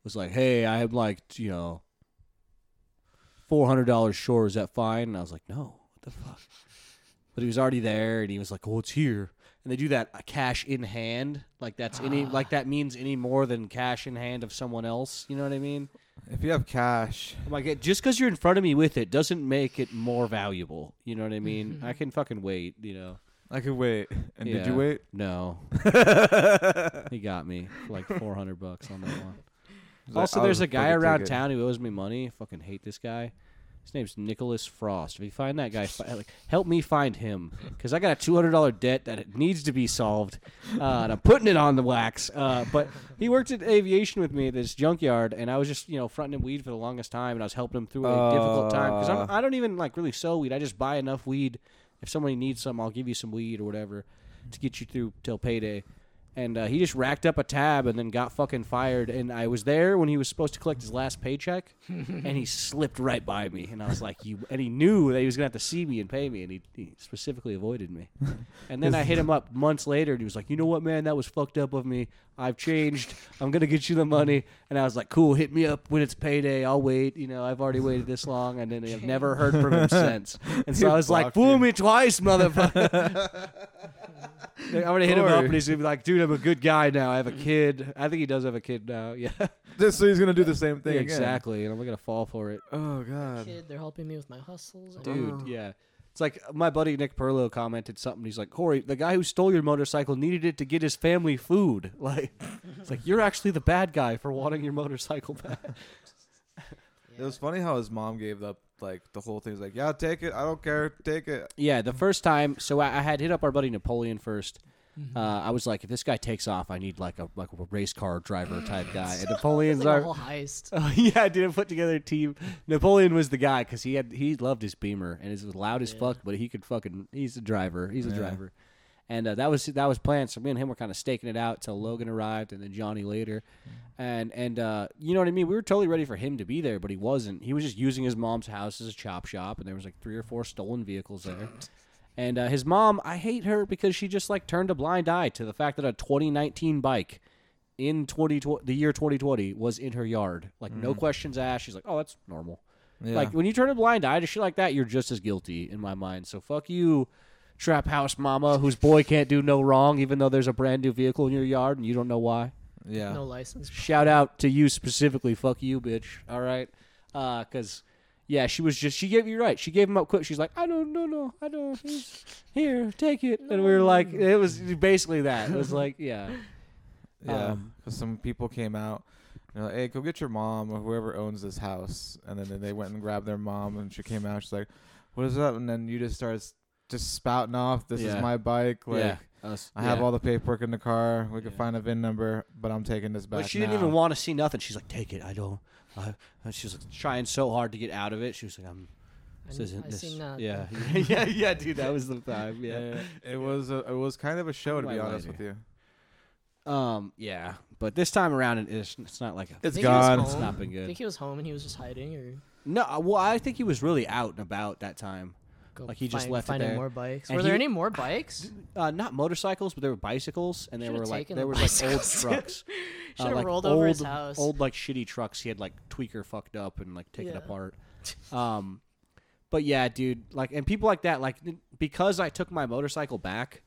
was like, "Hey, I am like you know four hundred dollars short. Is that fine?" And I was like, "No, what the fuck." But he was already there, and he was like, "Oh, it's here." And they do that uh, cash in hand, like that's any like that means any more than cash in hand of someone else. You know what I mean? If you have cash, I'm like, just because you're in front of me with it doesn't make it more valuable. You know what I mean? I can fucking wait, you know? I could wait. And did you Yeah. wait? No. he got me for like 400 bucks on that one. He's like, Also, "I'll there's a guy fucking around take it." town who owes me money. I fucking hate this guy. His name's Nicholas Frost. If you find that guy, fi- like, help me find him because I got a two hundred dollar debt that it needs to be solved, uh, and I'm putting it on the wax. Uh, but he worked at aviation with me at this junkyard, and I was just you know fronting him weed for the longest time, and I was helping him through a difficult time because Uh. I don't even like really sell weed. I just buy enough weed. If somebody needs some, I'll give you some weed or whatever to get you through till payday and uh, he just racked up a tab and then got fucking fired. And I was there when he was supposed to collect his last paycheck, and he slipped right by me. And I was like, "You!" And he knew that he was gonna have to see me and pay me, and he, he specifically avoided me. And then I hit him up months later, and he was like, "You know what, man? That was fucked up of me. I've changed. I'm gonna get you the money." And I was like, "Cool, hit me up when it's payday. I'll wait. You know, I've already waited this long." And then I've never heard from him since. And so He I was like, blocked you. "Fool me twice, motherfucker." I'm gonna hit him up Corey. and he's gonna be like, dude, I'm a good guy now. I have a kid. I think he does have a kid now. Yeah. Just so he's gonna do the same thing again. exactly. And I'm gonna fall for it. Oh Kid, god. they're helping me with my hustles. Dude, Oh. yeah. It's like my buddy Nick Perlo commented something. He's like, Corey, the guy who stole your motorcycle needed it to get his family food. Like it's like you're actually the bad guy for wanting your motorcycle back. Yeah. It was funny how his mom gave up like the whole thing. He's like, yeah, take it. I don't care. Take it. Yeah, the first time, so I, I had hit up our buddy Napoleon 1st Uh, I was like, if this guy takes off, I need like a like a race car driver type guy. And It's Napoleon's like a our whole heist. Oh yeah, dude, I put together a team. Napoleon was the guy because he had he loved his Beamer and it was loud as Yeah. fuck, but he could fucking he's a driver. He's a Yeah. driver, and uh, that was that was planned. So me and him were kind of staking it out till Logan arrived and then Johnny later, and and uh, you know what I mean. We were totally ready for him to be there, but he wasn't. He was just using his mom's house as a chop shop, and there was like three or four stolen vehicles there. And uh, his mom, I hate her because she just like turned a blind eye to the fact that a 2019 bike in 2020, the year 2020 was in her yard. Like, no questions asked. She's like, oh, that's normal. Yeah. Like, when you turn a blind eye to shit like that, you're just as guilty in my mind. So, fuck you, trap house mama, whose boy can't do no wrong, even though there's a brand new vehicle in your yard and you don't know why. yeah. No license. Shout out to you specifically. Fuck you, bitch. All right. Uh, cause yeah, she was just she gave you right. She gave him up quick. She's like, I don't, no, no, I don't. Here's- Here, take it. And we were like, it was basically that. It was like, yeah, Yeah, Um, 'cause some people came out. And they're like, hey, go get your mom or whoever owns this house. And then, then they went and grabbed their mom, and she came out. She's like, "What is up?" And then you just start s- just spouting off, "This Yeah. is my bike. Like, yeah. Us- I have yeah. all the paperwork in the car. We could Yeah. find a VIN number, but I'm taking this back." Like, she didn't now." even want to see nothing. She's like, take it. I don't. I, and she was like, trying so hard to get out of it. She was like, I'm. This I, isn't I this. seen that. yeah, yeah, yeah, dude. That was the vibe. Yeah, Yeah. it was a, it was kind of a show to Why be would I honest do? with you. Um. Yeah. But this time around, it is. It's not like a. It's think it was gone. called- It's not been I good. think he was home and he was just hiding or No, uh, well, I think he was really out and about that time. go Like, he just find, left it finding there. more bikes. And Were there he- any more bikes? Uh, not motorcycles, but there were bicycles, and they Should've were like taken there the was like old bicycles. trucks. Uh, Should have like rolled over his old- house. Old like shitty trucks. He had like tweaker fucked up and like taken Yeah. apart. Um, but yeah, dude, like and people like that, like n- because I took my motorcycle back,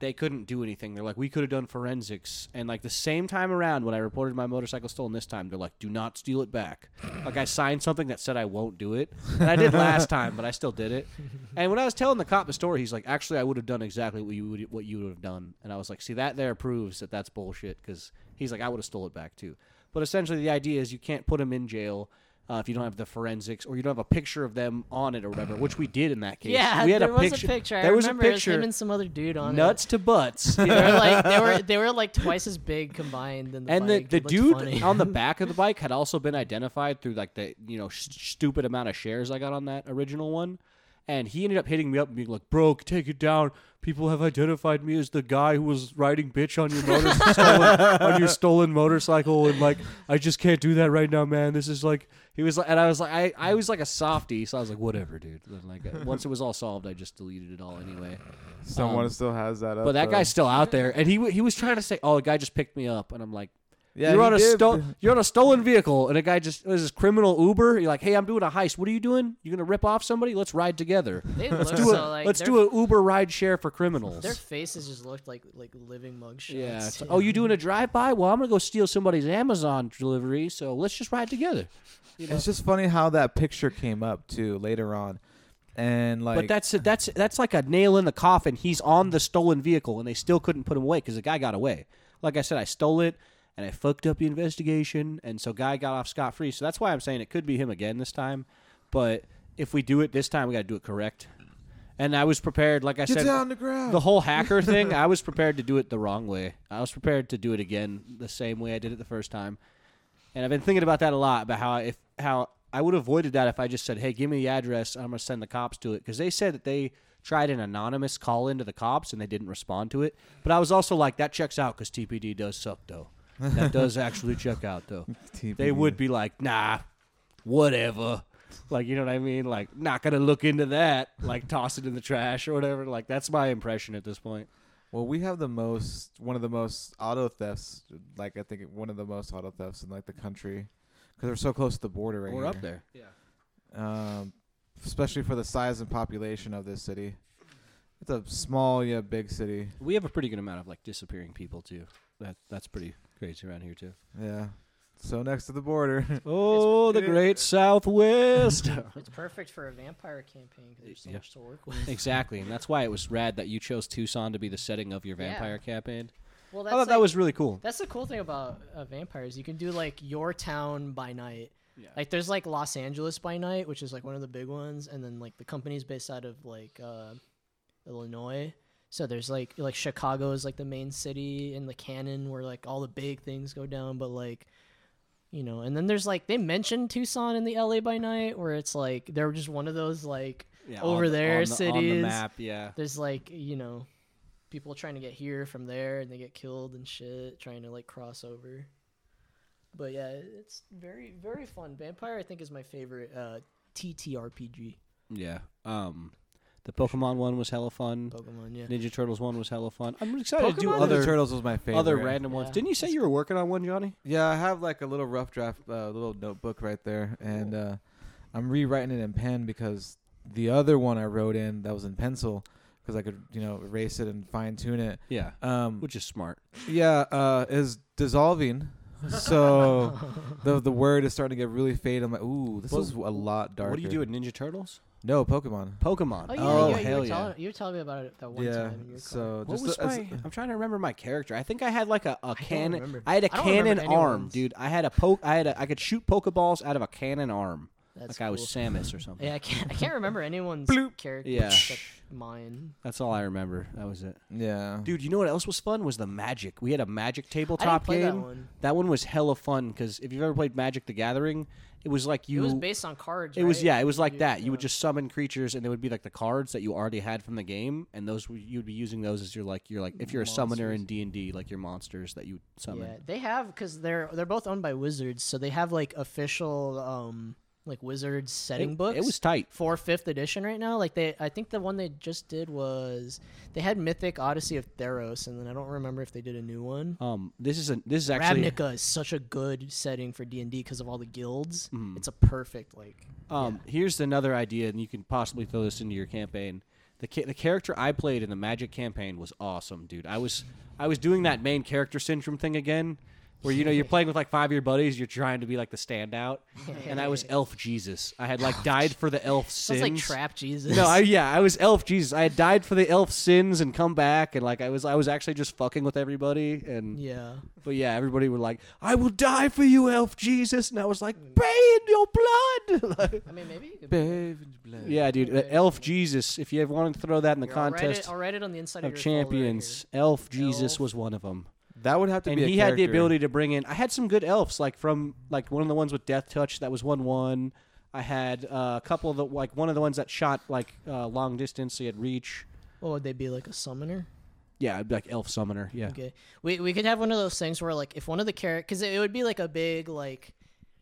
they couldn't do anything. They're like, we could have done forensics, and like the same time around when I reported my motorcycle stolen this time, they're like, do not steal it back. like I signed something that said I won't do it, and I did last time, but I still did it. And when I was telling the cop the story, he's like, actually, I would have done exactly what you would what you would have done, and I was like, see, that there proves that that's bullshit because he's like, I would have stole it back too. But essentially, the idea is you can't put him in jail. Uh, if you don't have the forensics or you don't have a picture of them on it or whatever, which we did in that case, Yeah, we had there a was picture. a picture. I there was a remember it was picture. him and some other dude on nuts to butts. It. They were like they were they were like twice as big combined than the and the, bike. the It looked dude funny. on the back of the bike had also been identified through like the you know sh- stupid amount of shares I got on that original one, and he ended up hitting me up and being like, "Bro, take it down. People have identified me as the guy who was riding bitch on your motor- stolen, on your stolen motorcycle, and like I just can't do that right now, man. This is like." He was like, and I was like, I, I was like a softie, so I was like, whatever, dude. Then, like uh, once it was all solved, I just deleted it all anyway. Someone Um, still has that. Up, But that though. guy's still out there, and he w- he was trying to say, "Oh, a guy just picked me up," and I'm like, yeah, you're he on a did. sto- you're on a stolen vehicle, and a guy just this is criminal Uber. You're like, hey, I'm doing a heist. What are you doing? You're gonna rip off somebody? Let's ride together. they let's Do so, a- like, let's their, do an Uber ride share for criminals. Their faces just looked like like living mugshots. yeah. it's- oh, you doing a drive by? Well, I'm gonna go steal somebody's Amazon delivery. So let's just ride together. You know? It's just funny how that picture came up too later on, and like but that's that's that's like a nail in the coffin. He's on the stolen vehicle, and they still couldn't put him away because the guy got away. Like I said, I stole it, and I fucked up the investigation, and so guy got off scot free. So that's why I'm saying it could be him again this time. But if we do it this time, we got to do it correct. And I was prepared, like I get said, down the ground. the whole hacker thing. I was prepared to do it the wrong way. I was prepared to do it again the same way I did it the first time. And I've been thinking about that a lot about how I- if how I would have avoided that if I just said, "Hey, give me the address. I'm gonna send the cops to it." Because they said that they tried an anonymous call in to the cops and they didn't respond to it. But I was also like, "That checks out because TPD does suck, though. That does actually check out, though. They would be like, nah, whatever." Like you know what I mean? Like not gonna look into that. Like toss it in the trash or whatever. Like that's my impression at this point. Well, we have the most, one of the most auto thefts. Like I think one of the most auto thefts in like the country, because we're so close to the border right We're here. up there. Yeah. um, especially for the size and population of this city. It's a small yet big city. We have a pretty good amount of like disappearing people too. That that's pretty crazy around here too. Yeah, so next to the border. Oh, the it- great Southwest. It's perfect for a vampire campaign because there's so Yeah. much to work with. exactly, and that's why it was rad that you chose Tucson to be the setting of your vampire campaign. Well, I that's thought like- that was really cool. That's the cool thing about uh, vampires. You can do like your town by night. Yeah. Like there's like Los Angeles by night, which is like one of the big ones, and then like the company's based out of like uh, Illinois. So there's like like Chicago is like the main city and the canon where like all the big things go down, but like you know, and then there's like they mentioned Tucson in the LA by night where it's like they're just one of those like over there cities. yeah. There's like, you know, people trying to get here from there and they get killed and shit, trying to like cross over. But yeah, it's very, very fun. Vampire, I think, is my favorite uh, TTRPG. Yeah. Um, The Pokemon one was hella fun. Pokemon, yeah. Ninja Turtles one was hella fun. I'm excited to do Pokemon other Ninja Turtles was my favorite. other random ones. Yeah. Didn't you say you were working on one, Johnny? Yeah, I have like a little rough draft, uh, little notebook right there, and uh, I'm rewriting it in pen because the other one I wrote in that was in pencil because I could you know erase it and fine tune it. Yeah, Um, which is smart. yeah, uh, is dissolving. So the the word is starting to get really faded. I'm like, ooh, this What- is a lot darker. What do you do with Ninja Turtles? No Pokemon. Pokemon. Oh, yeah, Oh, yeah, you, hell were yeah. telling, you were telling me about it that one yeah. time. In your car. So What just was as- my? I'm trying to remember my character. I think I had like a, a don't cannon. remember. I had a I don't remember cannon arm, anyone's. dude. I had a poke. I had a. I could shoot pokeballs out of a cannon arm. That's like I was cool. Samus or something. Yeah, I can't. I can't remember anyone's character Yeah. except mine. That's all I remember. That was it. yeah. Dude, you know what else was fun? Was the Magic. We had a Magic I didn't tabletop play game. that one. That one was hella fun because if you've ever played Magic: The Gathering, it was like you. it was based on cards. it was- right? yeah, it was You like do- that. You would yeah. just summon creatures, and there would be like the cards that you already had from the game, and those were- you'd be using those as your like your like if you're a summoner in D and D, like your monsters that you summon. Yeah, they have because they're they're both owned by Wizards, so they have like official um like Wizards setting it, books. it was tight. for fifth edition right now. Like they, I think the one they just did was they had Mythic Odyssey of Theros, and then I don't remember if they did a new one. Um, this is a this is actually Ravnica is such a good setting for D and D because of all the guilds. Mm-hmm. It's a perfect like. Um, Here's another idea, and you can possibly throw this into your campaign. The, ca- the character I played in the Magic campaign was awesome, dude. I was I was doing that main character syndrome thing again, where you know you're playing with like five of your buddies, you're trying to be like the standout, and I was Elf Jesus. I had like died for the elf Sounds sins. like Trap Jesus. No, I, yeah, I was Elf Jesus. I had died for the elf sins and come back, and like I was I was actually just fucking with everybody, and yeah. but yeah, everybody were like, "I will die for you, Elf Jesus," and I was like, "Pray in your blood." Like- I mean, maybe you could. yeah, dude. uh, Elf Jesus. If you ever wanted to throw that in the Here, I'll write it- contest I'll write it on the inside of your folder right champions, Elf Jesus Elf. was one of them, That would have to and be. a he had the character. ability to bring in. I had some good elves, like from like one of the ones with Death Touch. That was one one. I had uh, a couple of the like one of the ones that shot like uh, long distance. He had reach. here. What would they be like a summoner? Yeah, I'd be like elf summoner. Yeah, Okay. We we could have one of those things where like if one of the characters, because it, it would be like a big like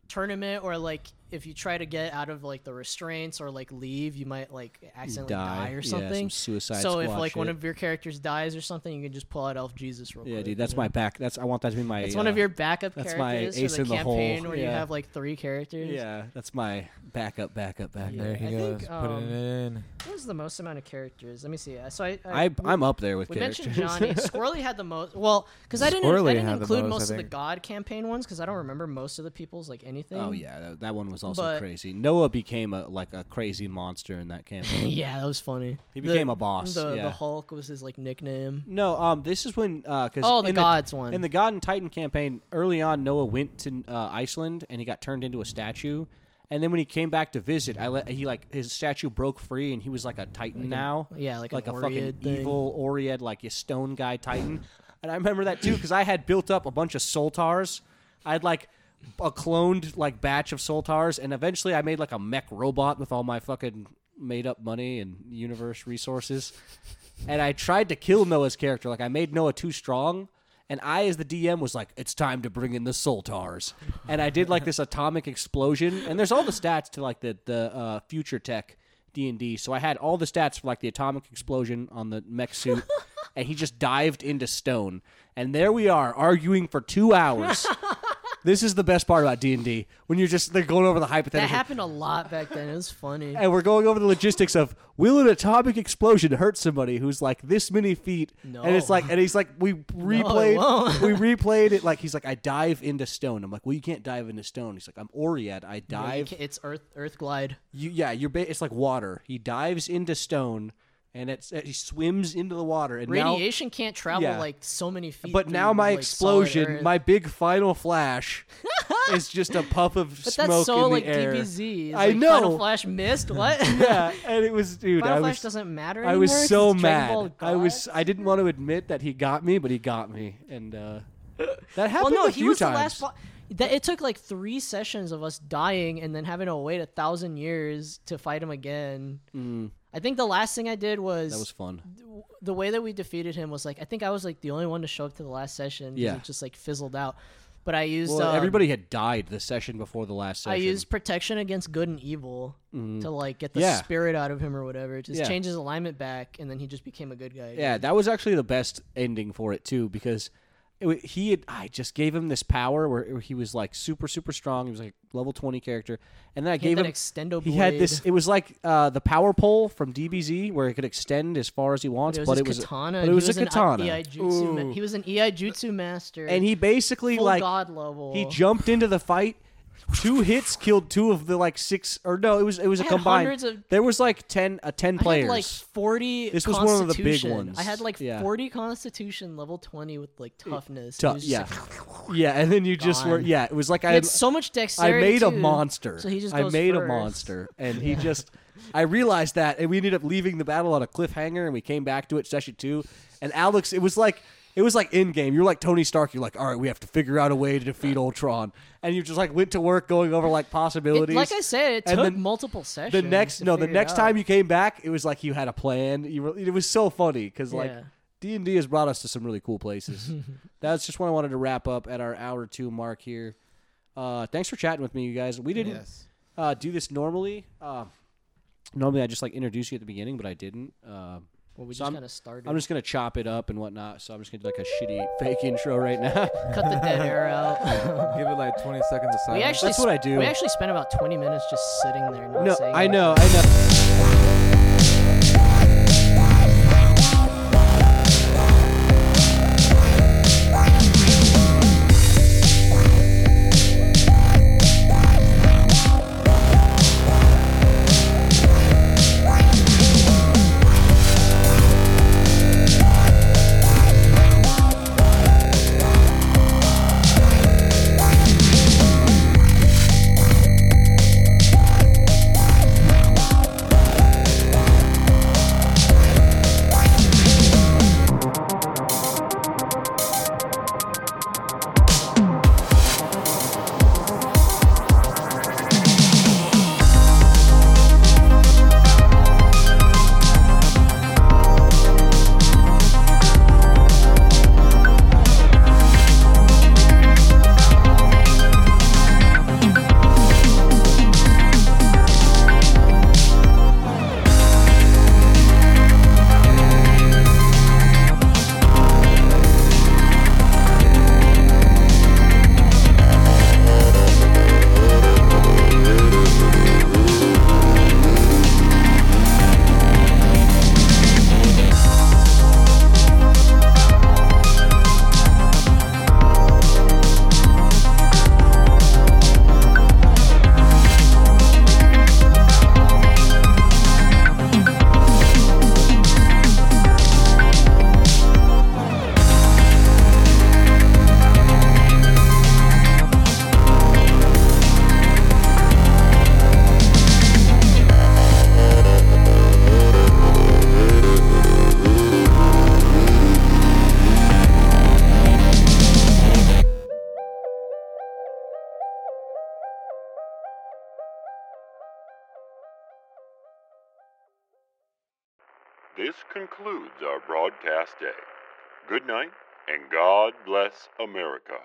tournament or like if you try to get out of like the restraints or like leave, you might like accidentally die, or Yeah, something. some suicide. so if Squad like one shit. of your characters dies or something, you can just pull out Elf Jesus real yeah, quick. dude, that's my back. That's I want that to be my. It's one uh, of your backup that's my characters ace for the in the hole, campaign where you yeah. have like three characters. Yeah, that's my backup, backup, backup. There he I goes, think, putting um, it in. What was the most amount of characters? Let me see. Uh, So I, I, I, I'm up there with We characters. mentioned Johnny. Squirrely had the most. Well, because I didn't, Squirrely I didn't had the include most, I most of the think. God campaign ones because I don't remember most of the people's like anything. Oh yeah, that, that one was also But- crazy. Noah became a like a crazy monster in that campaign. yeah, that was funny. He became a boss, The, yeah. the Hulk was his like nickname. no, um, this is when uh, cause Oh, the in gods one. in the God and Titan campaign early on, Noah went to uh, Iceland and he got turned into a statue. And then when he came back to visit, I let he like his statue broke free and he was like a Titan now. yeah, like an like a fucking Oread thing. evil Oread, like a stone guy Titan. and I remember that too because I had built up a bunch of Soltars. I had like a cloned like batch of Soltars, and eventually I made like a mech robot with all my fucking made up money and universe resources. And I tried to kill Noah's character. Like I made Noah too strong. And I, as the DM, was like, "It's time to bring in the Soltars," and I did like this atomic explosion. And there's all the stats to like the the uh, future tech D and D. So I had all the stats for like the atomic explosion on the mech suit, and he just dived into stone. And there we are arguing for two hours. this is the best part about D and D when you're just they're going over the That hypothetical. happened a lot back then. It was funny. And we're going over the logistics of will an atomic explosion hurt somebody who's like this many feet? And it's No. like, and he's like, we replayed, won't. we replayed it. Like he's like, I dive into stone. I'm like, well, you can't dive into stone. He's like, I'm Oriad. I You know, you dive ca- it's Earth Earth Glide. you yeah you're ba- it's like water he dives into stone and it's uh, he swims into the water and Radiation can't travel yeah. like so many now feet. but now through, my like, solid explosion Earth. my big final flash is just a puff of But smoke that's so in the like air DBZ. It's I like, know. Final Flash missed what? yeah and it was dude Final i Flash was doesn't matter. I was anymore 'cause so it's Dragon Ball mad. I was. God? I didn't want to admit that he got me, but he got me, and uh, that happened well, no, a he few was times. the last. Fla- that it took like three sessions of us dying and then having to wait a thousand years to fight him again. I think the last thing I did was, Mm. that was fun. the way that we defeated him was like I think I was like the only one to show up to the last session. 'cause Yeah. it just like fizzled out. But I used Well, um, everybody had died the session before the last session. Mm-hmm. I used protection against good and evil to like get the Yeah. spirit out of him or whatever. Just Yeah. change his alignment back, and then he just became a good guy. Yeah, that was actually the best ending for it too because it, wa- he had I just gave him this power where where he was like super super strong. He was like level twenty character, and then I He had gave that him extendo He had this. blade. It was like uh, the power pole from DBZ where it could extend as far as he wants, But it was but his it was katana. But and it was, he was a katana, An EI jutsu ma- Ooh. he was an EI jutsu master, and he basically full like god level. he jumped into the fight. Two hits killed two of the like six or no, it was it was a I had combined. hundreds of- there was like ten a ten I players. had like forty. This was one of the big constitution. ones. I had like Yeah. forty constitution, level twenty with like toughness. Tou- It was just, yeah, like, yeah, and then you just were Gone. yeah. It was like he I had so much I dexterity. made a too, monster. So he just I goes made a first. monster, and he just. I realized that, and we ended up leaving the battle on a cliffhanger, and we came back to it session two, and Alex, it was like. It was like in game. You're like Tony Stark. You're like, all right, we have to figure out a way to defeat Ultron, and you just like went to work going over like It, possibilities. like I said, it And took then multiple sessions. the next to no, the figure it next out. time you came back, it was like you had a plan. You were, it was so funny because like Yeah. D and D has brought us to some really cool places. That's just what I wanted to wrap up at our hour two mark here. Uh, thanks for chatting with me, you guys. We didn't Yes. uh, do this normally. Uh, normally, I just like introduce you at the beginning, but I didn't. Uh, Well, we So just I'm- kind of started. I'm just gonna chop it up and whatnot. So I'm just gonna do like a shitty fake intro right now. Cut the dead air out. Give it like 20 seconds of we silence. actually That's what I sp- do. We actually spent about 20 minutes just sitting there. Not no, saying I anything. know, I know. This concludes our broadcast day. Good night, and God bless America.